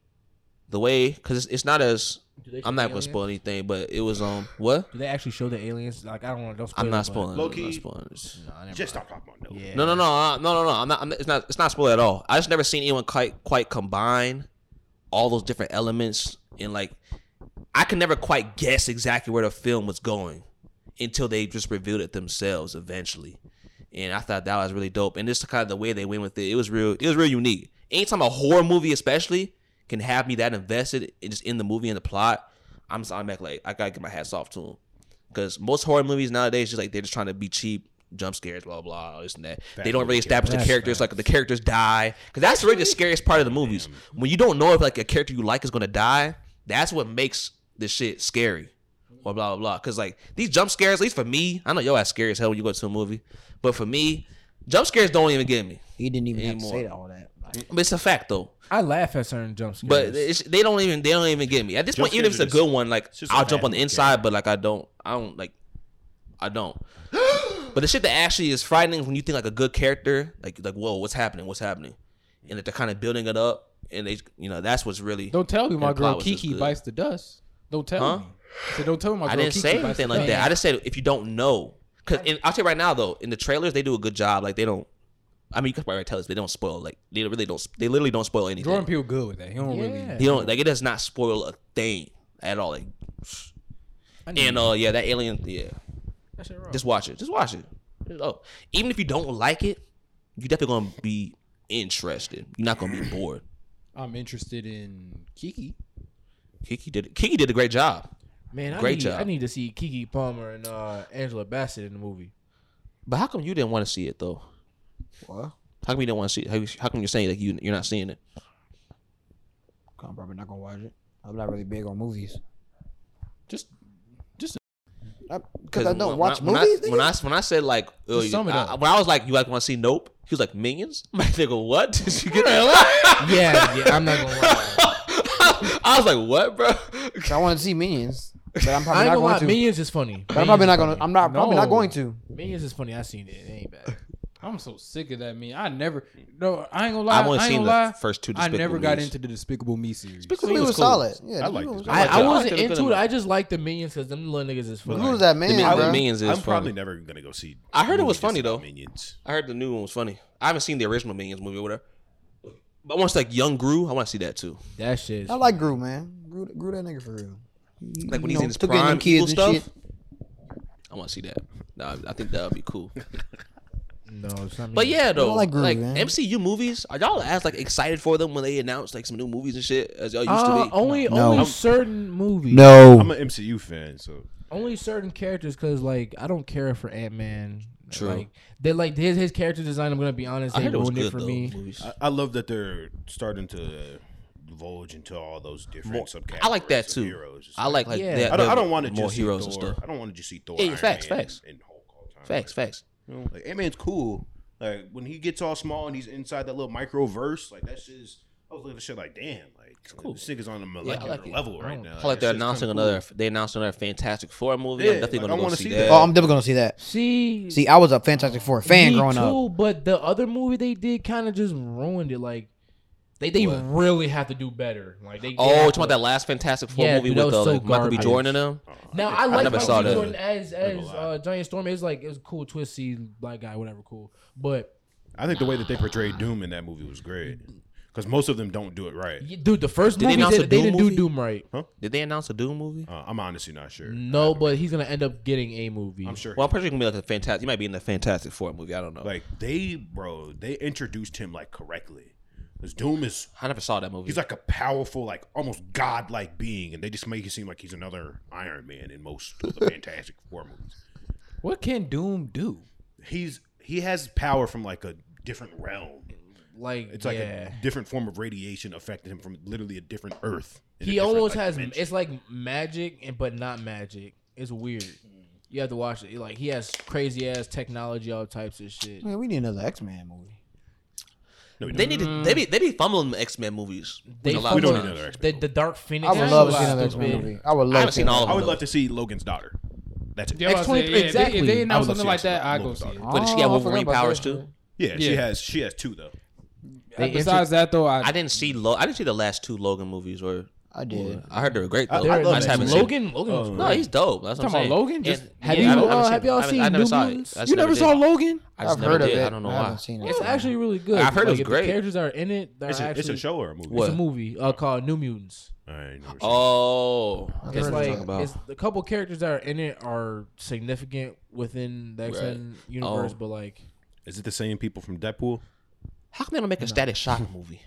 A: the way because it's, it's not as
B: Do they show
A: I'm not
B: the
A: gonna
B: aliens?
A: spoil anything, but it was um what
B: Do they actually show the aliens? Like, I don't want to. Don't spoil
A: I'm
B: it,
A: not
B: but-
A: spoiling. I'm
D: Low-key.
A: not spoiling. this.
B: Nah, never
D: Just
B: mind.
D: stop talking about no.
B: Yeah.
A: No, no, no, uh, no, no, no. I'm not. I'm, it's not. It's not spoiled at all. I just never seen anyone quite quite combine all those different elements and like I could never quite guess exactly where the film was going until they just revealed it themselves eventually. And I thought that was really dope. And just kind of the way they went with it, it was real. It was real unique. Anytime a horror movie, especially, can have me that invested in just in the movie and the plot, I'm just automatic like I gotta get my hats off to them. Because most horror movies nowadays, just like they're just trying to be cheap, jump scares, blah blah, all this and that. they don't really establish the
B: That's
A: characters, like the characters die, because that's really the scariest part of the movies. When you don't know if like a character you like is gonna die, that's what makes this shit scary, or blah blah blah. Because like these jump scares, at least for me, I know yo ass scary as hell when you go to a movie, but for me, jump scares don't even get me.
C: He didn't even have to
A: Anymore.
C: say all that. Like,
A: But it's a fact though.
B: I laugh at certain jump scares.
A: But it's, they don't even they don't even get me at this
D: Jump
A: point. Even if it's
D: scares
A: a
D: are just-
A: good one, like
D: it's just
A: I'll
D: a
A: jump on the
D: bad
A: inside, but like I don't, I don't like, I don't. but the shit that actually is frightening is when you think like a good character, like like whoa, what's happening? What's happening? And that they're kind of building it up, and they, you know, that's what's really.
E: Don't tell me my
A: the plot
E: girl
A: was just
E: Kiki
A: good.
E: bites the dust. Don't tell
A: Huh?
E: me. I said, don't tell me my girl
A: I didn't
E: Kiki
A: say
E: bites
A: anything
E: the
A: like
E: dust.
A: that. I just said if you don't know, because I'll tell you right now though, in the trailers they do a good job. Like they don't. I mean, you can probably tell us they don't spoil. Like they really don't. They literally don't spoil anything.
E: Jordan Peele good with that. He don't really.
B: Yeah.
A: He don't like it does not spoil a thing at all. Like, and uh yeah, that alien yeah.
B: That shit raw.
A: Just watch it. Just watch it. Oh, even if you don't like it, you're definitely gonna be interested. You're not gonna be bored.
E: I'm interested in Kiki.
A: Kiki did Kiki did a great job,
B: Man, I
A: Great
B: need,
A: job.
B: I need to see Kiki Palmer and uh, Angela Bassett in the movie.
A: but how come you didn't want to see it though?
C: what?
A: How come you didn't want to see it? How, you- how come you're saying like you you're not seeing it?
C: I'm probably not gonna watch it. I'm not really big on movies.
E: Just
C: Because I don't
A: when-
C: watch
A: when I-
C: movies.
A: When I, when
C: nigga.
A: I when I said like oh,
E: Just sum it
A: I-
E: up.
A: when I was like you like want to see Nope, he was like Minions. My nigga, what did you get?
B: Yeah, yeah, I'm not gonna lie.
A: I was like, what, bro?
C: I, want to see Minions, but I'm
B: I
C: probably
B: ain't
C: not
B: gonna lie.
C: going to.
B: Minions is funny.
C: but I'm probably not
B: Minions is
C: going to.
B: funny.
C: I'm not probably not
E: No.
C: going to.
B: Minions is funny. I seen it. It ain't bad.
E: I'm so sick of that man. I never. No, I ain't gonna lie.
A: I've
E: I
A: only
E: ain't
A: seen
E: gonna
A: the
E: lie.
A: first two.
E: I never
A: Despicable
E: got
A: Me's.
E: into the Despicable Me series.
A: Despicable
C: Movie
A: Me
C: was,
A: cool.
C: solid. Yeah,
D: I
C: the
D: like
C: movie was
D: this movie.
B: I,
A: like that.
B: I
A: I like
B: wasn't
A: that it's
B: into
A: good.
B: it. I just like the Minions because them little niggas is
C: The
B: funny.
C: movie was that
A: The Minions,
C: man, bro.
A: Minions is
D: I'm
A: funny.
D: probably never gonna go see.
A: I heard it
D: a
A: was
D: movie
A: funny,
D: that's about
A: though.
D: Minions.
A: I heard the new one was funny. I haven't seen the original Minions movie or whatever. But once like Young Gru, I want to see that too.
B: That shit. Is
C: I like Gru, man. Gru, Gru that nigga for real.
A: Like when he's
C: You know,
A: in his
C: took in them
A: prime evil
C: kids
A: stuff.
C: and
A: I want to see that. Nah, I think that would be cool.
B: no, it's not me.
A: But yeah, though, like,
C: like Gru, man.
A: MCU movies, are y'all as like excited for them when they announce like some new movies and shit as y'all used to
B: Uh,
A: be?
B: only
C: No.
B: only
C: No.
B: certain movies.
D: I'm
C: No.
D: an MCU fan, so
B: only certain characters because like I don't care for Ant Man.
A: True.
B: Like they like his his character design. I'm gonna be honest,
A: I
B: they
A: heard it was
B: ruined it
A: good
B: for
A: though.
B: me.
A: movies.
D: I, I love that they're starting to divulge into all those different
A: More-
D: subcategories.
A: I like that
D: of
A: too.
D: Heroes. It's
A: I like like
B: Yeah.
A: that.
D: I don't, I
A: the
D: don't want to
A: more
D: just
A: heroes
D: see
A: and
D: Thor.
A: stuff.
D: I don't want to just see Thor.
A: Yeah,
D: Iron
A: facts,
D: Man,
A: facts.
D: And Hulk all the time.
A: Facts, facts.
D: Like, like Ant Man's cool. Like when he gets all small and he's inside that little microverse, like that's just. I was looking at shit like, damn, like
A: cool.
D: this nigga's on a molecular
A: like it.
D: level
B: I
D: right
B: don't-
D: now.
A: I like they're
D: that shit's kinda
A: announcing
D: cool.
A: another. They announced another Fantastic Four movie.
D: Yeah,
A: I'm definitely
D: like, I
A: gonna go
D: wanna
A: see
D: see
A: that.
D: that.
C: Oh, I'm definitely going to see that.
B: See,
C: See, I was a Fantastic Four fan
B: me
C: growing up.
B: too, But the other movie they did kind of just ruined it. Like they they
A: What?
B: really have to do better. Like they. they
A: oh,
B: have
A: you
B: to-
A: talking about that last Fantastic Four
B: Yeah,
A: movie
B: dude, that
A: with
B: was
A: uh,
B: so
A: like Michael B.
B: garbage.
A: Jordan and them?
B: Now I like
A: never
B: Michael
A: saw
B: B.
A: that.
B: Jordan as as
D: lie.
B: uh, Giant Storm. It was like it was cool, twisty black guy, whatever, cool. But
D: I think the way that they portrayed Doom in that movie was great. because most of them don't do it right.
B: Y- Dude, the first
A: Did they
B: movie
A: announce
B: they,
A: a
B: they
A: Doom
B: didn't do
A: movie?
B: Doom right.
A: Did they announce a Doom movie?
D: Uh, I'm honestly not sure.
A: Mm.
B: No, but he's gonna end up getting a movie.
D: I'm sure.
A: Well, I'm pretty sure it's gonna be like a fantastic. You might be in the Fantastic Four movie. I don't know.
D: like they, bro, they introduced him like correctly. Because Doom is
A: I never saw that movie.
D: he's like a powerful, like almost godlike being, and they just make it seem like he's another Iron Man in most of the Fantastic Four movies.
E: What can Doom do?
D: He's he has power from like a different realm.
B: Like
D: It's like
B: yeah.
D: a different form of radiation affected him from literally a different Earth. in a
B: he
D: different,
B: almost
D: like,
B: has
D: dimension.
B: it's like magic and but not magic. It's weird. You have to watch it. Like he has crazy ass technology, all types of shit.
C: Man, we need another X Men movie.
D: No, we
A: they
D: don't.
A: need to. They be they be fumbling X Men movies.
B: They
A: a lot
D: We
A: of
D: don't
B: fucking-
A: times.
D: need another X-Men
B: The,
D: movie.
B: the Dark Phoenix.
C: I would
B: is
E: that's
C: love
E: a
C: to see
E: lot
C: another X
B: stupid.
C: Men movie. I would love.
A: I haven't
C: to see
A: seen all
D: I
A: of
D: would
A: them.
D: love to see Logan's daughter. That's it.
E: Yeah, I was
B: X-23,
E: saying, yeah, if they- If
B: exactly.
E: they
B: I
E: announce
D: would love
E: something
D: to
E: like
D: see
E: that, I
D: Logan's
E: go see
D: daughter.
E: it.
C: that.
A: But does she
C: Oh,
A: have
C: I forgot
A: Wolverine
C: about
A: powers
C: that.
A: too?
D: Yeah, she
E: Yeah.
D: has she has two though.
E: Uh, Besides that, though, I,
A: I didn't see. Lo- I didn't see the last two Logan movies. Or
C: I did.
A: I heard they were great
D: I-
A: though.
D: I
A: I,
D: love
A: just
D: that
A: haven't
D: movie.
A: seen.
B: Logan, Logan
D: Oh,
B: was
A: No,
B: great.
A: he's dope. That's what I'm
E: Talking
A: saying.
E: about Logan? Just-
A: And-
E: have
A: yeah,
E: you-
A: I haven't- I
B: uh,
A: haven't
B: have
A: seen it.
B: y'all
A: I haven't-
B: seen
A: I never
B: New
A: saw
B: Mutants?
A: it. I just
E: you never
A: never
E: saw
A: did.
E: Logan?
A: I just
C: I've
A: never
C: heard of
A: did.
C: it.
A: I don't know
C: I
A: why.
C: haven't seen it.
B: It's actually really good.
A: I've heard it
B: Like,
A: was
B: if the
A: great.
B: characters are in it. They're
D: It's a,
B: actually,
D: it's a show or a movie.
A: What?
B: It's a movie uh, called New Mutants.
D: I ain't never seen it.
A: Oh,
C: I've
B: It's
C: heard
B: like
A: talking about.
B: it's, the couple characters that are in it are significant within the X Men universe,
A: Oh.
B: but like
D: Is it the same people from Deadpool?
A: how come they don't make a Static Shock movie?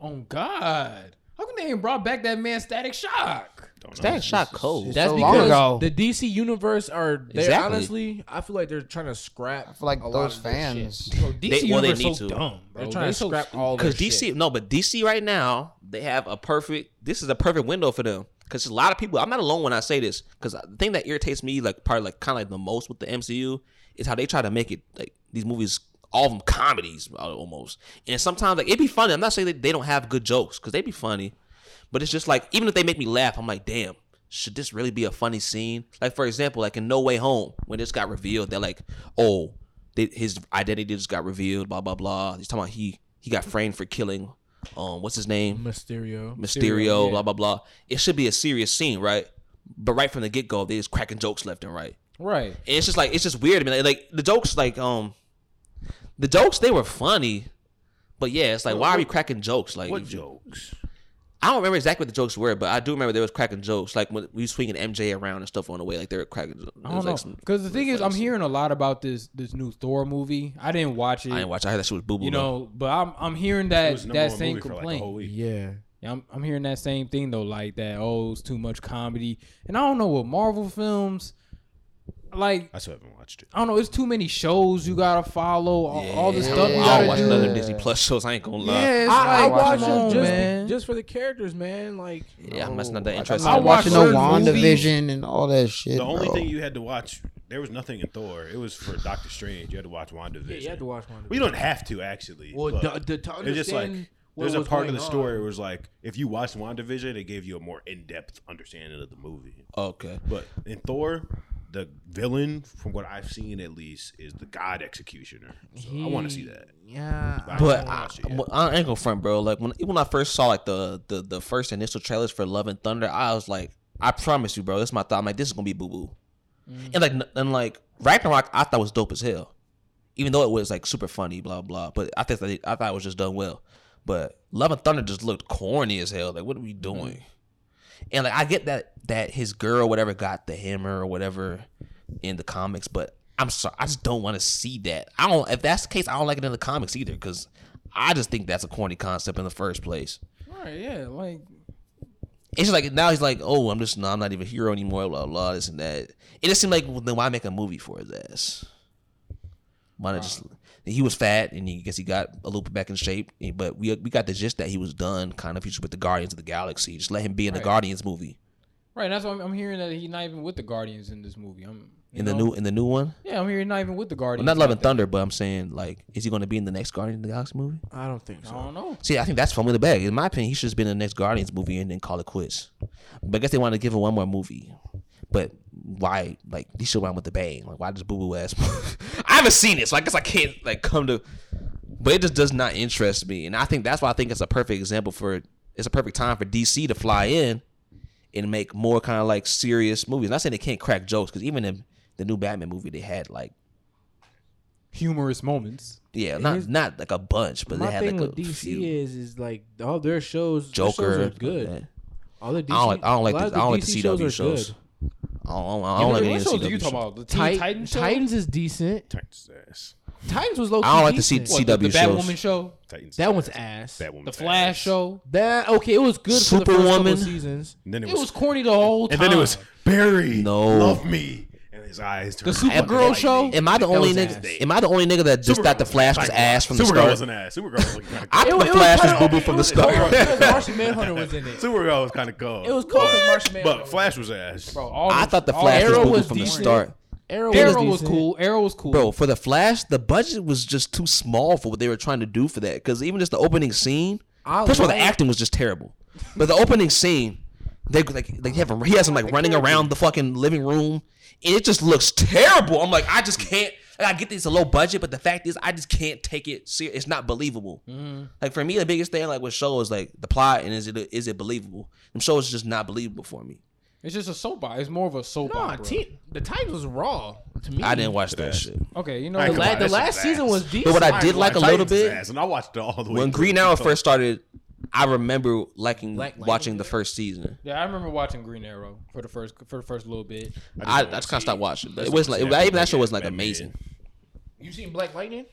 E: Oh God! How come they ain't brought back that man Static Shock?
D: Don't know.
A: Static Shock cold.
C: it's
B: that's
C: so long
B: because
C: ago.
B: the DC universe are they
A: Exactly.
B: honestly. I feel like they're trying to scrap.
C: I feel like
B: a lot
C: those
B: of their shit.
C: fans.
E: Bro, DC
A: well, they
E: Universe
A: need
E: so
A: to.
E: dumb. Bro.
B: They're
A: Oh,
B: trying to
E: so
B: scrap
E: stupid.
B: all
A: Because
B: their
A: DC,
B: shit.
A: no, but DC right now they have a perfect. This is a perfect window for them because a lot of people. I'm not alone when I say this because the thing that irritates me, like probably like kind of like the most with the MCU, is how they try to make it like these movies, all of them comedies uh, almost. And sometimes like it'd be funny. I'm not saying that they don't have good jokes because they be funny, but it's just like even if they make me laugh, I'm like, damn, should this really be a funny scene? Like for example, like in No Way Home when this got revealed, they're like, oh, they, his identity just got revealed, blah blah blah. He's talking about he he got framed for killing, um, what's his name,
B: Mysterio.
A: Mysterio,
E: yeah.
A: blah blah blah. It should be a serious scene, right? But right from the get go, they just cracking jokes left and right.
E: Right.
A: And it's just like it's just weird. I mean, like, like, the jokes, like um, the jokes they were funny, but yeah, it's like why are we cracking jokes? Like
D: What
A: if you-
D: jokes?
A: I don't remember exactly what the jokes were, but I do remember they was cracking jokes, like when we was swinging MJ around and stuff on the way, like they were cracking. jokes.
E: I don't know. Because the thing is, I'm hearing a lot about this this new Thor movie. I didn't watch it.
A: I didn't watch. I heard that shit was boo boo.
E: you know, but I'm I'm hearing that that same
D: like
E: complaint.
D: a whole week.
B: Yeah.
E: Yeah, I'm, I'm hearing that same thing though, like that oh, it's too much comedy, and I don't know what Marvel films, like
D: I still haven't watched it.
E: I don't know, it's too many shows you gotta follow, all, all this
C: Yeah.
E: stuff you
C: Yeah.
A: I
E: gotta
A: don't watch
E: do.
A: none of
C: Yeah.
A: them Disney Plus shows. I ain't gonna lie.
E: Yeah, it's
B: I, I
E: like,
B: watch
E: come
B: them
E: on,
B: just
E: man.
B: just for the characters, man. Like
A: Yeah, I'm just not that interested.
E: Oh, I
C: I'm
E: watched
C: watching no
E: certain movies.
C: WandaVision and all that shit.
D: The only
C: bro.
D: thing you had to watch, there was nothing in Thor. It was for Doctor Strange. You had to watch WandaVision.
B: yeah, you have to watch one.
D: We don't have to actually.
B: Well,
D: but
B: the- the- to
D: it's just like
B: understand what
D: there's a
B: was
D: part of
B: going
D: the
B: on.
D: story where it was like if you watched WandaVision, it gave you a more in depth understanding of the movie.
A: Okay.
D: But in Thor, the villain, from what I've seen at least, is the God Executioner. So I want to see that.
B: Yeah.
D: I
A: But
D: haven't
A: I,
D: watched it yet.
A: I ain't gonna front, bro. Like when when I first saw like the, the the first initial trailers for Love and Thunder, I was like, I promise you, bro. That's my thought. I'm like, this is gonna be boo boo. And like n- and like Ragnarok, I thought was dope as hell, even though it was like super funny, blah blah. But I think that it- I thought it was just done well. But Love and Thunder just looked corny as hell. Like, what are we doing? And like I get that that his girl whatever got the hammer or whatever in the comics, but I'm sorry, I just don't want to see that. I don't. If that's the case, I don't like it in the comics either because I just think that's a corny concept in the first place.
E: Right, yeah, like
A: It's just like now he's like, oh, I'm just no, I'm not even a hero anymore, blah blah this and that. It just seemed like well, then why make a movie for his ass? Why not just? He was fat, and he I guess he got a little bit back in shape. eh, But we we got the gist that he was done, kind of. He's with the Guardians of the Galaxy. Just let him be in the Guardians movie
E: right. That's why I'm, I'm hearing that he's not even with the Guardians in this movie. I'm you
A: in the
E: know?
A: new in the new one.
E: Yeah, I'm hearing not even with the
A: Well,
E: Guardians.
A: not Love and
E: out
A: Thunder, but I'm saying like, is he going to be in the next Guardians of the Galaxy movie?
B: I don't think
E: there. I
B: so.
E: don't know.
A: See, I think that's from in the bag. In my opinion, he should have been in the next Guardians movie and then call it quits. But I guess they wanted to give him one more movie. But why? Like he should went with the bang. Like why this boo boo ass? I haven't seen it, so I guess I can't like come to. But it just does not interest me, and I think that's why I think it's a perfect example for it's a perfect time for DC to fly in and make more kind of like serious movies. Not saying they can't crack jokes because even in the new Batman movie, they had like
E: humorous moments.
A: Yeah, not
B: Here's-
A: not like a bunch, but
B: My
A: they had
B: thing
A: like a
B: with DC
A: few.
B: is is like all their shows, their shows
A: Joker,
B: are good.
A: I
B: All the DC,
A: don't like. I don't like.
B: a lot
A: The, I
B: of
A: don't like the
B: DC
A: CW shows.
B: are good.
A: I don't, I don't like any of the
E: shows
A: CW
E: are you
A: shows.
E: talking about? The Teen
B: Titan,
E: Titans show?
B: Titans is decent.
D: Titans ass.
B: Titans was low.
A: I don't like to see-
B: decent.
E: What, the, the
A: CW shows.
E: Batwoman show,
D: Titans.
B: that one's
D: ass.
B: ass.
D: Batwoman's
E: the Flash
D: ass.
E: show.
B: That okay, it was good for the first couple
A: Superwoman.
B: seasons.
D: And then it,
E: It
D: was,
E: was corny the whole time.
D: and then it was Barry.
A: No.
D: love me. And his eyes
E: the
D: turned.
E: Supergirl
A: Like,
E: show.
A: Am I the
E: That
A: only
E: was
A: nigga?
E: ass.
A: Am I the only nigga that just thought the Flash was ass from the
D: Supergirl
A: start?
D: was an ass. Supergirl was looking kinda
A: I
D: cool.
A: thought the
B: It was- it was
A: Flash was
B: kinda-
A: boo boo from the start.
B: Because Martian Manhunter was in it.
D: Supergirl was kind of cool.
B: It was called because Martian Manhunter.
D: But Flash was ass.
E: Bro, all
A: I
E: the-
A: thought the
E: all
A: Flash was
E: Arrow
A: boo boo
E: was
A: from the
E: decent.
A: start.
B: Arrow was,
E: Arrow was
B: decent.
E: cool. Arrow was cool.
A: Bro, for the Flash, the budget was just too small for what they were trying to do for that. Because even just the opening scene,
B: I
A: first of all, the
B: love-
A: acting was just terrible. But the opening scene, they like they have him, he has him like running around the fucking living room, and it just looks terrible. I'm like, I just can't. Like, I get that it's a low budget, but the fact is, I just can't take it. Ser- it's not believable.
B: Mm-hmm.
A: Like for me, the biggest thing like with shows like the plot and is it is it believable? Them shows just not believable for me.
E: It's just a soap opera. It's more of a soap
B: Nah,
E: opera.
B: T- the Titans was raw to me.
A: I didn't watch that shit.
E: Okay, you know
D: I
E: the
D: come
B: La-
E: la-
D: on,
B: the
D: that's
B: last
D: ass.
B: season was decent.
A: But what I did like a
D: Titans
A: little
D: is
A: bit
D: ass, and I watched it all the way.
A: when
D: through.
A: Green Arrow first started, I remember liking
B: Black Lightning
A: watching
B: did
A: the
B: it?
A: first season.
E: Yeah, I remember watching Green Arrow for the first for the first little bit.
A: I, I
D: didn't
A: just
D: wanna
A: kind of stopped
D: see-
A: watching.
D: I
A: It
D: just
A: wasn't
D: wanna
A: like
D: see
A: it, that even that show
D: Batman.
A: was like
D: Batman.
A: amazing.
B: You seen Black Lightning?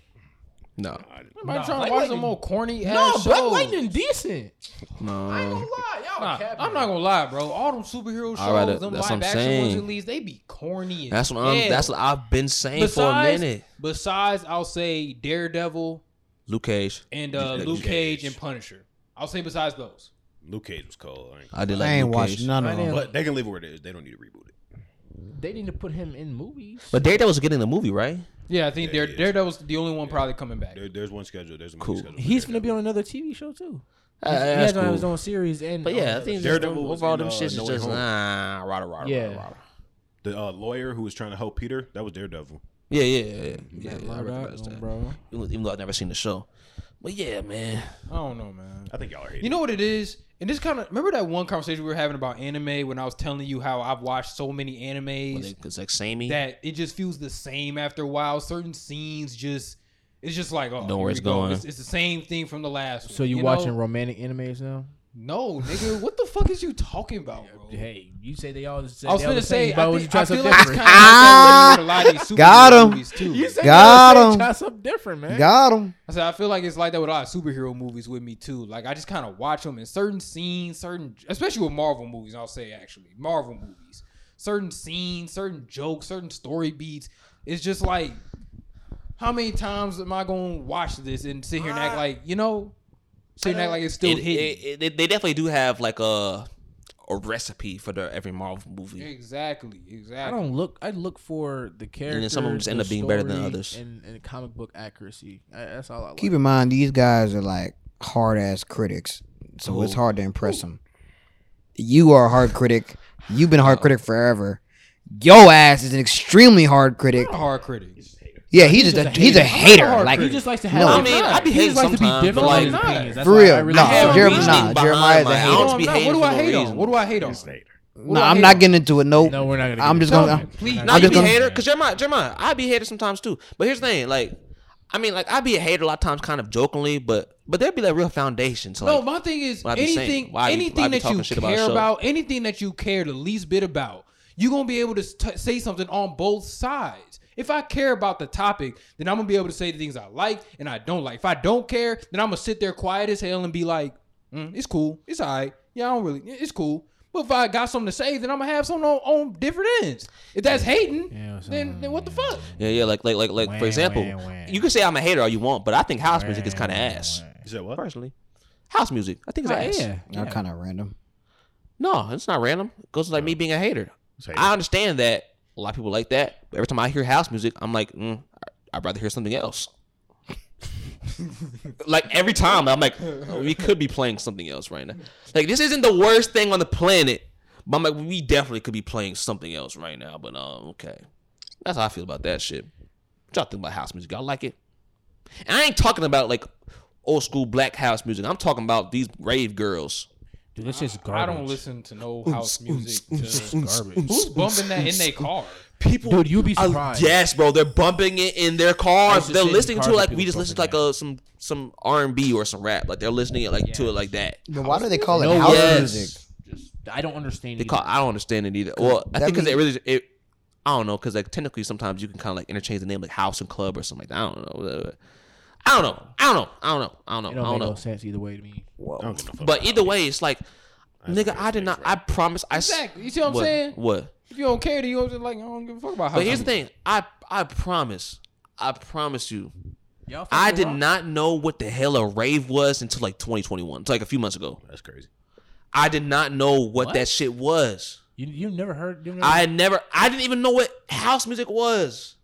A: No,
E: Am I
B: Nah,
E: trying
B: Black
E: to watch some
B: Lightning-
E: more corny
B: No,
E: ass
B: Black
E: shows?
B: Lightning decent. I ain't
A: no.
B: gonna lie, y'all
E: Nah,
B: capping.
E: I'm not gonna lie, bro. All them superhero shows,
A: All right,
E: them
A: that's what I'm
E: live action ones
A: saying.
E: at least, they be corny. as
A: That's what I'm.
E: hell.
A: That's what I've been saying for a
E: besides,
A: minute.
E: Besides, I'll say Daredevil
A: Luke Cage.
E: and uh,
A: Luke
E: Luke Cage
D: Cage.
E: and Punisher. I'll say besides those.
D: Luke Cage was cold. I ain't-
A: I did
C: I
A: like
C: ain't
A: Luke
C: watched
A: Cage.
C: none
B: I
C: of them.
B: didn't-
D: But they can leave it where it is. They don't need to reboot it.
B: They need to put him in movies.
A: But Daredevil's getting the movie right.
E: Yeah, I think
D: Yeah,
E: Dare,
D: yeah.
E: Daredevil's the only one probably coming back.
D: There, there's one schedule. There's one
A: Cool.
D: schedule.
B: He's gonna be on another TV show too.
A: Uh,
B: he
A: that's
B: has on
A: cool.
B: his own series and.
A: But
B: on
A: yeah, I
B: another
A: think
B: show.
A: just,
D: Daredevil was
A: overall
D: in,
A: them
D: uh,
A: shits
D: No
A: is
D: Way
A: just
D: Home.
A: nah, rada rada
B: Yeah.
A: rada rada.
D: the uh, lawyer who was trying to help Peter. That was Daredevil.
A: Yeah, yeah, yeah, yeah. yeah, yeah I
B: Lord, I
A: recognize
B: don't know,
A: that.
B: bro.
A: Even even though I've never seen the show, but yeah, man.
E: I don't know, man.
D: I think y'all are hating.
E: You know what it is? And this kind of remember that one conversation we were having about anime when I was telling you how I've watched so many animes
A: It's like samey.
E: that it just feels the same after a while. Certain scenes just it's just like oh,
A: Know where
E: here
A: it's
E: we go.
A: going.
E: It's, it's the same thing from the last.
B: So
E: one,
B: you,
E: know?
B: watching romantic animes now?
E: No, nigga, what the fuck is you talking about, bro?
B: Hey, you say they all. Say
E: I was
B: they all
E: gonna
B: the
E: say,
B: same, but
E: I,
B: would
E: think,
B: you try
E: I feel
B: something
E: like it's kind
B: different?
E: of like that with a lot of these
C: Got
E: superhero
C: him.
E: movies too.
B: You said
C: Got
B: y'all say
C: him.
B: Try something different, man.
C: Got him.
E: I said I feel like it's like that with a lot of superhero movies with me too. Like I just kind of watch them in certain scenes, certain especially with Marvel movies. I'll say actually Marvel movies, certain scenes, certain jokes, certain story beats. It's just like how many times am I gonna watch this and sit here and
B: Ah.
E: act like you know, sit here and act like it's still
A: it-
E: hitting.
A: it- it- they- they definitely do have like a a recipe for their every Marvel movie.
E: exactly, exactly.
B: I don't look. I look for the characters.
A: then some of them just end
B: the
A: up being better than
B: story,
A: others.
B: And, and comic book accuracy. I, that's all I like.
C: Keep in mind, these guys are like hard ass critics, so it's hard to impress them. You are a hard critic. You've been a hard critic forever. Yo ass is an extremely hard critic.
E: I'm not a hard critic.
C: Yeah, he's, just a, he's a hater.
E: hard
C: Like
B: he
E: critic.
B: just likes to
C: No,
B: have.
C: I
B: I'm
A: mean,
B: not.
A: I be
B: he
A: hating
B: just likes to be
A: sometimes,
B: different
A: but
B: on his
E: like-
B: opinions. That's
A: For
B: why
C: real,
B: I really
C: nah,
B: don't-
C: Jeremy-
A: reasoning
C: nah,
A: behind
C: Jeremiah's a
A: my-
C: hater.
A: I
E: No,
A: don't
E: I'm
A: be
E: not.
A: hating
E: What do
A: for
E: I
A: no
E: hate on?
A: reason.
E: What do I hate on? What do
C: No,
E: I
C: I'm
E: hate
C: not
E: on?
C: getting into it. Nope.
B: No, we're not gonna.
C: I'm
B: get
C: just
B: into it.
C: gonna-
E: Tell me, please.
A: Nah,
C: I'm
A: you
C: just
A: be
C: gonna-
A: hater because Jeremiah, Jeremiah, I be hater sometimes too. But here's the thing, like, I mean, like I be a hater a lot of times, kind of jokingly, but but there'd be like real foundation. So
E: No,
A: like,
E: my thing is
A: why I be saying-
E: anything,
A: why I be- why I
E: anything
A: be
E: that you
A: talking shit about
E: care
A: show?
E: about, anything that you care the least bit about, you're gonna be able to t- say something on both sides. If I care about the topic, then I'm gonna be able to say the things I like and I don't like. If I don't care, then I'm gonna sit there quiet as hell and be like, "Mm, "It's cool, it's alright, yeah, I don't really, it's cool." But if I got something to say, then I'm gonna have something on, on different ends. If that's hating,
B: Yeah, uh,
E: then, then what the fuck?
A: yeah, yeah, like like like like for example,
B: wah, wah.
A: you can say I'm a hater all you want, but I think house music is kind of ass
D: You said what?
A: personally. House music, I think it's
B: Yeah,
A: ass.
C: Y'all kind of random.
A: No, it's not random. It goes like me being a hater.
D: It's hater.
A: I understand that a lot of people like that. But every time I hear house music, I'm like, mm, I'd rather hear something else. like every time, I'm like, oh, we could be playing something else right now. Like this isn't the worst thing on the planet, but I'm like, we definitely could be playing something else right now. But um, okay, that's how I feel about that shit. What y'all think about house music? Y'all like it? And I ain't talking about like old school black house music. I'm talking about these rave girls.
B: Dude, that's just
E: I
B: garbage.
E: don't listen to no house music. to- Who's bumping that in their car?
A: People,
B: Dude, you'd be
A: I-
B: surprised.
A: yes, bro, they're bumping it in their cars.
B: That's the
A: They're
B: shit in
A: listening to
B: cars
A: it like
B: that
A: we just
B: people
A: listen to
B: bumping
A: like a some some R and B or some rap. Like they're listening it like to it like that.
C: But why do they call it
B: No,
C: house
A: yes.
C: music?
B: Just, I don't understand.
A: They
B: it
A: call. I don't understand it either. Well, I
C: that
A: think because it really it. I don't know because like technically sometimes you can kind of like interchange the name like house and club or something like that. I don't know. I don't know. I don't know. I don't know. I don't
B: It
A: know.
B: don't
A: I
B: make
A: don't
B: no
A: know.
B: sense either way to me.
D: I don't give no fuck
A: But
D: about
A: either
D: it.
A: way, it's like, nigga, I did not. I promise. I s-
E: Exactly. You see what I'm
A: what,
E: saying?
A: What?
E: If you don't care, then you're just like, I don't give a fuck about house.
A: But here's the
E: music.
A: thing. I I promise. I promise you.
B: Y'all
A: I did not know what the hell a rave was until like 2021. It's like a few months ago.
D: that's crazy.
A: I did not know what,
B: What? Mm-hmm.
A: that shit was.
B: You you never heard? You never,
A: I had never. I didn't even know what house music was.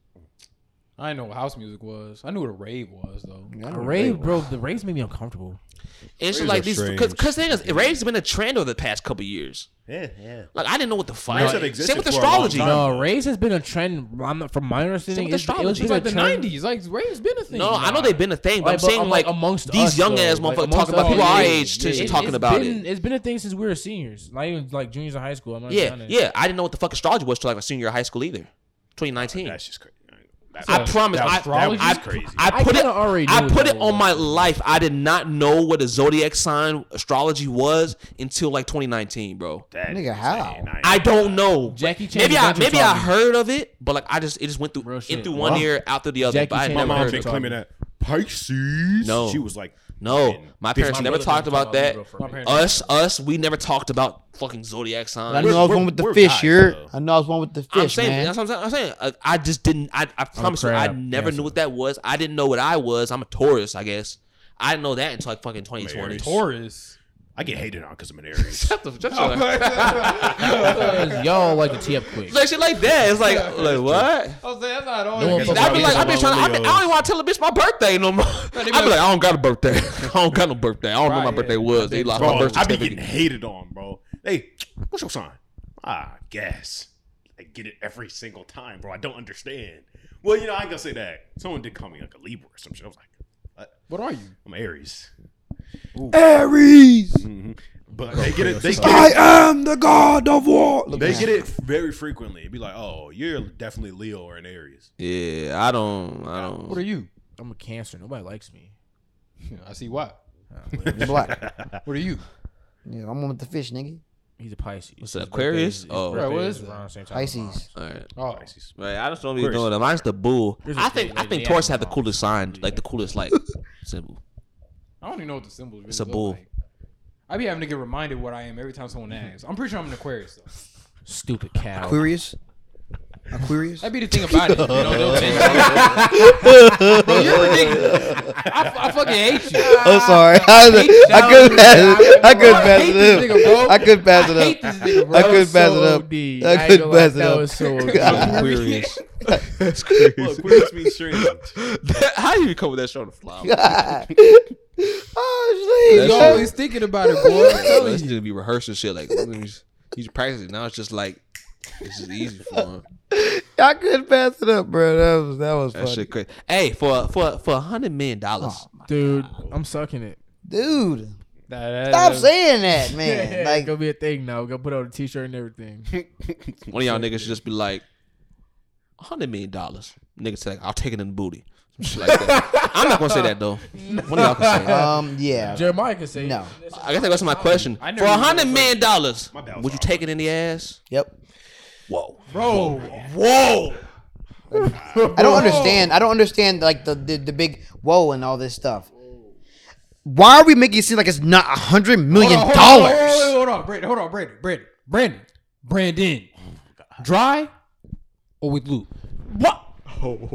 E: I didn't know what house music was. I knew what a rave was though.
B: the rave, bro. The raves made me uncomfortable.
A: It's
D: Raves
A: just like
D: are
A: these
D: strange.
A: because because things rave's been a trend over the past couple years.
D: Yeah, yeah.
A: Like I didn't know what the fuck.
D: Raves have
A: Same
D: existed
A: with
D: for a long
A: astrology.
D: time.
B: No, raves has been a trend. I'm not, from my understanding,
A: Same with
B: it's, it was
A: astrology.
B: been
E: It's
B: a
E: like the
B: trend-
E: '90s. Like rave's been a thing.
A: No, I know they've been a thing, but
B: Like,
A: I'm
B: but
A: saying
B: I'm
A: like,
B: like amongst
A: these
B: us,
A: young ass
B: though. Like,
A: motherfuckers
B: amongst
A: talking about
B: us,
A: people our
B: yeah.
A: age to
E: It-
A: shit
E: it's
A: talking about
B: been,
A: it.
B: It's been a thing since we were seniors, not even like juniors in high school. I'm not even
A: Yeah,
B: trying to-
A: yeah. I didn't know what the fuck astrology was till like a senior year of high school either. 2019.
D: That's just crazy.
A: I
D: That's-
A: promise.
D: that was-
A: I,
D: that was
A: I,
D: just crazy.
A: I
B: I
A: put it.
B: kinda already
A: I
B: knew
A: put
B: that
A: it on
B: was-
A: my life. I did not know what a zodiac sign astrology was until like 2019, bro.
D: that
C: Nigga,
D: is
C: how?
D: insane. ain't-
A: I don't know.
B: Jackie Chan
A: Maybe
B: is
A: I
B: not your
A: maybe I
B: target.
A: heard of it, but like I just it just went through
B: Real
A: in
B: shit.
A: through one
B: Wow.
A: ear out through the other.
B: Jackie
A: but I had
B: Chan is
D: My
A: never
B: not
D: mom's
A: heard.
B: your
D: been
A: Of it.
B: target.
D: claiming that Pisces.
A: No.
D: she was like,
A: No,
D: fucking
A: my
D: 15.
A: parents
B: My
A: never
B: brother
A: talked
B: talked
A: about
B: about
A: that.
B: Libra for me.
A: Us, us, we never talked about fucking zodiac
C: I
A: signs.
C: knew I was
D: We're-
C: one with the
D: we're
C: fish
D: guys,
C: here.
D: though.
C: I know I was one with the fish,
A: I'm saying
C: man.
A: that's what I'm saying. I'm saying I, I just didn't. I, I promise you, I
B: crab,
A: never
B: yes.
A: knew what that was. I didn't know what I was. I'm a Taurus, I guess. I didn't know that until like fucking 2020.
D: Aries.
E: Taurus.
D: I get hated on because I'm an Aries.
A: Shut the shut your-
B: Because y'all like to tee up quick.
A: Like shit like that. It's like like what?
E: I was like, that's not all.
B: No one
E: it is.
B: fucking
A: I'd be like, I've been
D: about
A: trying. I, I don't
D: Leos.
A: even want to tell a bitch my birthday no more. I'd be like, I don't got a birthday. I don't got no birthday. I don't know what my
E: Right,
A: birthday
E: yeah.
A: was. They lost my
D: bro,
A: birth
D: I be
A: certificate.
D: getting hated on, bro. Hey, what's your sign? Ah, guess. I get it every single time, bro. I don't understand. Well, you know, I ain't gonna say that. Someone did call me like a Libra or some shit. I was like, what?
E: What are you?
D: I'm Aries. Mm-hmm.
C: Aries,
D: But they get it. They
C: I
D: get it.
C: am the god of war. Look
D: They
C: at
D: get it very frequently. It'd be like, oh, you're definitely Leo or an Aries.
A: Yeah, I don't. I don't.
E: What are you?
B: I'm a cancer. Nobody likes me.
E: I see why.
C: him. You're black.
E: What are you?
C: Yeah, I'm one with the fish, nigga.
B: He's a Pisces.
A: What's that, Aquarius? Oh.
B: oh,
E: Right, what is that?
B: that?
C: Pisces.
A: All right.
E: Oh,
A: Right, I just don't be
D: Aquarius.
A: doing them. I just the bull.
B: There's a
A: I think
B: big-
A: I
B: like,
A: think
B: they
A: Taurus
B: have
A: have the
B: problems.
A: coolest sign, like the coolest like symbol.
E: I don't even know what the symbol is.
A: It's a bull.
E: I be having to get reminded what I am every time someone asks. I'm pretty sure I'm an Aquarius though.
B: Stupid cow.
C: Aquarius. Aquarius.
E: That'd be the thing about it. You know, they'll change it. Bro, you're Ah. ridiculous. I, I fucking hate you.
C: I'm sorry. I, was- I couldn't pass it. I couldn't pass
E: hate
C: it
E: this
C: up.
E: nigga, bro.
C: I couldn't pass it
E: I hate
C: up.
E: this nigga, bro.
C: I couldn't pass it up. I couldn't pass it
B: That
C: up.
B: was so
A: Aquarius.
D: Look, Aquarius means strange.
A: How do you come with that shit on the fly?
C: oh,
E: He's always thinking about it, boy. I'm
A: Bro,
E: telling
A: This
E: you.
A: nigga be rehearsing shit like he's, he's practicing. Now it's just like this is easy for him.
C: jeez. I couldn't pass it up, bro. That was that was
A: That
C: funny,
A: shit crazy. Hey, for for for a hundred million
E: Oh
A: dollars,
B: Dude, I'm sucking it.
C: dude.
E: Nah, that-
C: Stop
E: that-
C: saying that, man.
B: like,
C: Like,
B: gonna be a thing now. Go put on a t-shirt and everything.
A: one of y'all niggas should just be like, a hundred million dollars. Nigga say like, I'll take it in the booty. Some shit like that. I'm not gonna say that though. One of y'all can say. it.
C: um, yeah.
B: Jeremiah can say
C: No.
A: I guess that goes to my question. For a hundred million dollars,
D: bad,
A: would you
D: sorry.
A: take it in the ass?
C: Yep.
A: Whoa.
E: Bro,
A: Whoa.
C: I don't understand. I don't understand like the, the the big whoa and all this stuff. Why are we making it seem like it's not a hundred million
E: hold on, hold on, Hold on,
C: dollars?
E: hold on, Brandon, hold on, Brandon, Brandon, Brandon, Brandon. Dry or with lube? Oh.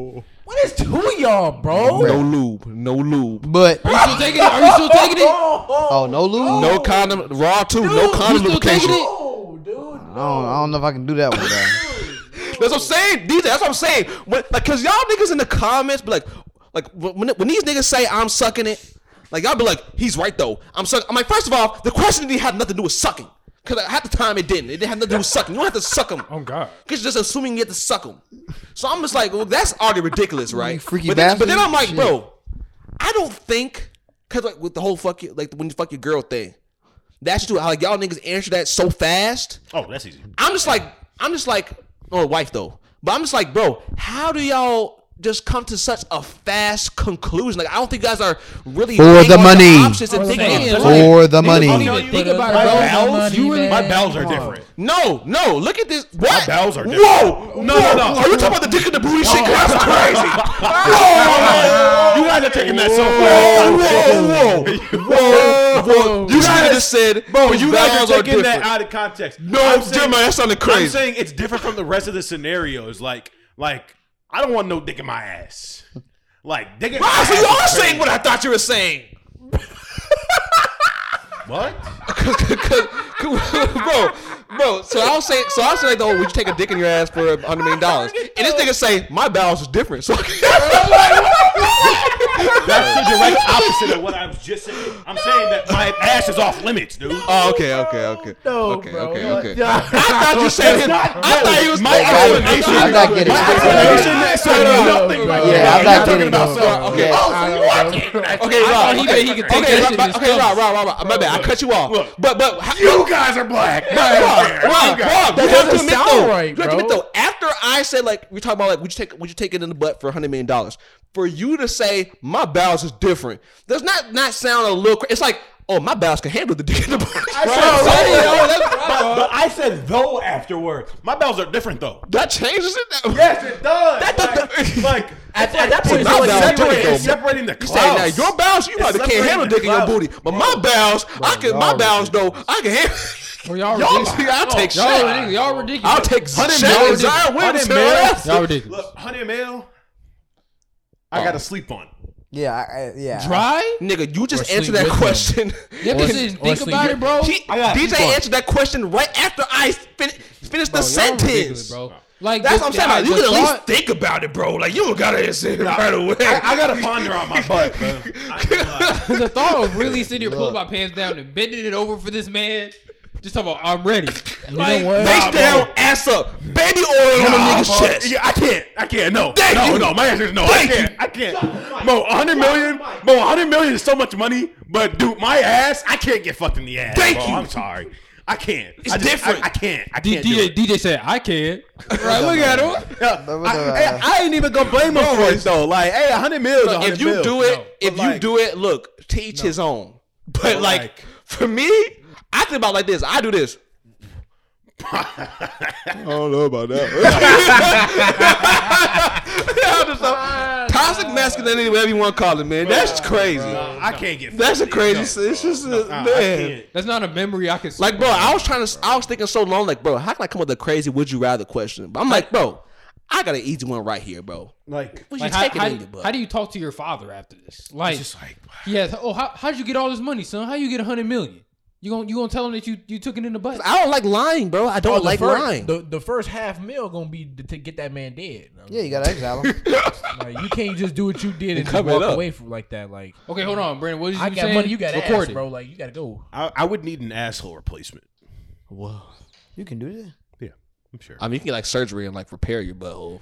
B: What? What is two of y'all, bro?
A: No lube. No lube.
C: But
E: Are you still taking it? Are you still taking it?
C: oh no, Lou.
A: No condom. Raw too. No condom
E: You still taking
A: lubrication.
E: it?
C: I don't, I don't know if I can do that one. Bro.
A: That's what I'm saying. These, that's what I'm saying. When, like, cause y'all niggas in the comments be like, like when, when these niggas say I'm sucking it, like y'all be like, he's right though. I'm sucking. I'm like, first of all, the question didn't have nothing to do with sucking. Cause like, half the time it didn't. It didn't have nothing to do with sucking. You don't have to suck them.
E: Oh God.
A: Cause you're just assuming you have to suck them. So I'm just like, well, that's already ridiculous, right?
C: freaky
A: but, then, but then I'm like,
C: bastard.
A: bro, I don't think, cause like with the whole fuck you, like when you fuck your girl thing, That's too how like, y'all niggas answer that so fast.
D: Oh, that's easy.
A: I'm just like, I'm just like, or wife though. But I'm just like, bro, how do y'all just come to such a fast conclusion? Like, I don't think you guys are really
C: For
A: weighing
C: the
A: on
C: money.
A: options and
E: For the
A: thinking
E: money.
A: in, like,
C: For the money.
E: Don't even think about
D: My
E: it, bro.
D: bowels,
E: you really-
D: My bowels are different.
A: No, no. Look at this. What?
D: bowels are different.
A: Whoa! No, no, no. Are you talking about the dick and the booty
D: Oh,
A: shit? 'Cause That's crazy. Whoa!
D: You guys are taking that so
A: Whoa,
D: far.
A: whoa, whoa, whoa, whoa. You should have just said,
D: Bro, you guys are taking
A: different.
D: that out of context.
A: No,
D: I'm
A: Jimmy,
D: saying-
A: that sounded
D: I'm
A: crazy.
D: saying it's different from the rest of the scenarios. Like, like I don't want no dick in my ass. Like, dick in my
A: Ah, so
D: ass
A: you
D: is
A: are
D: crazy.
A: saying what I thought you were saying.
D: What?
A: bro, bro. So I'll say, so I'll say like, oh, would you take a dick in your ass for a hundred million dollars? And this nigga say, my balance is different. So
D: That's the direct opposite of what I was just saying. I'm saying that my ass is off limits, dude.
A: oh, okay, okay, okay, okay, okay, okay.
B: Yeah.
A: I thought you said him. I thought he was
D: my explanation.
C: I'm not getting
D: my
C: it.
D: explanation said
B: No,
D: nothing.
B: bro.
D: Like,
B: Yeah,
D: that.
C: I'm
D: You're
C: not
D: talking
C: getting
D: about
C: it,
D: something-
C: bro.
D: Okay.
A: Okay.
D: oh,
A: I
D: so
A: don't
D: you are getting-
A: Okay, Rob.
E: he
A: Okay,
E: bet he could take
A: okay, Rob,
E: that shit
A: Rob,
E: and
A: okay,
E: just
A: Rob, Rob, Rob, Rob. My bad. I cut you off.
D: Look.
A: But, but, how-
D: You guys are black.
A: Rob, Rob, Rob, you have to
B: doesn't
A: admit
B: sound
A: though.
B: right,
A: you have to admit
B: bro.
A: though. After I said like we talking about like would you take would you take it in the butt for hundred million dollars? For you to say my bowels is different does not not sound a little. Cra- it's like oh my bowels can handle the dick in the butt.
D: Bro,
A: Bro,
D: sorry,
A: that-
D: yo, that's- but, but I said though afterwards. My bells are different though.
A: That changes it.
D: Yes, it does.
A: That- that-
D: like,
A: that-
D: like
A: At-
D: it's
A: at that
D: it's
A: point,
D: not
A: it's like
D: separating-
A: separating
D: it's
A: them.
D: separating the
A: You
D: clouds.
A: say now your bowels, you
D: It's
A: probably can't
D: separating
A: handle
D: the
A: dick in your
D: clouds.
A: booty, but my bowels, I can. My
E: y'all
A: bowels though, I can handle.
E: Bro, y'all
A: Y'all,
E: ridiculous.
A: I'll take
E: Y'all ridiculous.
A: shit.
E: Y'all ridiculous.
A: I'll take
E: Hundred
A: shit.
E: million.
A: Zion
D: Hundred
A: Williamson.
D: million.
E: Y'all ridiculous.
D: Look, honey mail. I gotta sleep on.
C: Yeah, I, I- yeah.
E: Dry?
A: Nigga, you just
E: Or
A: answered
E: sleep
A: that
E: with
A: question.
E: Yeah,
B: Or-
E: because didn't
B: or
E: think about
B: sleep.
E: it, bro.
A: He-
D: I got-
A: DJ
D: keep going.
A: answered that question right after I fin- finished the
E: Y'all
A: sentence.
E: ridiculous, bro. Like
A: That's
E: the-
A: what I'm saying.
E: the-
A: Like, you
E: the
A: can at least
E: thought-
A: think about it, bro. Like you don't gotta answer it right away.
D: I, I gotta ponder on my butt, bro. I ain't gonna lie.
E: the thought of really sitting here pulling my pants down and bending it over for this man. Just talking about I'm ready. Like,
B: know what?
A: Face
D: Nah, bro.
A: down, ass up, baby oil on
D: Nah,
A: a
D: bro.
A: nigga's chest.
D: Yeah, I can't. I can't. No.
A: Thank
D: no,
A: you.
D: no. My answer is no.
A: Thank
D: I can't.
A: you.
D: I can't. Mo, 100 million. Mo, 100 million is so much money, but dude, my ass, I can't get fucked in the ass.
A: Thank
D: bro.
A: you.
D: I'm sorry. I can't.
A: It's
D: I just-
A: different.
D: I, I can't. I
E: D-
D: can't. do
E: DJ,
D: it.
E: DJ said I can. Right, look at him.
D: Yeah,
C: That was
D: I,
C: a-
D: I- I ain't even gonna blame him for it though. Like, hey, 100 mil.
A: Look, if you do it,
E: No.
A: if
D: But
A: you
D: like-
A: do it, look, teach his own. But like,
D: like-
A: for me, I think about it like this. I do this. I don't know about that. Toxic masculinity, whatever you want to call it, man. That's crazy.
D: I can't get.
A: That's a
D: fucked in the ass.
A: crazy. It's just a,
D: Nah, I
A: man.
D: can't.
E: That's not a memory I can.
A: Like, bro, I was trying to. I was thinking so long. Like, bro, how can I come up with a crazy "Would you rather" question? But I'm like, bro, I got an easy one right here, bro.
D: Like,
A: Would
E: Like,
A: you
E: how,
A: take it
E: how,
A: in your butt?
E: how do you talk to your father after this? Like,
D: just like,
E: he has, oh, how, how'd you get all this money, son? How you get a hundred million? You gonna you gonna tell him that you you took it in the butt?
A: I don't like lying, bro. I don't
B: Oh, the
A: like
B: first,
A: lying.
B: The, the first half meal gonna be to, to get that man dead. I mean,
C: Yeah, you gotta exile him.
B: like, you can't just do what you did and just
A: cover it
B: walk
A: up.
B: away from like that. Like
E: Okay, hold on, Brandon. What did you
B: I got
E: saying?
B: money, you got ass,
E: Record it.
B: bro. Like you gotta go.
D: I, I would need an asshole replacement.
A: Whoa.
C: you can do that.
D: Yeah, I'm sure.
A: I mean, you can get like surgery and like repair your butthole.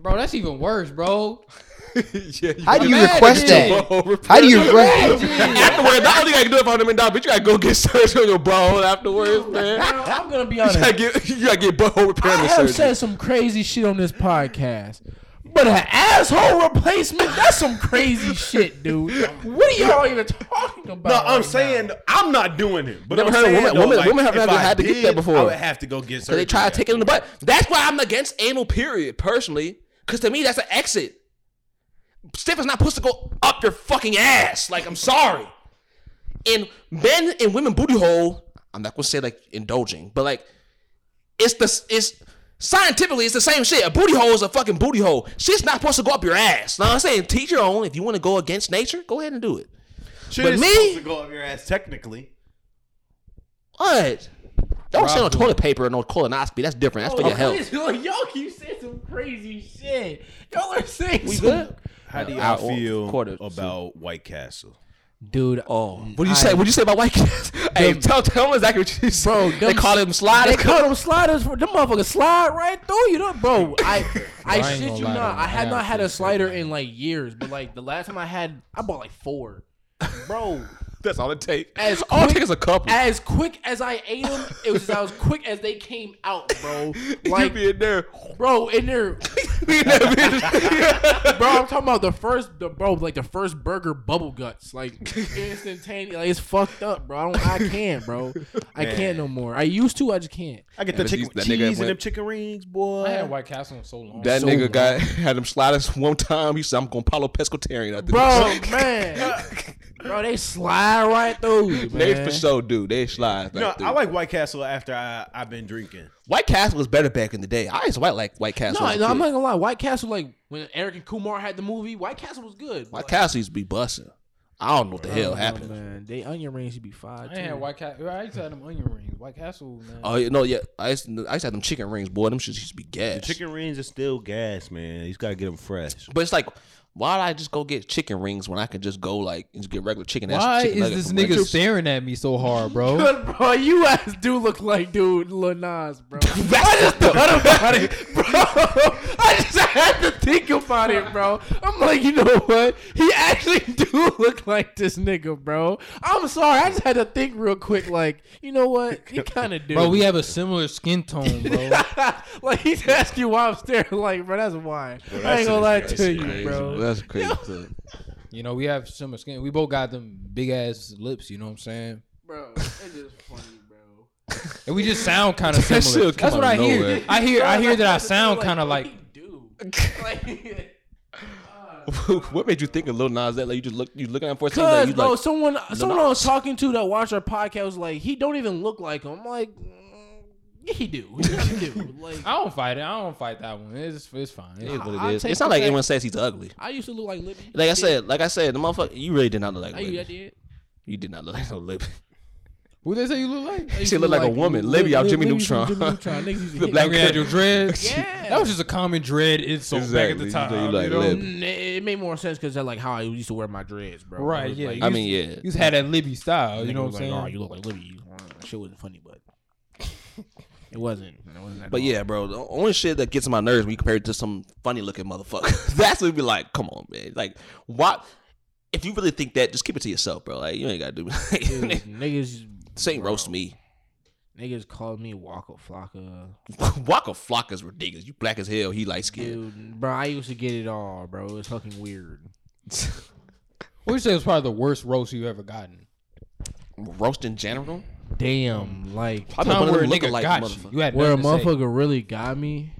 E: Bro, that's even worse, bro.
A: yeah, you
C: How do you
E: Imagine.
C: request that? How do you request?
A: afterwards? Not only gotta do it for hundred million dollars, but you gotta go get surgery on your butthole afterwards, man.
B: I'm gonna be
A: You
B: honest.
A: gotta get you gotta get butthole repair
B: I have
A: surgery.
B: said some crazy shit on this podcast. But an asshole replacement, that's some crazy shit, dude. What are y'all even talking about?
D: No, I'm
B: right
D: saying
B: now?
D: I'm not doing it. But
A: Never
D: I'm
A: heard of
D: saying,
A: women-
D: though,
A: women-
D: like,
A: women have
D: if
A: never
D: I
A: had to get
D: did,
A: that before.
D: I would have to go get
A: So
D: surgery.
A: they try to
D: yeah.
A: take it in the butt. That's why I'm against anal period personally, because to me that's an exit. Stiff is not supposed to go up your fucking ass. Like I'm sorry. And men and women booty hole. I'm not gonna say like indulging, but like it's the it's scientifically it's the same shit. A booty hole is a fucking booty hole. Shit's not supposed to go up your ass. Now I'm saying teach your own. If you want to go against nature, go ahead and do it.
D: Shit
A: But
D: is
A: me-
D: supposed to go up your ass technically.
A: What? Don't say no
E: Probably.
A: toilet paper or no colonoscopy. That's different. That's for your health.
B: Y'all keep saying some crazy shit. Y'all are saying
A: We
B: some-
A: good?
D: How do
A: Uh,
D: y'all
A: I- or
D: feel
A: quarter,
D: about White Castle?
B: Dude,
A: Oh, what do you say? What do you say about white kids? hey, tell tell them exactly what you said.
B: Bro,
A: they
B: them-
A: call them sliders.
B: They call them sliders. For, them motherfuckers slide right through you, though, bro. I, I,
E: I ain't
B: shit
E: gonna
B: you
E: lie,
B: not.
E: though.
B: I had
E: I
B: not had
E: actually
B: a slider in like years, but like the last time I had, I bought like four, bro.
A: That's all it takes.
B: As
A: all it
B: quick-
A: takes is a couple.
B: As quick as I ate them, it was as quick as they came out, bro.
A: you
B: Like,
A: be in there.
B: bro, in there,
A: You in that bitch.
B: bro. I'm talking about the first, the bro, like the first burger bubble guts, like instantaneous. Like it's fucked up, bro. I, don't, I can't, bro. I
D: Man.
B: can't no more. I used to, I just can't.
D: I get
A: Yeah,
D: the
A: but
D: chicken
A: these- that nigga
D: cheese and them
A: went-
D: chicken rings, boy.
E: I had White Castle in so long.
A: That
B: So
A: nigga
B: long.
A: got had him sliders one time. He said, "I'm gonna Paulo Pescatarian out there."
B: Bro, man, bro, they slide right through, you, man.
A: they for sure do. They slide.
D: no,
A: Right through.
D: I like White Castle after I I've been drinking.
A: White Castle was better back in the day. I used to like- like White Castle.
B: No,
A: as a
B: no, I'm
A: kid.
B: not gonna lie. White Castle, like when Eric and Kumar had the movie, White Castle was good.
A: White Castle used to be busting. I don't know what the hell happened.
B: man. They onion rings should be five.
E: I had White Castle. I used to have them onion rings. White Castle, man.
A: Oh yeah, no, yeah. I used, to, I used to have them chicken rings, boy. Them shits used to be gas.
D: Chicken rings are still gas, man. You just gotta get them fresh.
A: But it's like, why would I just go get chicken rings when I could just go like and just get regular chicken? that's
E: Why
A: chicken
E: is
A: nugget
E: this
A: for
E: nigga
A: breakfast?
E: staring at me so hard, bro?
B: But bro, you ass do look like dude Lil Nas, bro.
A: That's just the
B: What about it, bro? I just had to think about it, bro. I'm like, you know what? He actually do look like this nigga, bro. I'm sorry, I just had to think real quick. Like, you know what? He kind of do,
E: Bro, we have a similar skin tone, bro.
B: like he's asking you why I'm staring. Like, bro, that's why. I ain't gonna lie to you, bro.
A: That's crazy. too.
E: you know, we have similar skin. We both got them big ass lips. You know what I'm saying?
B: Bro, it's just funny, bro.
E: And we just sound kind of
A: That
E: similar.
A: shit
E: That's
A: come
E: what I
A: out of
E: hear.
A: nowhere.
E: I hear.
B: Bro,
E: I hear
B: like,
E: that I
B: what the
E: sound
B: fuck,
E: kind of
B: what
E: like.
B: he do? like.
A: what made you think of Lil Nas? That like you just look, you looking at for a thing that
B: Cause
A: you
B: bro,
A: like.
B: someone someone
A: no.
B: I was talking to that watched our podcast was like, he don't even look like him. I'm like, mm, yeah, he do, yeah, he do. Like
E: I don't fight it. I don't fight that one. It's it's fine. It is what
B: I'll
E: it is.
B: take
A: It's not like
B: the
A: anyone says he's ugly.
B: I used to look like Libby.
A: Like I
B: Did-
A: said, like I said, the motherfucker, you really did not look like
B: I,
A: a
B: I
A: Libby.
B: did.
A: You did not look like no Libby.
E: Who they say you look like?
A: She looked like a woman. Libby out Jimmy
B: Libby
A: Neutron.
B: from Jimmy Neutron. Niggas used to
A: The
B: hit-
A: black
E: Like we had your dreads.
B: Yeah.
E: That was just a common dread insult back at the
A: Exactly.
E: time.
A: You
E: You,
A: look like
E: know?
A: Lib.
B: Mm, It it made more sense because that's like how I used to wear my dreads, bro. It
E: Right.
B: was
E: Yeah.
B: like-
E: you
A: I
E: used-
A: mean, yeah.
E: You just had that Libby style. You
B: nigga
E: know what
B: was
E: I'm
B: like,
E: saying?
B: Oh, you look like Libby. Mm, Shit wasn't funny, but it wasn't. It wasn't at
A: But
B: all.
A: yeah, bro, the only shit that gets on my nerves when you compare it to some funny looking motherfucker. That's what be like, come on, man. Like, why? If you really think that, just keep it to yourself, bro. Like, you ain't gotta do.
B: Dude,
A: Like,
B: niggas,
A: this ain't roast me.
B: niggas called me Waka Flocka.
A: Waka Flocka is ridiculous. You black as hell. He light skinned.
B: Dude, bro, I used to get it all, bro. It was fucking weird.
E: What you say was probably the worst roast you ever gotten?
A: Roast in general.
B: Damn, like
A: Probably
E: Time
A: one of
E: where a
A: them
E: nigga
A: looking like
E: got you. You
A: motherfucker.
E: Mm. had
B: where a
E: nothing to say.
B: motherfucker really got me.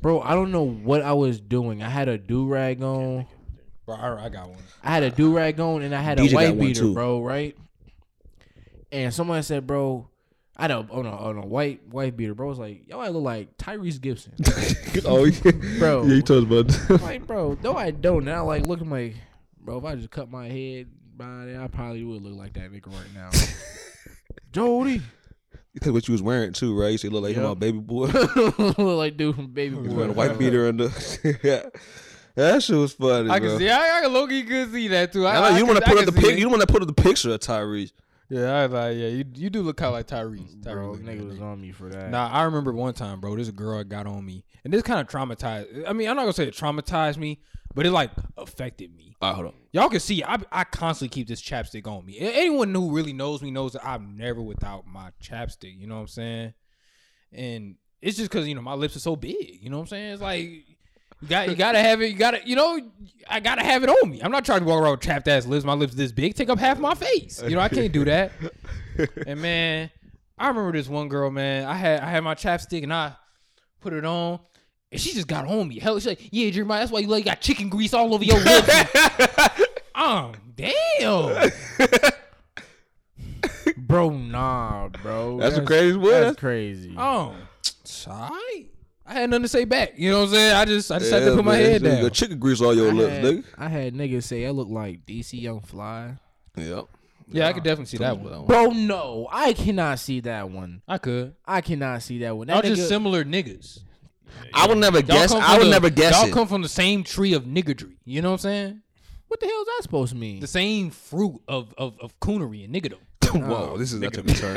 B: Bro, I don't know what I was doing. I had a do rag on.
E: Bro, I, I got one.
B: I had a do rag on and I had
A: DJ
B: a
A: got
B: white
A: one,
B: beater,
A: too.
B: bro, right? And someone said, bro, I had a oh, on a, on a white white beater, bro. I was like, yo, I look like Tyrese Gibson.
A: oh, yeah.
B: Bro. Yeah, you
A: told us about.
B: I'm like, bro, no, I don't. And I like look at my, bro, if I just cut my head, body, I probably would look like that nigga right now. Jody.
A: Because what you was wearing too, right? You said look like him,
B: Yep.
A: my baby boy.
B: look like dude from Baby
A: He's
B: Boy.
A: wearing a white beater under. yeah. That shit was funny.
E: I
A: bro.
E: can see. I, I can low-key could see that too. I,
A: I know you
E: want to
A: put up the
E: picture.
A: pic. You want to put up the picture of Tyrese.
E: Yeah, I was like, yeah, you, you do look kind of like Tyrese. Tyrese
B: Bro,
E: look
B: nigga
E: good.
B: was on me for that.
E: Nah, I remember one time, bro. This girl got on me, and this kind of traumatized. I mean, I'm not gonna say it traumatized me, but it like affected me.
A: All right, hold on.
E: Y'all can see I I constantly keep this chapstick on me. A- Anyone who really knows me knows that I'm never without my chapstick. You know what I'm saying? And it's just because you know my lips are so big. You know what I'm saying? It's like you got you gotta have it. You gotta you know I gotta have it on me. I'm not trying to walk around with chapped ass lips. My lips this big take up half my face. You know I can't do that. and man, I remember this one girl. Man, I had I had my chapstick and I put it on. And she just got on me. Hell, she's like, "Yeah, Jeremiah, that's why you like got chicken grease all over your lips." Um, damn.
B: Bro, nah, bro.
A: That's the craziest one.
B: That's crazy.
E: Um, sorry. I had nothing to say back. You know what I'm saying? I just, I just had to
A: Yeah,
E: put my
A: man,
E: head
A: you
E: down.
A: Got chicken grease all your
B: I,
A: lips,
B: had,
A: nigga.
B: I had niggas say I look like DC Young Fly.
A: Yep.
E: yeah, I could definitely see that one.
B: Bro, no, I cannot see that one.
E: I could.
B: I cannot see that one.
E: Y'all
B: That nigga,
E: just similar niggas.
A: I would never
E: Y'all
A: guess.
E: come
A: I
E: from
A: would
E: the-
A: never guess
E: Y'all
A: it.
E: come from the same tree of niggardry. You know what I'm saying?
B: what the hell is that supposed to mean?
E: The same fruit of of, of coonery and niggardom.
A: Whoa, this is that took a turn.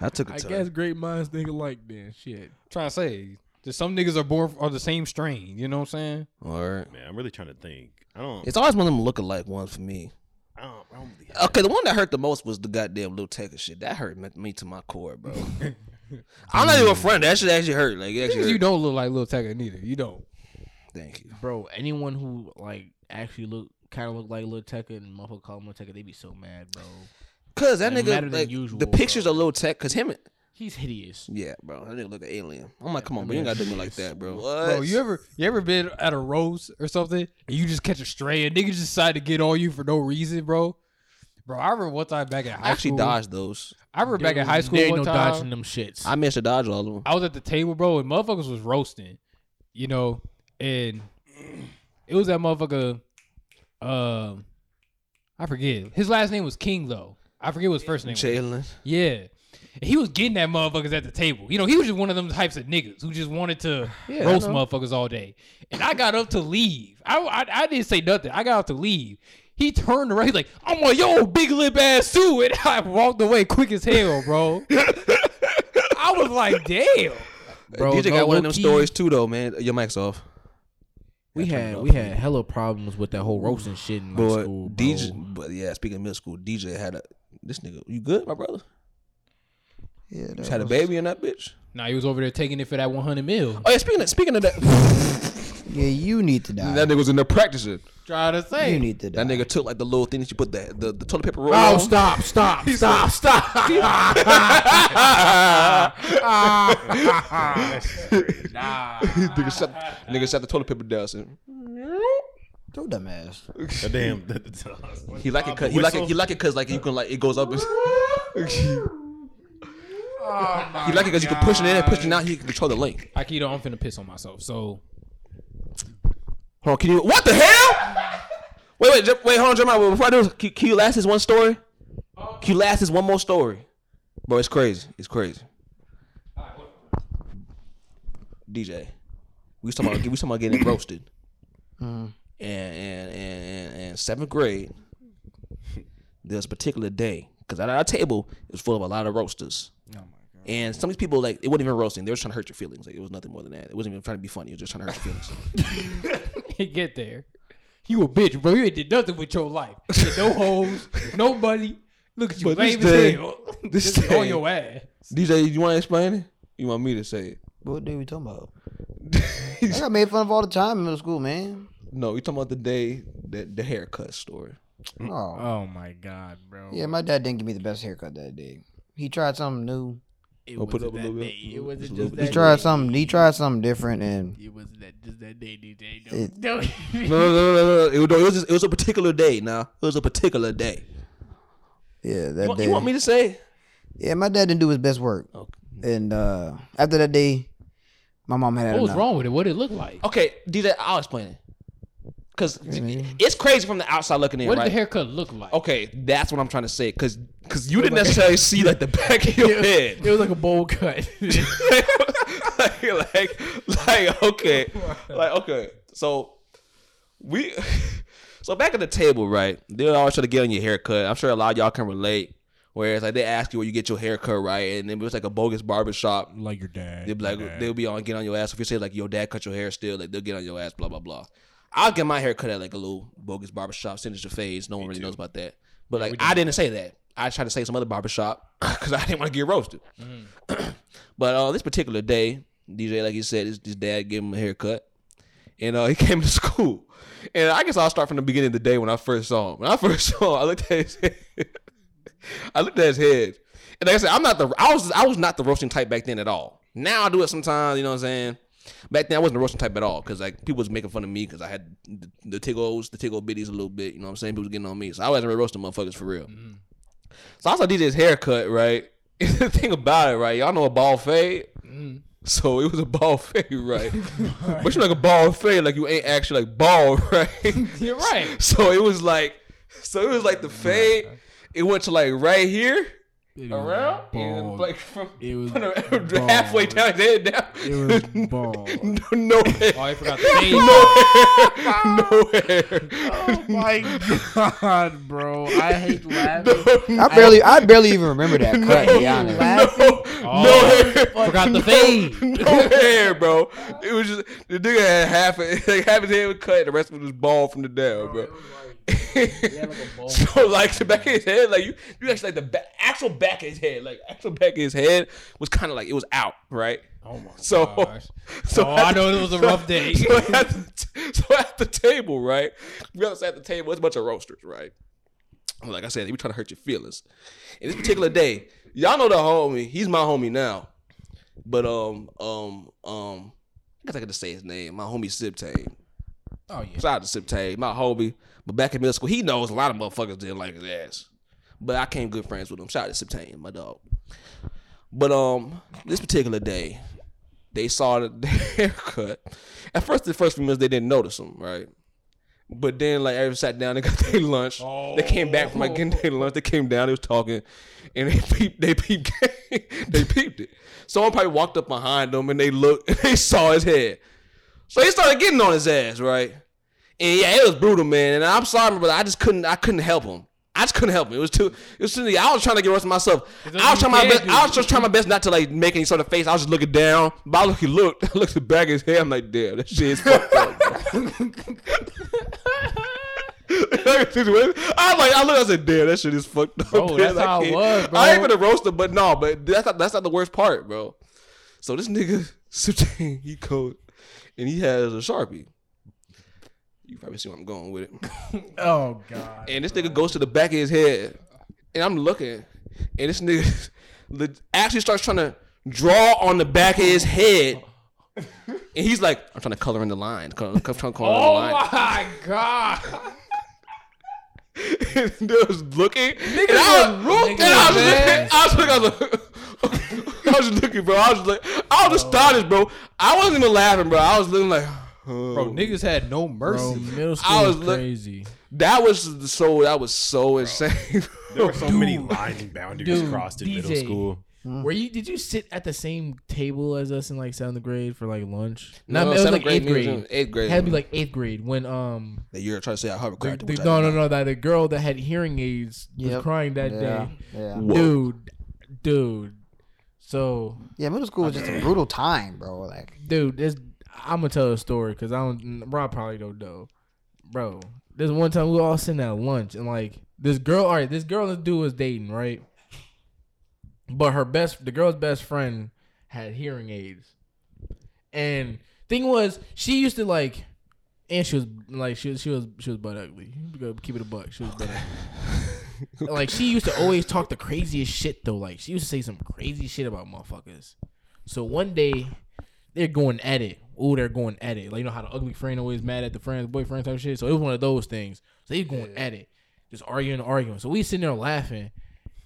A: that took a
B: I
A: turn.
B: guess great minds think alike. Then shit.
E: trying to say, just some niggas are born are the same strain. You know what I'm saying?
A: All right.
D: Man, I'm really trying to think. I don't.
A: It's always one of them look-alike ones for me.
D: I don't. I don't really-
A: Okay, the one that hurt the most was the goddamn Lil Tecca shit. That hurt me- me to my core, bro. I'm not even a friend. That shit actually hurt. Like, it actually
E: You
A: hurt.
E: don't look like Lil Tecca neither. You don't.
A: Thank you.
B: bro. Anyone who like actually look kind of look like Lil Tecca and motherfucker call him Lil Tecca, they be so mad, bro.
A: Cause that
B: And madder
A: nigga,
B: than
A: like,
B: usual,
A: the
B: bro.
A: pictures of Lil Tech, cause him, and-
B: He's hideous.
A: yeah, bro, that nigga look an alien. I'm like, come on, bro, you ain't gotta do me like that, bro. What?
E: Bro, you ever you ever been at a roast or something and you just catch a stray and niggas just decide to get on you for no reason, bro? Bro, I remember one time back in high
A: I actually
E: school.
A: dodged those.
E: I remember back in
B: There-
E: high school
B: there ain't
E: one
B: no
E: time.
B: dodging them shits.
A: I managed to dodge all of them.
E: I was at the table, bro, and motherfuckers was roasting, you know, and it was that motherfucker. Um, I forget his last name was King though. I forget what his first name. was.
A: Jalen,
E: Yeah. And he was getting at motherfuckers at the table. You know, he was just one of them types of niggas who just wanted to
A: Yeah, I
E: roast
A: know.
E: motherfuckers all day. And I got up to leave. I, I, I didn't say nothing. I got up to leave. He turned around. He's like, I'm on yo big lip ass too. And I walked away quick as hell, bro. I was like, damn.
B: bro,
A: DJ
B: no,
A: got one of them
B: low-key,
A: stories too, though, man. Your mic's off.
B: We
A: Yeah, turn it
B: had
A: off.
B: we had hella problems with that whole roasting shit in my
A: But
B: school, bro. Oh
A: DJ, but yeah, speaking of middle school, DJ had a this nigga. You good, my brother?
C: Yeah, that
A: Just had a
C: was-
A: baby in that bitch.
E: Nah, he was over there taking it for that 100 mil.
A: Oh yeah, speaking of, speaking of that,
C: yeah, you need to die.
A: that nigga was in there practicing.
E: Trying to
C: you
E: say.
C: need to die.
A: That nigga took like the little thing that you put the the, the toilet paper roll.
B: Oh,
A: on.
B: stop, stop, stop, stop.
A: nigga, shut, nigga shut the toilet paper down. son.
C: Your dumb ass.
D: God damn.
A: He like it. Cause, he like it. He like it because like you can like it goes up. And, he like it because you can push it in and push it out. He can control the length.
E: Aikido, I'm finna piss on myself. So,
A: Hold on, can you? What the hell? Wait, wait, ju- wait. Hold on, Jeremiah. Before I do, this, can, can you last this one story? Can you last this one more story? Bro, it's crazy. It's crazy. DJ, we was talking about we was talking about getting roasted, and, and and and and seventh grade. This particular day, because at our table it was full of a lot of roasters. And some of these people like it wasn't even roasting; they were just trying to hurt your feelings. Like it was nothing more than that. It wasn't even trying to be funny; it was just trying to hurt your feelings.
E: get there. You a bitch, bro. You ain't did nothing with your life. You ain't no hoes, no money. Look at you,
A: But this
E: lame as
A: thing-
E: hell.
A: this
E: This is on
A: thing-
E: your ass.
A: DJ, you want to explain it? You want me to say
C: What day we talking about? I
A: it?
C: got made fun of all the time in middle school, man.
A: no, you talking about the day that the haircut story.
C: Oh.
B: Oh my god, bro.
C: Yeah, my dad didn't give me the best haircut that day. He tried something new.
B: It
A: I'll put
B: wasn't
A: up a little
B: that
A: bit.
B: day. It wasn't
A: Just a
B: just,
A: little bit.
B: that
C: He tried
B: day.
C: something. He tried something different, and
B: It wasn't that just that day,
C: It-
B: DJ. No,
A: No,
B: no.
A: no, no, no, no. It, was- no, it was just, it was a particular day. Now it was a particular day.
C: yeah, that
A: You want,
C: day.
A: you want me to say? it?
C: yeah, my dad didn't do his best work.
A: Okay.
C: And uh, after that day, my mom had
E: What was
C: enough.
E: wrong with it? What did it look like?
A: Okay, DJ, I'll explain it. Cause
C: man.
A: it's crazy from the outside looking in,
E: What did
A: right?
E: the haircut look like?
A: okay, that's what I'm trying to say. Cause, cause you didn't necessarily see like the back of your head.
B: It was like a bowl cut.
A: like, like, like, okay, like, okay. So we, so back at the table, right? They always try to get on your haircut. I'm sure a lot of y'all can relate. Whereas, like, they ask you where you get your haircut, right? And it was like a bogus barber shop.
B: like your dad.
A: They'll be like, they'll be on get on your ass. If you say like your dad cut your hair still, like they'll get on your ass, blah blah blah. I'll get my hair cut at like a little bogus barbershop, signature phase. No one really knows about that. But like I didn't say that. I tried to say some other barbershop because I didn't want to get roasted. but uh, this particular day, DJ, like you said, his, his dad gave him a haircut. And uh, he came to school. And I guess I'll start from the beginning of the day when I first saw him. When I first saw him, I looked at his head. I looked at his head. And like I said, I'm not the I was I was not the roasting type back then at all. Now I do it sometimes, you know what I'm saying? Back then I wasn't the roasting type at all because like people was making fun of me because I had the, the tiggles, the tiggle bitties a little bit, you know what I'm saying? People was getting on me. So I wasn't really roasting motherfuckers for real. So I saw DJ's haircut, right? And the thing about it, right? Y'all know a ball fade.
B: Mm.
A: So it was a ball fade, right? but you like a ball fade, like you ain't actually like ball, right?
E: You're right.
A: So it was like, so it was like the fade. It went to like right here,
B: It
A: Around? Yeah,
B: bald.
A: like from,
B: It was
A: from the-
B: bald.
A: halfway down his head down.
B: It was bald.
A: no, no hair.
B: I forgot
A: No hair.
B: Oh my god, bro! I hate laughing.
C: I barely, I barely even remember that cut. To be
B: Yeah,
C: honest.
B: laughing.
A: No hair.
B: Forgot the
A: No-
B: fade.
A: No hair, bro. It was just the nigga had half a, like half his head was cut, the rest of it was bald from the down, bro. so like the back of his head, like you, you actually like the back, actual back of his head, like actual back of his head was kind of like it was out, right?
B: Oh my
A: So, so
B: Oh,
A: at
B: I
A: the-
B: know it was a
A: so-
B: rough day.
A: So at, the t- so at the table, right? We all sat at the table. It's a bunch of roasters, right? Like I said, we trying to hurt your feelings. And this particular day, y'all know the homie. He's my homie now, but um um um, I guess I could just say his name. My homie Siptane.
B: Oh yeah.
A: Shout out to Sip Tang, my homie. But back in middle school, he knows a lot of motherfuckers didn't like his ass. But I came good friends with him. Shout out to Sip Tang, my dog. But um, this particular day, they saw the, the haircut. At first, the first few minutes they didn't notice him, right? But then, like, everyone sat down and got their lunch. They came back from like getting their lunch. They came down. They was talking, and they peeped. They peeped. they peeped it. Someone probably walked up behind them and they looked. And they saw his head. So they started getting on his ass, right? And yeah, it was brutal, man. And I'm sorry, but I just couldn't. I couldn't help him. I just couldn't help him. It was too. It was too. I was trying to get rest of myself. I was trying my
B: you
A: best.
B: can
A: I was just trying my best not to like make any sort of face. I was just looking down. But I look, he looked. I looked at the back of his head. I'm like, damn, that shit is fucked up. I like. I look. I said, "Damn, that shit is fucked up."
B: Bro,
A: man.
B: that's
A: I
B: how it
A: can't-
B: was, bro.
A: I ain't gonna roast him, but no, but that's not, that's not the worst part, bro. So this nigga, Septane, he cold, and he has a sharpie. You probably see where I'm going with it.
B: Oh god.
A: And this nigga goes to the back of his head, and I'm looking, and this nigga le- actually starts trying to draw on the back of his head. And he's like, I'm trying to color in the line. Color, color, color, color in
E: Oh
A: the line.
B: Oh my god.
A: and they was looking. Niggas and
B: was
A: I,
B: ruthless,
A: and I was
B: man.
A: just looking. I was looking. I was, looking, I was just looking, bro. I was like, I was astonished, bro. I wasn't even laughing, bro. I was looking like, oh.
B: Bro,
A: niggas had no
B: Bro, middle school
A: I
B: was,
A: was look-
B: crazy.
A: That was so. That was so insane.
D: There were so many
B: Dude.
D: lines and boundaries
B: Dude,
D: crossed in middle
B: DJ.
D: school.
C: Hmm.
B: Were you? Did you sit at the same table as us in like seventh grade for like lunch?
A: No,
B: No, it was
A: seventh
B: like
A: grade,
B: eighth
A: we was
B: grade.
A: in eighth grade.
B: Had to be like eighth grade when um.
A: that you're trying to say I Harvard
B: The,
A: cracked.
B: the, no, no, no. That the girl that had hearing aids was
C: Yep.
B: crying that
C: Yeah,
B: day,
C: yeah,
B: dude, dude. So,
C: yeah. Middle school was just a brutal time, bro. Like,
B: dude, this I'm gonna tell a story because I don't. Rob probably don't know, bro. This one time we were all sitting at lunch and like this girl. All right, this girl and this dude was dating, right? But her best, the girl's best friend had hearing aids, and thing was she used to like. And she was like she was she was she was butt ugly. We gotta Keep it a buck. She was butt ugly. like she used to always talk the craziest shit though. Like she used to say some crazy shit about motherfuckers. So one day they're going at it. Ooh, they're going at it. Like you know how the ugly friend always mad at the friend's boyfriend type shit. So it was one of those things. So they going at it, just arguing, arguing. So we sitting there laughing.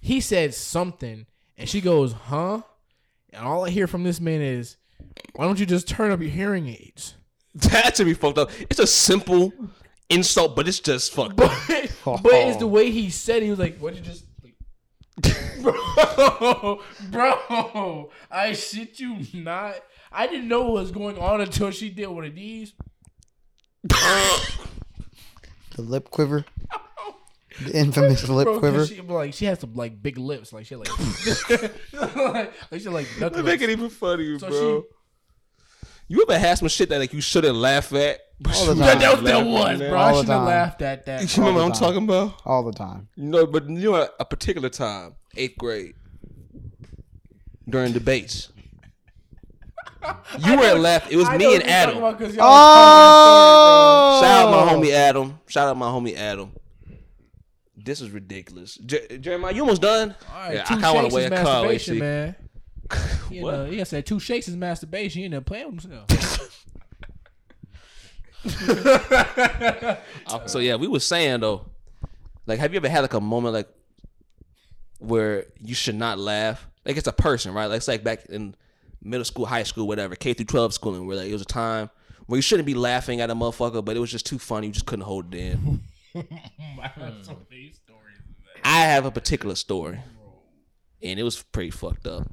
B: He said something, and she goes, "Huh?" And all I hear from this man is, "Why don't you just turn up your hearing aids?"
A: That to be fucked up. It's a simple insult, but it's just fucked up.
B: but but it's the way he said it. he was like, "What you just." bro, bro, I shit you not. I didn't know what was going on until she did one of these.
C: the lip quiver, the infamous lip
B: Bro,
C: quiver.
B: 'cause she like she had some like big lips, like she had, like like, she had, like duck
A: Make it
B: lips.
A: even funnier,
B: So
A: bro. you ever had some shit that like you shouldn't laugh at? But
C: All the
A: you-
C: time.
B: That, that
A: Laugh at
B: was,
A: it.
B: bro.
C: All
B: I
C: the
B: should have
C: time.
B: laughed at that.
A: You remember what
C: all the
A: I'm
C: time.
A: talking about?
C: all the time.
A: No, but you know, a particular time, eighth grade, during debates. You weren't laughing. It was me and Adam.
C: Oh,
A: Shout out my homie Adam. Shout out my homie Adam. This is ridiculous. Jer- Jeremiah, you almost done? yeah, I kind of want to wait a call. and see.
B: man. You
A: What?
B: know, he said two shakes is masturbation. He ended up playing with himself.
A: Uh, so yeah, we was saying though, like, have you ever had like a moment like where you should not laugh? Like it's a person, right? Like it's like back in middle school, high school, whatever, K through twelve schooling, where like it was a time where you shouldn't be laughing at a motherfucker, but it was just too funny, you just couldn't hold it in. I have a particular story. and it was pretty fucked up.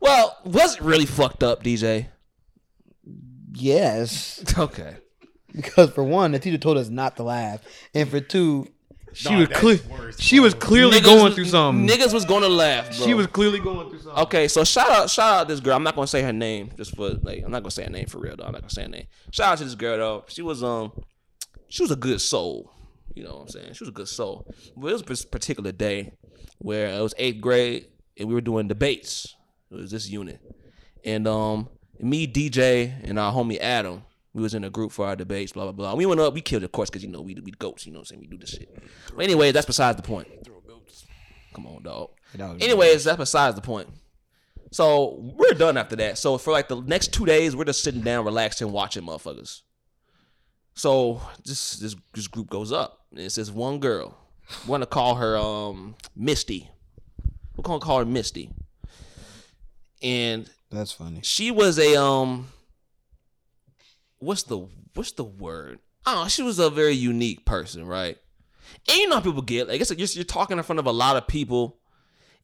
A: Well, was it really fucked up, DJ?
C: Yes,
A: Okay.
C: because for one, the teacher told us not to laugh, and for two,
F: She
D: Nah,
F: was
D: that's
F: clear.
D: worse,
F: She was clearly
A: Niggas
F: going
A: was-
F: through something.
A: Niggas was gonna laugh. Bro.
F: She was clearly going through something.
A: Okay, so shout out, shout out this girl. I'm not gonna say her name just for like, I'm not gonna say her name for real though. I'm not gonna say her name. Shout out to this girl though. She was um, she was a good soul. You know what I'm saying? She was a good soul. But it was this particular day where it was eighth grade and we were doing debates. It was this unit, and um, me, DJ, and our homie Adam. We was in a group for our debates, blah blah blah. We went up, we killed, of course, because you know we we goats. You know what I'm saying? We do this shit. But anyway, that's besides the point. Come on, dog. Anyways, that's besides the point. So we're done after that. So for like the next two days, we're just sitting down, relaxing, watching motherfuckers. So this this this group goes up. And it's this one girl. We're gonna call her um Misty. We're gonna call her Misty. And
C: that's funny.
A: she was a um what's the what's the word? Oh, she was a very unique person, right? And you know how people get like it's like you're, you're talking in front of a lot of people,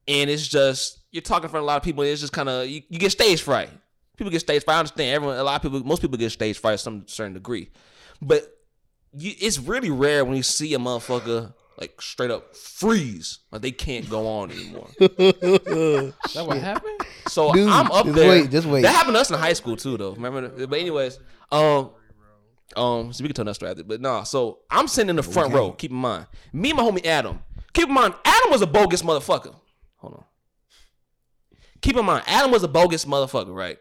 A: and it's just you're talking in front of a lot of people. And it's just kind of you, you get stage fright. People get stage fright. I understand everyone. A lot of people, most people get stage fright to some certain degree, but you, it's really rare when you see a motherfucker like straight up freeze, like they can't go on anymore.
E: That what happened?
A: So
C: Dude,
A: I'm up
C: just
A: there.
C: wait, just wait.
A: That happened to us in high school too, though. Remember? the- But anyways, um, um, so we can tell that story after. But nah, so I'm sitting in the front row. Keep in mind, me and my homie Adam. Keep in mind, Adam was a bogus motherfucker. Hold on. Keep in mind, Adam was a bogus motherfucker, right?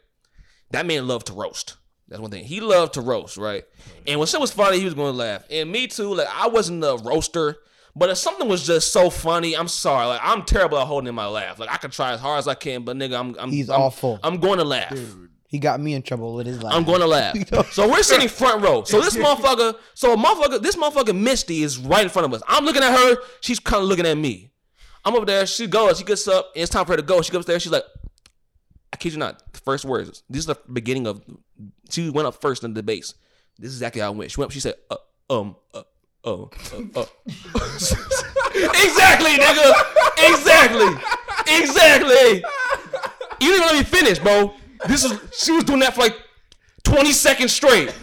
A: That man loved to roast. That's one thing. He loved to roast, right? And when shit was funny, he was going to laugh. And me too. Like I wasn't a roaster, but if something was just so funny, I'm sorry. Like I'm terrible at holding in my laugh. Like I can try as hard as I can, but nigga, I'm I'm
C: He's
A: I'm-
C: awful.
A: I'm going to laugh.
C: He got me in trouble with his laugh.
A: I'm going to laugh. so we're sitting front row. So this motherfucker, so a motherfucker, this motherfucker Misty is right in front of us. I'm looking at her. She's kind of looking at me. I'm over there. She goes. She gets up. And it's time for her to go. She goes there. She's like, I kid you not. The first words. This is the beginning of. She went up first in the debates. This is exactly how it went. She went. up, She said, uh, um, uh, oh, uh, uh. exactly, nigga. Exactly. Exactly. You didn't let me finish, bro. This is she was doing that for like 20 seconds straight.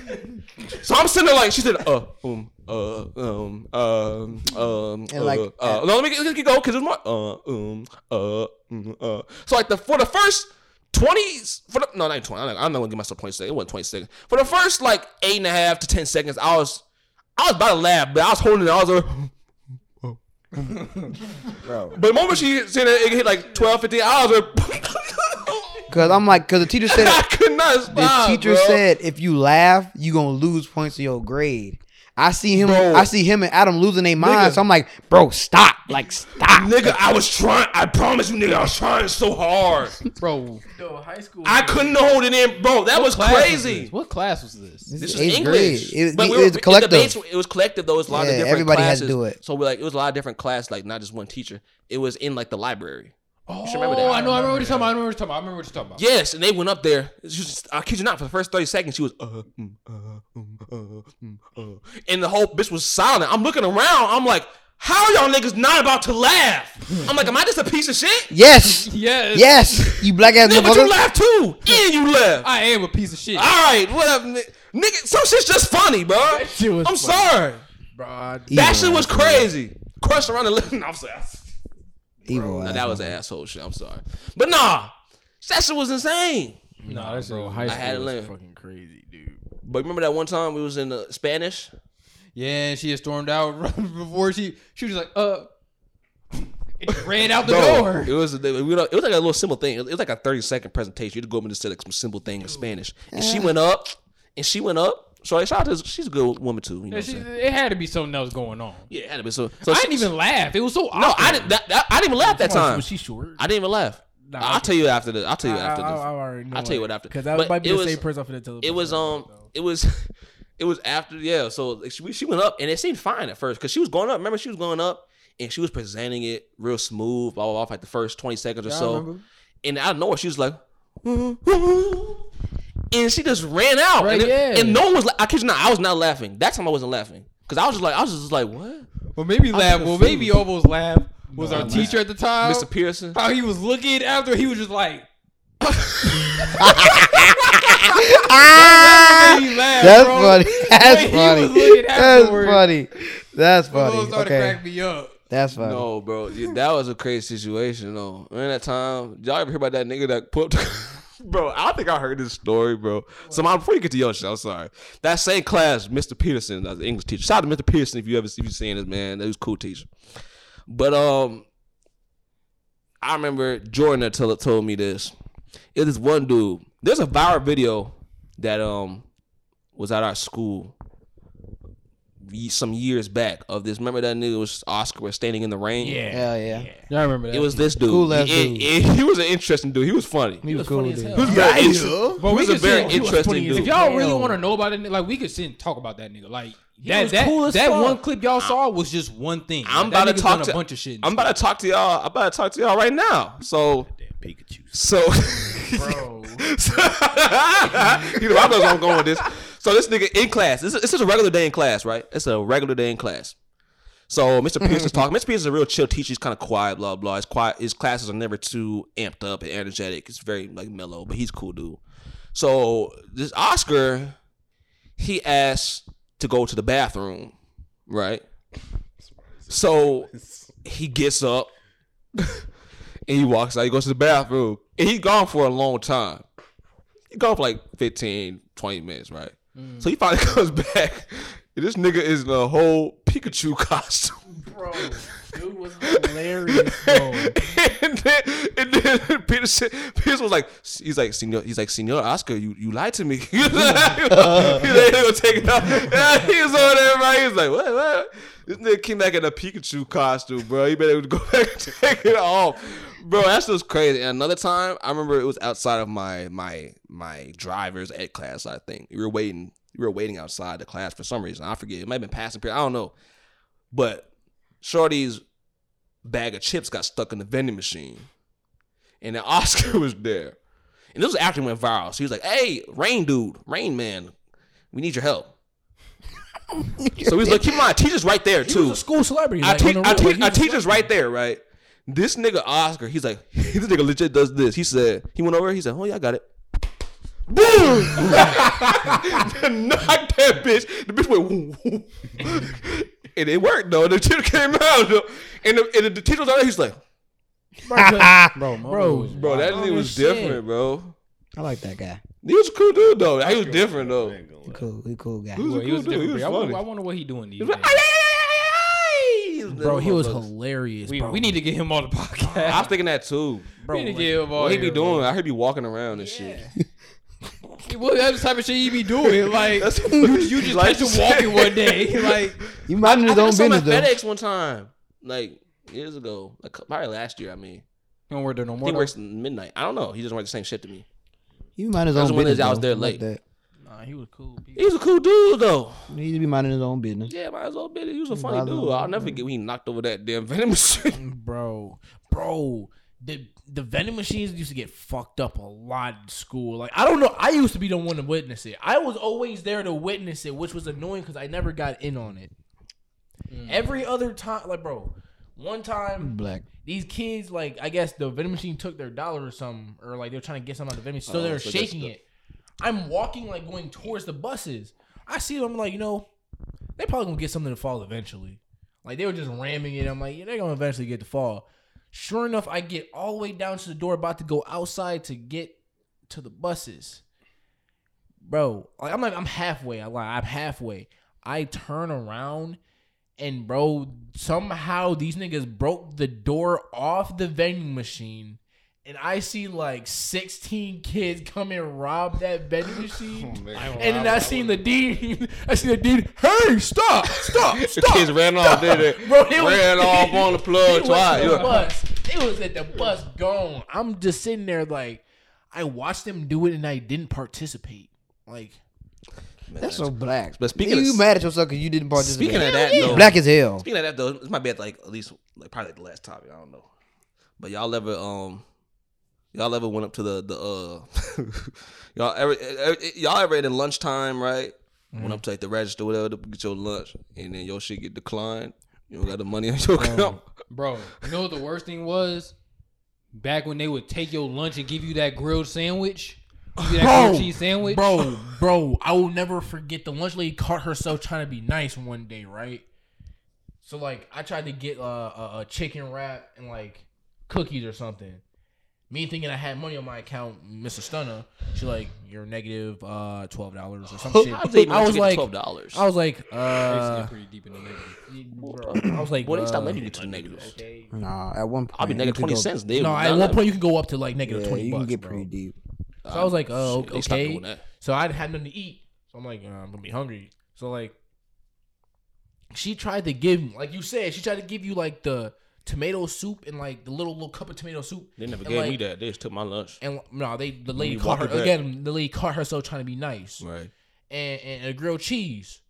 A: So I'm sitting there like she said, uh, um, uh, um, um, um,
C: And like-
A: uh, uh, no, let me, let me go because it's more, uh, um, uh, mm, uh. So like the for the first 20, for the, no, not even 20. I'm not, I'm not gonna give myself 20 seconds. It wasn't 20 seconds. For the first like eight and a half to 10 seconds, I was, I was about to laugh, but I was holding it. I was like,
C: bro.
A: but the moment she said it, it hit like 12, 15, I was like,
C: Because I'm like, because the teacher said,
A: I could not
C: the
A: stop.
C: teacher
A: bro.
C: said, if you laugh, you gonna lose points in your grade. I see him. I see him and Adam losing their minds. So I'm like, bro, stop. Like, stop.
A: Nigga, I was trying. I promise you, nigga, I was trying so hard.
E: Bro,
B: Yo, high school.
A: I couldn't hold it in, bro. That was
E: class was
A: crazy.
E: this? What class was this?
A: This
C: is
A: was
C: eighth
A: English,
C: grade. It-
A: but
C: it
A: we
C: was
A: were,
C: collective.
A: The debates, were- it was collective. Though it was a lot of
C: Yeah,
A: different
C: everybody had
A: classes.
C: to do it.
A: So we're like, it was a lot of different classes, like not just one teacher. It was in like the library.
E: Oh,
A: should remember that.
E: I know. I remember what you're talking about. I remember what you're talking about. I remember what you're talking about.
A: Yes, and they went up there. She was- I kid you not, for the first thirty seconds, she was uh, mm, uh, mm, uh, mm, uh. and the whole bitch was silent. I'm looking around. I'm like, how are y'all niggas not about to laugh? I'm like, am I just a piece of shit?
C: Yes.
E: Yes.
C: Yes. You black ass
A: Nigga, but you
C: motherfucker.
A: laugh too, and you laugh.
E: I am a piece of shit.
A: All right, whatever, ni- nigga. Some shit's just funny, bro.
B: shit was
A: I'm
B: funny.
A: sorry.
B: bro. I-
A: That
C: Evil
A: shit was
C: ass-
A: crazy. Crushed around the living. I'm sorry.
C: Evil.
A: Nah,
C: ass
A: that was an asshole shit. I'm sorry. But nah, that shit was insane.
E: Nah, that's
B: bro,
E: it.
B: high
A: I had to
B: school was
A: learn.
B: fucking crazy, dude.
A: But remember that one time we was in the Spanish?
E: Yeah, and she had stormed out before she she was like, uh, it just ran out the door.
A: It was, it was like a little simple thing. It was like a 30 second presentation. You had to go up and just say like some simple thing in Spanish. And she went up, and she went up. So I shout out to she's a good woman too. You know what
E: Yeah,
A: I'm
E: she-
A: saying?
E: it had to be something else going on.
A: Yeah, it had to be. So, so
E: I
A: she-
E: didn't even laugh. It was so awkward.
A: No, I didn't. That, that- I didn't even laugh that
B: Come on,
A: time.
B: Was she short?
A: I didn't even laugh.
B: Nah,
A: I'll
B: okay.
A: tell you after this. I'll tell you after
B: I,
A: this.
B: I, I already know
A: I'll tell you what after.
B: Because that
A: But
B: might be
A: it
B: the
A: was-
B: same person for the television.
A: it was um it was it was after yeah so like, she, she went up and it seemed fine at first because she was going up remember she was going up and she was presenting it real smooth blah blah blah for, like the first 20 seconds or so and out of nowhere she was like and she just ran out
E: Right,
A: and, it-
E: yeah.
A: and no one was like i kid you not i was not laughing that time i wasn't laughing because i was just like i was just like what
E: Well, maybe laugh. Well, maybe almost laugh. was our teacher at the time.
A: Mr. Pearson.
E: How he was looking after he was just like he laughed,
C: That's
E: bro.
C: funny.
E: He
C: That's
E: was
C: funny.
E: looking
C: That's
E: afterwards.
C: funny. That's
E: Those
C: funny.
E: started
C: Okay.
E: cracking me up.
C: That's funny.
A: No, bro, yeah, that was a crazy situation. Though during that time, y'all ever hear about that nigga that put? bro, I think I heard this story, bro. So, my, before you get to your shit, I'm sorry. That same class, Mr. Peterson, that was the English teacher. Shout out to Mr. Peterson if you ever if you seen this man. That was a cool teacher. But um, I remember Jordan that tell, told me this. It is one dude. There's a viral video that um was at our school ye- some years back of this. Remember that nigga was Oscar was standing in the rain.
C: Hell yeah.
E: I remember that.
A: It was this dude.
C: Cool ass
A: he,
C: dude.
A: He, he was an interesting dude. He was funny. He
C: He was cool,
B: funny as
C: dude.
B: hell.
A: was very, inter-
E: Bro,
A: he was
E: we
A: a
E: could sit-
A: very
E: he was
A: interesting
B: funny as
A: dude.
E: If y'all really
B: Hell.
E: want to know about it, like we could sit and talk about that nigga. Like that
B: was
E: that
B: cool as
E: that
B: fuck.
E: one clip y'all saw was just one thing.
A: I'm
E: Like, that
A: about to
E: nigga's
A: talk
E: done
A: to
E: a bunch of shit.
A: I'm about to talk to y'all. I'm about to talk to y'all right now. So
D: Damn Pikachu.
A: so
B: Bro.
A: So- you know, I know where I'm going with this. So this nigga in class. This is, this is a regular day in class, right? It's a regular day in class. So Mr. Pearson's talking. Mr. Pearson's a real chill teacher. He's kind of quiet, blah blah. His quiet. His classes are never too amped up and energetic. It's very like mellow, but he's a cool dude. So this Oscar, he asked to go to the bathroom, right? So he gets up and he walks out. He goes to the bathroom and he's gone for a long time. He gone for like 15, 20 minutes, right? So he finally comes back. And this nigga is in a whole Pikachu costume.
B: Bro, dude was hilarious, bro.
A: and then, and then Peter, said- Peter was like, he's like, Senor, he's like, Senor Oscar, you, you lied to me. he's like, he's gonna take it off. And he was over there, right? He was like, what, what? This nigga came back in a Pikachu costume, bro. You better go back and take it off. Bro, that's just crazy. And another time, I remember it was outside of my my my driver's ed class, I think. We were waiting, we were waiting outside the class for some reason. I forget. It might have been passing period. I don't know. But Shorty's bag of chips got stuck in the vending machine. And then Oscar was there. And this was after it went viral. So he was like, hey, Rain Dude, Rain Man, we need your help. so he's like, keep in mind, teacher's right there
B: He was
A: too.
B: a school celebrity.
A: I
B: Like,
A: teach,
B: on the
A: I
B: real, like,
A: teach,
B: he
A: I
B: was a
A: teacher's right there, right? This nigga Oscar, he's like, this nigga legit does this. He said, he went over, he said, oh yeah, I got it. Boom! Knocked that bitch. The bitch went, woo, woo. and it worked though. The teacher came out, though. and the, and the teacher was out there. He's like,
B: Bro,
A: Bro, that
B: Oh,
A: nigga was
B: shit.
A: different, bro.
C: I like that guy.
A: He was a cool dude though. He was different though.
D: I ain't gonna lie.
C: Cool. He cool guy.
A: He was a
E: Well, he
A: cool
E: was
A: dude. He
E: different.
A: was
E: I wonder, I
A: funny.
E: wonder what he doing these
A: He
E: days.
A: was like, "Ay, ay, ay, ay, ay."
B: Bro, he was
A: I
B: hilarious,
E: We,
B: bro.
E: we need to get him on the podcast.
A: was thinking that too.
B: bro,
E: we need to
B: like,
E: get him on.
A: What he be
E: here,
A: doing? I heard he walking around and shit.
E: bro. What that type of shit he be doing? Like
A: That's what
E: you, you just
A: like
E: catch him
A: to
E: walking
A: say.
E: one day. Like
C: You minding
A: I
C: his
A: think I
C: own
A: saw him
C: business
A: at
C: though.
A: FedEx one time, like years ago, like probably last year. I mean,
E: don't work there no more.
A: he
E: though.
A: works midnight. I don't know. He doesn't work the same shit to me.
C: You mind his
A: That's
C: own
A: when
C: business.
A: I was
C: though.
A: there
C: Fuck
A: late.
C: that.
B: Nah, he was cool.
A: He was a cool dude though.
C: He used to be minding his own business.
A: Yeah, might as well be. He was a funny
C: bothered
A: dude.
C: him.
A: I'll never forget when he knocked over that damn venom machine.
B: bro, bro. The the vending machines used to get fucked up a lot in school. Like I don't know, I used to be the one to witness it. I was always there to witness it, which was annoying because I never got in on it. Every other time, like bro, one time
C: Black.
B: these kids, like I guess the vending machine took their dollar or something, or like they were trying to get something out of the vending, machine, so
A: Oh,
B: they were
A: so that's
B: shaking
A: the-
B: it. I'm walking like going towards the buses. I see them like you know, they probably gonna get something to fall eventually. Like they were just ramming it. I'm like, yeah, they're gonna eventually get the fall. Sure enough, I get all the way down to the door, about to go outside to get to the buses. Bro, like I'm like I'm halfway. I lie, I'm halfway. I turn around and bro, somehow these niggas broke the door off the vending machine. And I see like 16 kids come and rob that
A: Oh,
B: vending machine. and then I, seen the dean. I seen the dean. Hey, stop, stop,
A: The
B: stop.
A: kids ran off, did they?
B: Bro, it was-
A: ran off on the plug
B: It was
A: twice.
B: at the
A: Yeah.
B: bus. It was at the bus gone. I'm just sitting there like, I watched them do it and I didn't participate. Like,
C: That's so black.
A: But speaking
C: you
A: of-
C: mad at yourself because you didn't participate.
A: Speaking of that, though,
C: black as hell.
A: Speaking of that though, this might be at like at least like probably the last topic. I don't know, but y'all ever um y'all ever went up to the the uh y'all ever eh, eh, y'all ever at lunchtime right?
B: Mm-hmm.
A: Went up to like the register whatever to get your lunch, and then your shit get declined. You don't got the money on your account.
E: Bro, you know what the worst thing was? Back when they would take your lunch and give you that grilled sandwich, give you that grilled cheese sandwich.
B: Bro, bro, I will never forget the lunch lady caught herself trying to be nice one day, right? So like, I tried to get uh, a, a chicken wrap and like cookies or something. Me thinking I had money on my account, Mr. Stunner, she like, you're negative uh twelve dollars or some shit.
A: I, think
B: I was like,
A: twelve dollars.
B: I was like,
E: Basically
B: uh,
E: pretty deep in the negative.
B: bro, I was like,
A: Boy, they stop
B: uh,
A: letting you get to the negatives.
C: Nah, at one point
A: I'll be negative
C: you could
A: twenty
C: go-
A: cents. They
B: No, at one point you can go up to like negative
C: Yeah,
B: twenty
C: you
B: bucks.
C: can get
B: bro.
C: pretty deep.
B: So I was like, oh,
A: Shit, they stopped doing
B: okay.
A: that.
B: So I had nothing to eat. So I'm like, uh, I'm gonna be hungry. So like, she tried to give, like you said, she tried to give you like the tomato soup and like the little little cup of tomato soup.
A: They never
B: And,
A: gave
B: like-
A: me that. They just took my lunch.
B: And no, they the lady
A: you
B: caught her
A: walk it back.
B: again. The lady caught herself trying to be nice.
A: Right.
B: And and a grilled cheese,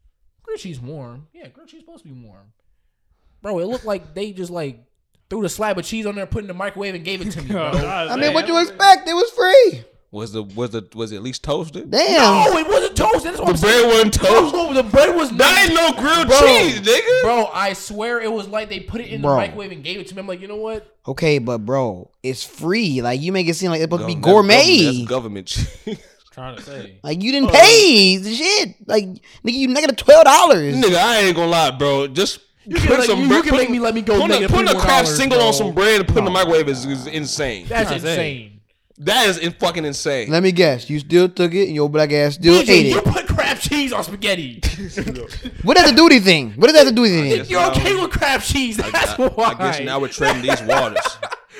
B: grilled cheese warm. Yeah, grilled cheese supposed to be warm. Bro, it looked like they just like threw the slab of cheese on there, put it in the microwave, and gave it to me. Bro.
C: I mean, what you expect? It was free.
A: Was the was the was it at least toasted?
C: Damn.
B: no, it wasn't toast. That's what I'm
A: The bread wasn't
B: saying.
A: toasted.
B: No, the bread was not.
A: That ain't no grilled
B: Bro.
A: cheese, nigga.
B: Bro, I swear it was like they put it in
C: Bro.
B: the microwave and gave it to me. I'm like, you know what?
C: Okay, but bro, it's free. Like you make it seem like it's supposed to be
A: That's
C: gourmet.
A: That's government cheese.
E: Trying to say.
C: Like you didn't pay the shit. Like nigga, you negative twelve dollars.
A: nigga, I ain't gonna lie, bro. Just
B: You can, like, you, you can make me let me go
A: Putting a,
B: negative
A: putting a craft
B: $24,
A: single on
B: bro.
A: some bread and putting it in the microwave is, is insane.
B: That's
E: That's
B: insane.
A: that is in fucking insane.
C: Let me guess, you still took it and your black ass still
B: DJ,
C: ate
B: you
C: it.
B: put crab cheese on spaghetti.
C: What does that do anything? What does that do anything?
A: Yes,
B: You're
A: now-
B: okay with crab cheese. That's why.
A: I guess now we're treading these waters.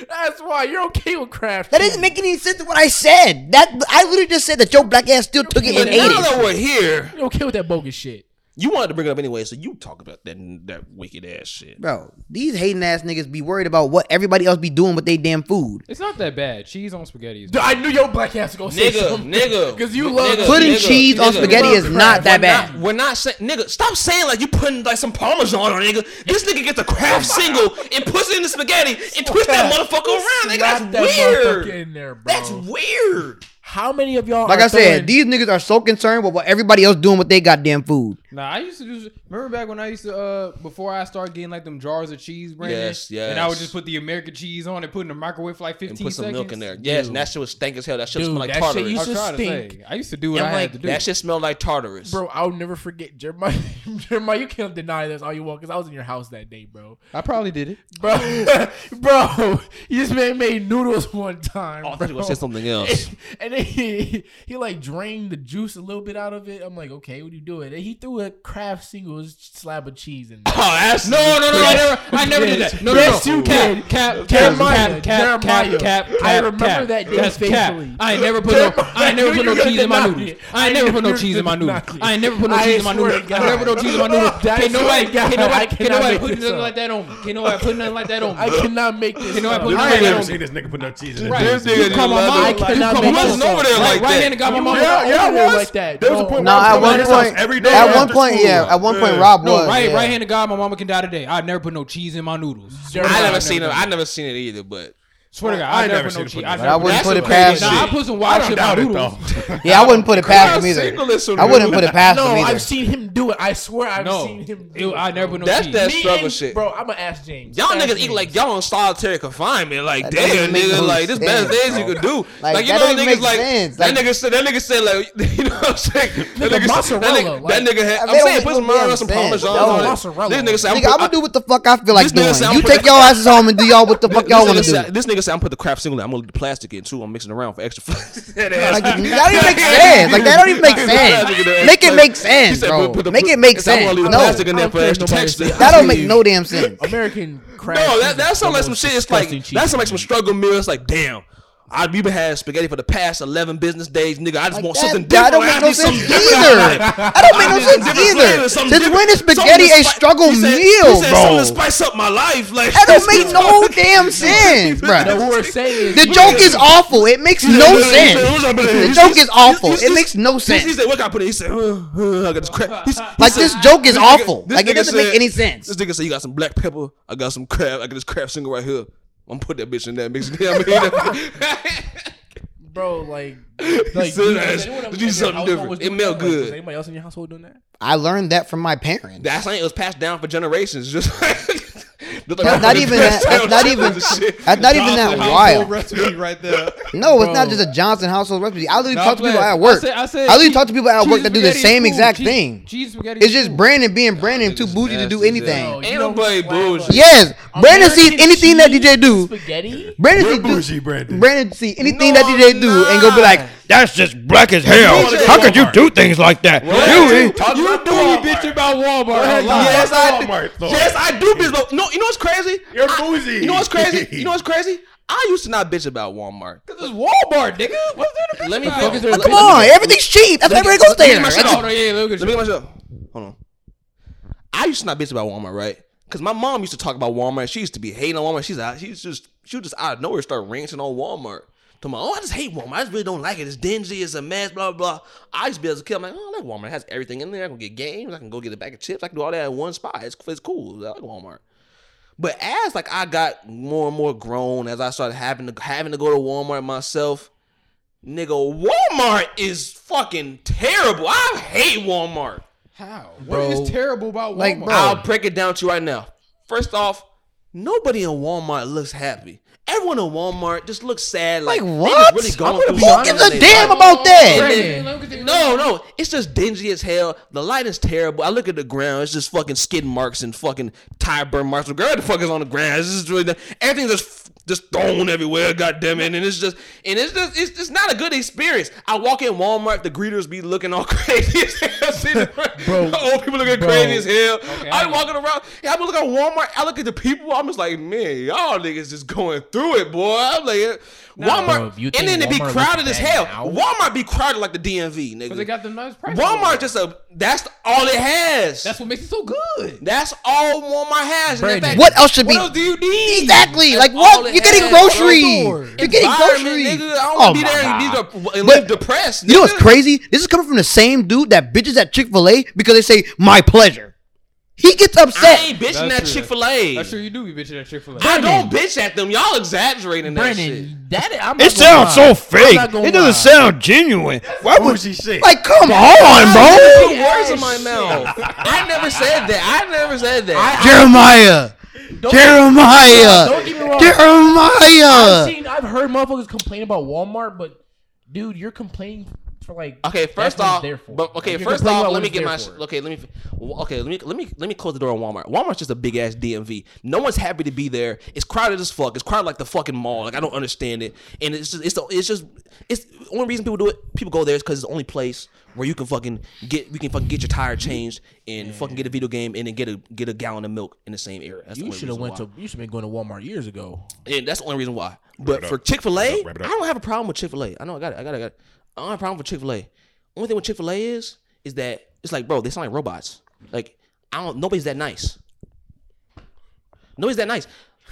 B: That's why you're okay with crab cheese.
C: That doesn't make any sense to what I said. That I literally just said that your black ass still took it
A: but
C: and
A: now
C: ate it.
A: that we're here,
B: You're okay with that bogus shit.
A: you wanted to bring it up anyway, so you talk about that that wicked ass shit.
C: Bro, these hating ass niggas be worried about what everybody else be doing with their damn food.
E: It's not that bad. Cheese on spaghetti is
B: Dude, I knew your black ass was gonna say
A: Nigga,
B: something.
A: nigga,
B: because you love
A: nigga,
C: Putting cheese on
A: nigga.
C: spaghetti is
B: Love
C: not
B: crab,
C: that
B: why
C: bad.
A: We're not saying, nigga. Stop saying like you putting like some parmesan on, it, nigga. This nigga gets a craft single and puts it in the spaghetti and twists that motherfucker around, nigga.
B: Slap
A: That's
B: that motherfucker
A: weird.
B: in there, bro.
A: That's weird.
B: How many of y'all?
C: Like
B: are
C: I said,
B: throwing-
C: these niggas are so concerned with what everybody else doing with their goddamn food.
E: Nah, I used to do. Remember back when I used to, uh, before I started getting like them jars of cheese, Brandon.
A: Yes, yes.
E: And I would just put the American cheese on and put it in the microwave for like fifteen
A: And put some
E: seconds.
A: milk in there. Yes, and that shit was stank as hell. That shit
B: Dude,
A: smelled like
B: that shit
A: tartarus.
B: used
E: I
B: to
E: tried to
B: stink.
E: say. I used to do what
B: And,
E: I
B: like,
E: had to do.
A: That shit smelled like tartarus.
B: Bro, I'll never forget Jeremiah. Jeremiah, you can't deny this all you want because I was in your house that day, bro.
E: I probably did it.
B: Bro, bro, this man made noodles one time.
A: Oh, I
B: bro.
A: thought you were gonna say something else.
B: And then he, he like drained the juice a little bit out of it. I'm like, okay, what are you doing? And he threw a Kraft singles slab of cheese in there.
A: Oh, that's
E: No, no, no, no, I never, I never did that. No,
B: Yes,
E: no, no.
B: you
E: cap,
B: did.
E: Cap, cap,
B: Jeremiah,
E: cap, cap,
B: Jeremiah.
E: cap, cap, cap.
B: I remember
E: cap.
B: that day
E: That's cap.
B: faithfully.
E: I ain't never put no, I ain't never
B: Jeremiah,
E: put no
B: you
E: cheese in my
B: deny
E: noodles.
B: it.
E: I ain't never put no
B: You
E: cheese in my
B: deny
E: noodles.
B: it.
E: I ain't never put no
B: I
E: cheese in my
B: swear
E: noodles.
B: to
E: I never put no
B: God.
E: cheese in my noodles.
B: I
E: Can't
B: swear
E: nobody,
B: to God,
E: can't
B: I
E: nobody, can't
B: cannot
E: nobody
B: make
E: put
B: this
E: nothing
B: up.
E: like that on me. Can't nobody put nothing like that on
B: I
E: me.
B: cannot make this.
E: You know, I
B: up.
E: put
D: I ain't
E: Right.
D: never seen this nigga put no cheese in
E: Right.
D: his
A: nigga
E: You call my
A: leather-
E: mama.
B: I
E: You call
B: cannot
E: my
B: make
E: mama.
B: this up.
A: over there like
E: Right
A: that.
E: handed got my
B: You
E: mama.
B: not
E: Oh,
B: over there
D: was.
B: like that.
D: There was a
B: No,
D: point
C: No,
D: where I
C: at
D: was coming
C: one
D: to his house
C: point,
D: every day
C: at one
D: after
C: point,
D: school.
C: yeah, at one point,
D: Yeah.
C: Rob
E: No,
C: was.
E: right,
C: yeah.
E: right handed God, my mama can die today. I never put no cheese in my noodles. Swear to
A: I
E: God,
A: never seen it.
E: done
A: I never seen it either. But
E: Swear to God, I,
D: I
E: never
D: never
E: put no
D: seen it
E: cheese.
D: put
E: I
D: no-
C: But I
E: never-
C: wouldn't
A: That's
C: put it
A: a
C: past
A: crazy
E: Nah, I
C: you.
E: put some
D: I
E: wild
D: don't
E: shit in my
D: doubt it
E: noodles.
D: though.
C: Yeah, I wouldn't put it past
A: Crown
C: him either.
A: single is so
C: I wouldn't
A: good.
C: put it past
B: No,
C: him either.
B: I've seen him do it. I swear I've
E: No,
B: seen him do
E: Ew,
B: it.
E: I never put no
A: That's
E: cheese.
A: that-
B: Me
A: struggle
B: and-
A: shit.
B: Bro, I'm gonna ask James.
A: y'all
B: Ask
A: niggas
B: James.
A: eat like y'all in solitary confinement. Like
C: That doesn't
A: damn,
C: make
A: nigga,
C: no
A: like this
C: sense,
A: best things
C: bro.
A: you could do.
C: Like,
A: Like, you
C: that
A: know,
C: doesn't make
A: niggas like
C: sense.
A: that
C: Like-
A: nigga said. That nigga said like you know what I'm saying. That
B: Nigga,
A: nigga said- that
B: mozzarella,
A: nigga-
B: like-
A: That nigga had.
C: They
A: I'm
C: don't
A: saying
C: make
A: put
C: no
A: some mozzarella,
C: damn
A: some
C: sense.
A: parmesan
C: No.
A: on it.
B: Mozzarella.
A: This nigga said
C: Nigga, I'm gonna
A: put-
C: do what the fuck I feel like
A: This nigga
C: doing.
A: said I'm
C: You
A: putting-
C: take y'all asses home and do y'all what the fuck y'all want
A: this,
C: to
A: nigga
C: do.
A: said, this nigga said I'm put the crap single. I'm gonna blast again too. I'm mixing around for extra. That ass.
C: Like, that don't even make sense. Like, that don't even make sense. Make it make
A: He
C: sense,
A: said,
C: bro.
A: put- put the-
C: Make it make
A: he said, I'm
C: sense.
A: gonna leave the
C: No,
A: plastic in there
B: I'm
A: for
B: clear
A: extra
B: nobody
A: texture.
B: said-
C: that don't make no damn sense.
B: American crab.
A: No,
B: cheese
A: that
B: is
A: that
B: the
A: sounds like some
B: most
A: shit. It's like
B: disgusting
A: that sounds like
B: cheese.
A: some struggle meal. It's like damn. I've been had spaghetti for the past eleven business days, nigga. I just
C: Like,
A: want
C: that-
A: something
C: that
A: different.
C: don't
A: I
C: make no
A: need something
C: sense
A: different
C: either.
A: out of life.
C: That don't make
A: I
C: no
A: need
C: sense
A: different
C: either.
A: flavors, something
C: Since when is
A: different-
C: spaghetti
A: something to
C: a
A: spi-
C: struggle
A: he said-
C: meal,
A: he said,
C: bro?
A: Something to spice up my life. Like
C: That don't make no damn sense,
B: No,
C: bro.
B: what we're saying
C: The
B: is
C: joke is awful. It makes no sense.
A: The
C: joke is awful. It makes no
A: He
C: sense.
A: said, "What can I put it?" He said, "Uh, uh, "I got this crap." He s- he
C: Like
A: said-
C: this joke is
A: this nigga-
C: awful.
A: this
C: Like it
A: nigga
C: doesn't make
A: said-
C: any sense.
A: This nigga said, "You got some black pepper. I got some crab. I got this crab single right here. I'm gonna put that bitch in there. Mix it down.
B: bro, like,
A: He
B: like
A: said,
B: you-
A: "That's-
B: anyone else
A: do
B: in your
A: something
B: household
A: different.
B: was
A: It
B: doing
A: melt
B: that? Like,
A: good.
B: was anybody else in your household doing that?
C: I learned that from my parents.
A: That's like it was passed down for generations. Just
C: That's not even that- that's not even- that's not even that wild.
F: recipe right there.
C: No, it's not
E: Bro.
C: just a Johnson household recipe. I literally
E: No,
C: talk to
E: I'm
C: people
E: glad.
C: at work. I,
E: I said- I said
C: literally
E: cheese-
C: talk to people at work
E: cheese
C: that do the
E: spaghetti is
C: same
E: cool.
C: exact
E: Cheese-
C: thing.
E: Cheese spaghetti.
C: It's
E: is
C: just
E: cool.
C: Brandon being Brandon,
F: niggas
C: too
F: is
C: bougie to
F: nasty
C: do
F: as
C: anything. Oh,
F: hell.
B: you
A: Ain't
B: know
A: nobody
B: who's wild
A: bougie.
B: about
C: Yes, Brandon sees
B: American
C: anything that
B: cheese
C: DJ do.
B: Spaghetti.
C: Brandon
D: We're
C: sees
D: bougie, Brandon.
C: Brandon see anything
A: No,
C: that DJ do
A: I'm
C: and go be like,
A: not.
C: "That's just black as hell.
A: DJ
C: How could you
D: Walmart.
C: do things like that? You
A: Talk
E: You
A: about
E: do
A: Walmart.
E: you bitch about Walmart.
D: Brandon,
E: a lot.
D: yeah.
A: Yes, I
D: Walmart, though.
A: yes I do bitch. about- No, you know what's crazy?
D: You're
A: I-
D: bougie.
A: You know what's crazy? You know what's crazy? I used to not bitch about Walmart.
E: This is Walmart, nigga. What's there to bitch
A: Let me
E: about?
A: focus on-
C: come on, everything's cheap. That's why
A: Let me-
C: everybody
A: let
C: goes
A: me get
C: there.
A: my
C: That's
A: shit
C: just-
A: off.
E: Oh, no, yeah, look at
A: Let me get myself. Hold on. I used to not bitch about Walmart, right? Because my mom used to talk about Walmart. She used to be hating on Walmart. She's out. She's just she would just out of nowhere start ranting on Walmart. Talking about, oh, I just hate Walmart. I just really don't like it. It's dingy. It's a mess. Blah blah. blah. I used to be as a kid. I'm like, oh, I like Walmart. It has everything in there. I can get games. I can go get a bag of chips. I can do all that in one spot. It's, it's cool. I like Walmart. But as like I got more and more grown, as I started having to having to go to Walmart myself, nigga, Walmart is fucking terrible. I hate Walmart.
E: How? What is
B: Bro.
E: terrible about Walmart?
C: Like, bro.
A: I'll break it down to you right now. First off, nobody in Walmart looks happy. Everyone in Walmart just looks sad. Like,
C: Like
A: they
C: what?
A: just Really going
C: Who
A: through something
C: gives a
A: in their
C: damn
A: life.
C: about
A: oh,
C: that?
E: Brandon,
B: Yeah.
E: look at the-
A: No, no, it's just dingy as hell. The light is terrible. I look at the ground; it's just fucking skin marks and fucking tire burn marks. The girl, the fuck is on the ground. It's just really everything's just just thrown everywhere. God damn it! And it's just and it's just it's just not a good experience. I walk in Walmart, the greeters be looking all crazy as hell. See the-
B: Bro,
A: old people looking
B: bro.
A: crazy as hell.
E: I
A: I'm walking around. Yeah, I'm looking at Walmart. I look at the people. I'm just like, man, y'all niggas just going through it, boy. I'm like,
B: bro,
A: Walmart,
B: if you
A: and
B: think
A: then it be
B: Walmart looks
A: crowded as
B: bad
A: hell.
B: now-
A: Walmart be crowded like the DMV, nigga.
E: But they got the nice price.
A: Walmart just a that's all it has.
E: That's
A: That's,
E: what makes it so good.
A: all Walmart has. And in
B: Brandon.
A: fact,
C: What else should
A: what
C: be
A: else do you need?
C: exactly like
A: all
C: what?
A: it
C: You're getting
A: has. Throw
C: groceries.
E: door.
C: You're getting
A: Environment,
C: groceries.
A: nigga. I don't
C: Oh
A: want to be
C: my
A: there
C: God.
A: and, be dep- and
C: But-
A: live depressed.
C: You know what's
A: nigga.
C: crazy? This is coming from the same dude that bitches at Chick Fil A because they say my pleasure. He gets
A: I
C: upset.
A: ain't bitching
E: That's
A: at
E: true.
A: Chick Fil A.
E: I'm sure you do be bitching at Chick Fil A.
A: I don't bitch at them. Y'all exaggerating that shit.
B: Brandon, that I'm not
F: It
B: gonna
F: sounds
B: lie.
F: so fake.
B: not gonna
F: It doesn't
B: lie.
F: sound genuine. Why would
D: Bougie shit.
C: Like, come on, bro.
A: Put words in my mouth. I never said that. I never said that.
C: Jeremiah. Jeremiah.
B: Don't get me wrong. I've
C: Jeremiah.
B: seen, I've heard motherfuckers complain about Walmart, but dude, you're complaining for like.
A: okay,
B: that's
A: first
B: what it's
A: off,
B: there for.
A: but okay,
B: Like, you're
A: first
B: complaining
A: off, let
B: about what
A: me
B: it's
A: get
B: there
A: my
B: for.
A: okay. Let me okay. Let me let me let me close the door on Walmart. Walmart's just a big ass DMV. No one's happy to be there. It's crowded as fuck. It's crowded like the fucking mall. Like I don't understand it. And it's just it's the, it's just it's the only reason people do it. People go there is because it's the only place where you can fucking get you can fucking get your tire changed and fucking get a video game and then get a get a gallon of milk in the same area. That's the
B: You
A: only
B: should have
A: reason
B: went
A: why.
B: to. You should have been going to Walmart years ago.
A: And that's the only reason why. But
D: it
A: for
D: up.
A: Chick Fil
D: Wrap
A: A,
D: it up,
A: I
D: wrap it up.
A: don't have a problem with Chick Fil A. I know I got it. I got it. I got it. I don't have a problem with Chick Fil A. Only thing with Chick Fil A is is that it's like, bro, they sound like robots. Like I don't. Nobody's that nice. Nobody's that nice.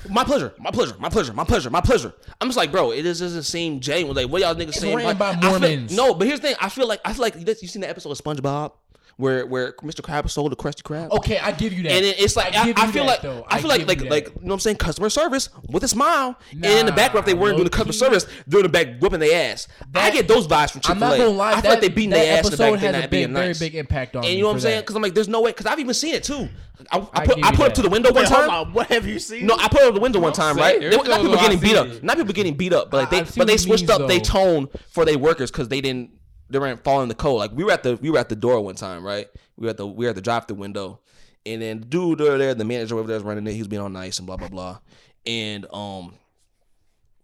A: My pleasure. My pleasure. My pleasure. My pleasure. My pleasure. I'm just like, bro, it just doesn't seem genuine. Like what y'all niggas saying?
B: ran
A: like,
B: by
A: I
B: Mormons.
A: Feel, no, but here's the thing. I feel like I feel like you you seen the episode of SpongeBob where where Mr. Krabs sold the Krusty
D: Oh,
A: Krab.
B: Okay, I give you that.
A: And it, it's like
B: I,
A: I,
B: give
A: I
B: you
A: feel
B: that,
A: like
B: though.
A: I feel like
B: give
A: like
B: you that.
A: like you know what I'm saying customer service with a smile. and in the background, if they
B: Nah,
A: weren't doing the customer
B: low-key.
A: service, they're in the back whipping their ass. I
B: That-
A: get those vibes from Chick
B: I'm
A: Fil A.
B: not gonna lie.
A: I feel
B: that,
A: like they beating
B: that
A: their ass in the
B: episode
A: back, they're
B: has a
A: not
B: big,
A: being
B: very
A: nice.
B: big impact on
A: And
B: me
A: you know what I'm
B: for
A: saying?
B: that.
A: Because I'm like, there's no way. Because I've even seen it too. I, I
B: I
A: put
B: give
A: I put up
B: you that.
A: to the window one
D: Wait, hold
A: time.
D: on, What have you seen?
A: No, I put up the window one time, right? There
E: saying,
A: was not
E: there's
A: people
E: no
A: getting beat
E: I
A: up,
E: see it.
A: not people getting beat up, but like
B: I-
A: they
B: I've seen
A: but they
B: what you
A: switched
B: mean,
A: up their
B: though.
A: tone for their workers because they didn't they weren't following the code. Like we were at the we were at the door one time, right? We were at the we were at the drive through window, and then the dude over there, the manager over there was running it. He was being all nice and blah blah blah, and um,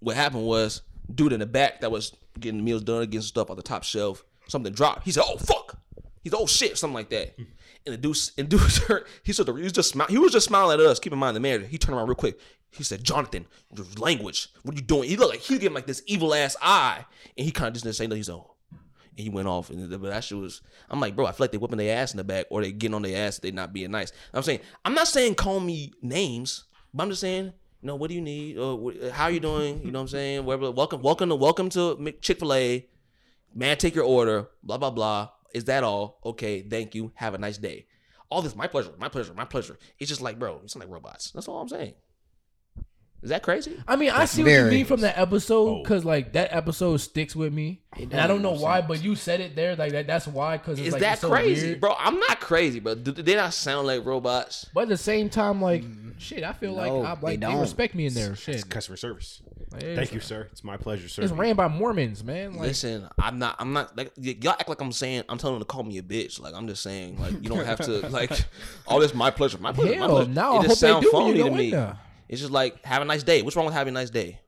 A: what happened was dude in the back that was getting meals done, getting stuff off the top shelf, something dropped. He said, "Oh fuck." He's oh shit, something like that. And the dude, and dude, turned- he said he was just smiling. He was just smiling at us. Keep in mind the manager. He turned around real quick. He said, "Jonathan, your language. What are you doing?" He looked like he was giving like this evil ass eye, and he kind of just didn't say nothing. He's like, oh. and he went off. And but that shit was. I'm like, bro, I feel like they whipping their ass in the back, or they getting on their ass. They not being nice. I'm saying, I'm not saying call me names, but I'm just saying. You know, what do you need? Uh, wh- how are you doing? You know what I'm saying? Whatever. Welcome, welcome to welcome to Chick Fil A. Man, take your order. Blah blah blah. Is that all? Okay, thank you. Have a nice day. All this, my pleasure, my pleasure, my pleasure. It's just like, bro, you sound like robots. That's all I'm saying. Is that crazy?
B: I mean, I see what you
C: very-
B: mean from that episode because like that episode sticks with me, and I don't know why, but you said it there like that. That's why because it's
A: Is
B: like
A: that
B: it's so
A: crazy,
B: weird.
A: bro? I'm not crazy, but do do they not sound like robots?
B: But at the same time, like shit, I feel like
C: No,
B: I
C: they
B: like they,
C: don't.
B: respect me in there. Shit,
D: It's customer service.
B: Like,
D: Thank you,
B: it's-
D: sir. It's my pleasure, sir.
B: It's ran by Mormons, man. Like
A: Listen, I'm not. I'm not like y- y'all act like I'm saying. I'm telling them to call me a bitch. Like I'm just saying. Like you don't have to. Like all this my pleasure. My pleasure. my
B: hell,
A: pleasure.
B: now
A: It
B: I hope
A: just
B: they
A: sound
B: do. when
A: phony
B: You
A: to
B: go in
A: me.
B: there.
A: It's just like have a nice day. What's wrong with having a nice day?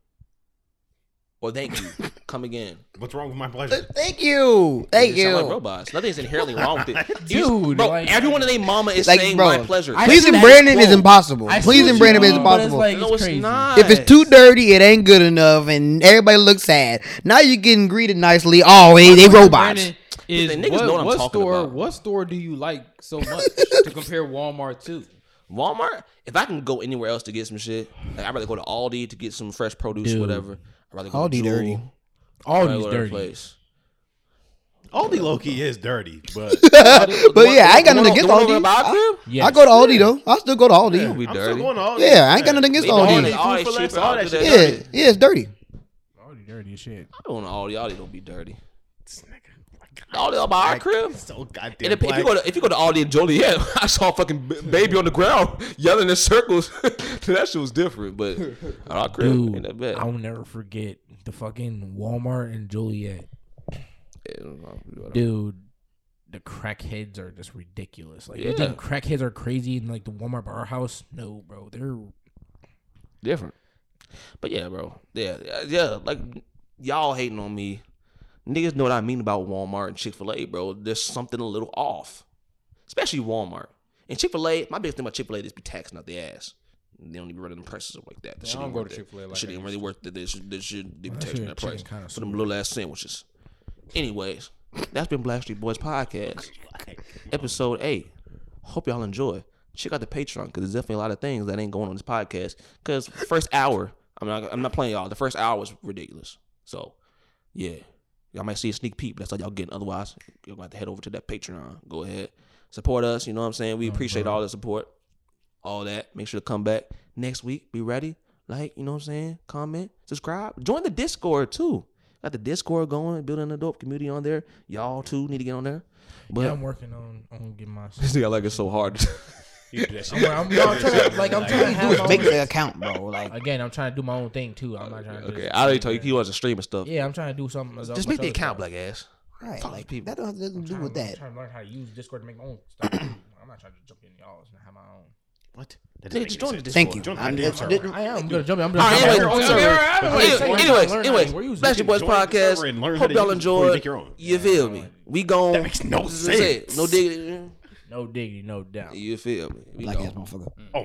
A: Or thank you. Come again.
D: What's wrong with my pleasure?
C: Thank you. Thank
A: They
C: you.
A: sound like robots. Nothing's inherently wrong with it. Even-
B: Dude,
A: bro,
B: like-
A: everyone in their mama is
C: Like,
A: saying
C: bro,
A: my pleasure.
B: I
C: Pleasing
B: see that.
C: Brandon is
A: Whoa.
C: impossible.
B: I see what
C: Pleasing
B: you
C: Brandon is
B: mean, but it's
C: impossible.
B: like-
A: no, it's
B: crazy.
A: not.
C: if it's too dirty, it ain't good enough, and everybody looks sad. Now you're getting greeted nicely. Oh, hey, they robots.
E: Brandon, Is
A: Listen, niggas
E: what,
A: know what I'm
E: what
A: talking
E: store?
A: about.
E: What store do you like so much to compare Walmart to?
A: Walmart, if I can go anywhere else to get some shit, like I'd rather go to Aldi to get some fresh produce or whatever. I'd rather go to
C: Aldi
A: Jewel.
C: dirty.
A: I'd
B: all
A: rather
B: these
A: go to that
B: dirty.
A: place.
D: Aldi Loki is dirty, but
C: But yeah, I ain't got nothing
A: The
C: against
A: one over
C: Aldi.
A: by our
C: I,
A: crib?
B: Yes.
C: I go to Aldi though. I still go to
A: It'll
C: Aldi.
A: be
D: I'm
A: dirty.
D: still going to Aldi.
C: Yeah, I ain't got nothing against
A: They doing it
C: Aldi.
A: all
D: Food for
A: cheap,
D: less,
A: all
D: all
A: that
D: that
A: shit.
D: shit.
C: Yeah, yeah, it's dirty.
B: All these dirty shit.
A: I don't know Aldi. Aldi don't be dirty. Aldi over by our crib.
D: So goddamn
A: And if, if
D: black.
A: you go to if you go to Aldi and Joliet, I saw a fucking b- baby on the ground yelling in circles. that shit was different, but at our crib ain't that
B: Dude,
A: bad.
B: I'll never forget the fucking Walmart and Juliet.
A: Yeah, I don't know, whatever.
B: Dude, the crackheads are just ridiculous. Like, you
A: Yeah.
B: think crackheads are crazy in like the Walmart bar house? No, bro. They're
A: different. But yeah, bro. Yeah, yeah, yeah. Like y'all hating on me. Niggas know what I mean about Walmart and Chick Fil A, bro. There's something a little off, especially Walmart and Chick Fil A. My biggest thing about Chick Fil A is be taxing out the ass. They don't even running the prices up like that. That shit
E: I don't
A: ain't
E: go
A: worth
E: to
A: it.
E: Chick-fil-A
A: That
E: like
A: shit
E: I
A: ain't really worth it. They should, they should they be
B: that shit
A: taxing
B: a
A: that
B: chicken
A: price
B: kinda
A: for them little ass sandwiches. Anyways, that's been Blackstreet Boys podcast, episode eight. Hope y'all enjoy. Check out the Patreon because there's definitely a lot of things that ain't going on this podcast. Because first hour, I'm not, I'm not playing y'all. The first hour was ridiculous. So, yeah, y'all might see a sneak peek. But that's all y'all getting. Otherwise, you will have to head over to that Patreon. Go ahead, support us. You know what I'm saying? We appreciate all the support, all that. Make sure to come back next week. Be ready. Like, you know what I'm saying? Comment, subscribe, join the Discord too. Got the Discord going, building a dope community on there. Y'all too need to get on there. But
B: Yeah, I'm working on on getting my.
A: this nigga like it's so hard.
D: You do that shit.
B: I'm, I'm, no, I'm trying to, like I'm trying to
C: Do
B: have
C: is
B: my
C: make
B: own,
C: the account, bro. Like
B: again. I'm trying to do my own thing too. I'm not trying to.
A: okay,
B: just-
A: I already told you he was a stream and stuff.
B: Yeah, I'm trying to do something. as-
A: Just
B: much
A: make the
B: other
A: account,
B: stuff.
A: black ass.
C: Right.
A: Fuck
C: Like,
A: people.
C: that don't have nothing to do with
B: I'm
C: that.
B: trying to learn how to use Discord to make my own stuff. I'm not trying to jump in y'all's and have my own.
D: What? That doesn't
A: Nigga,
D: make
A: just
D: any
A: join the
D: sense.
A: Discord.
C: Thank you.
D: Join the
C: I'm-
D: goddamn
C: it's-
D: server.
B: I am. I'm gonna jump in. I'm
A: All
B: gonna
A: right, anyways, sorry. anyways,
B: jump in. I'm gonna jump in. Learn
A: anyways,
B: how to-
A: anyways,
B: we're using
A: Black
B: it.
A: Boys
D: Join the
A: podcast.
D: server and learn how
A: Hope
D: to
A: y'all
D: use it before you
A: enjoyed.
D: make your own.
A: You feel me? We gone.
D: That makes no
A: This is it.
D: sense.
A: No diggity.
B: No diggity, no doubt.
A: You feel me? We
C: Black ass
A: gone.
C: motherfucker.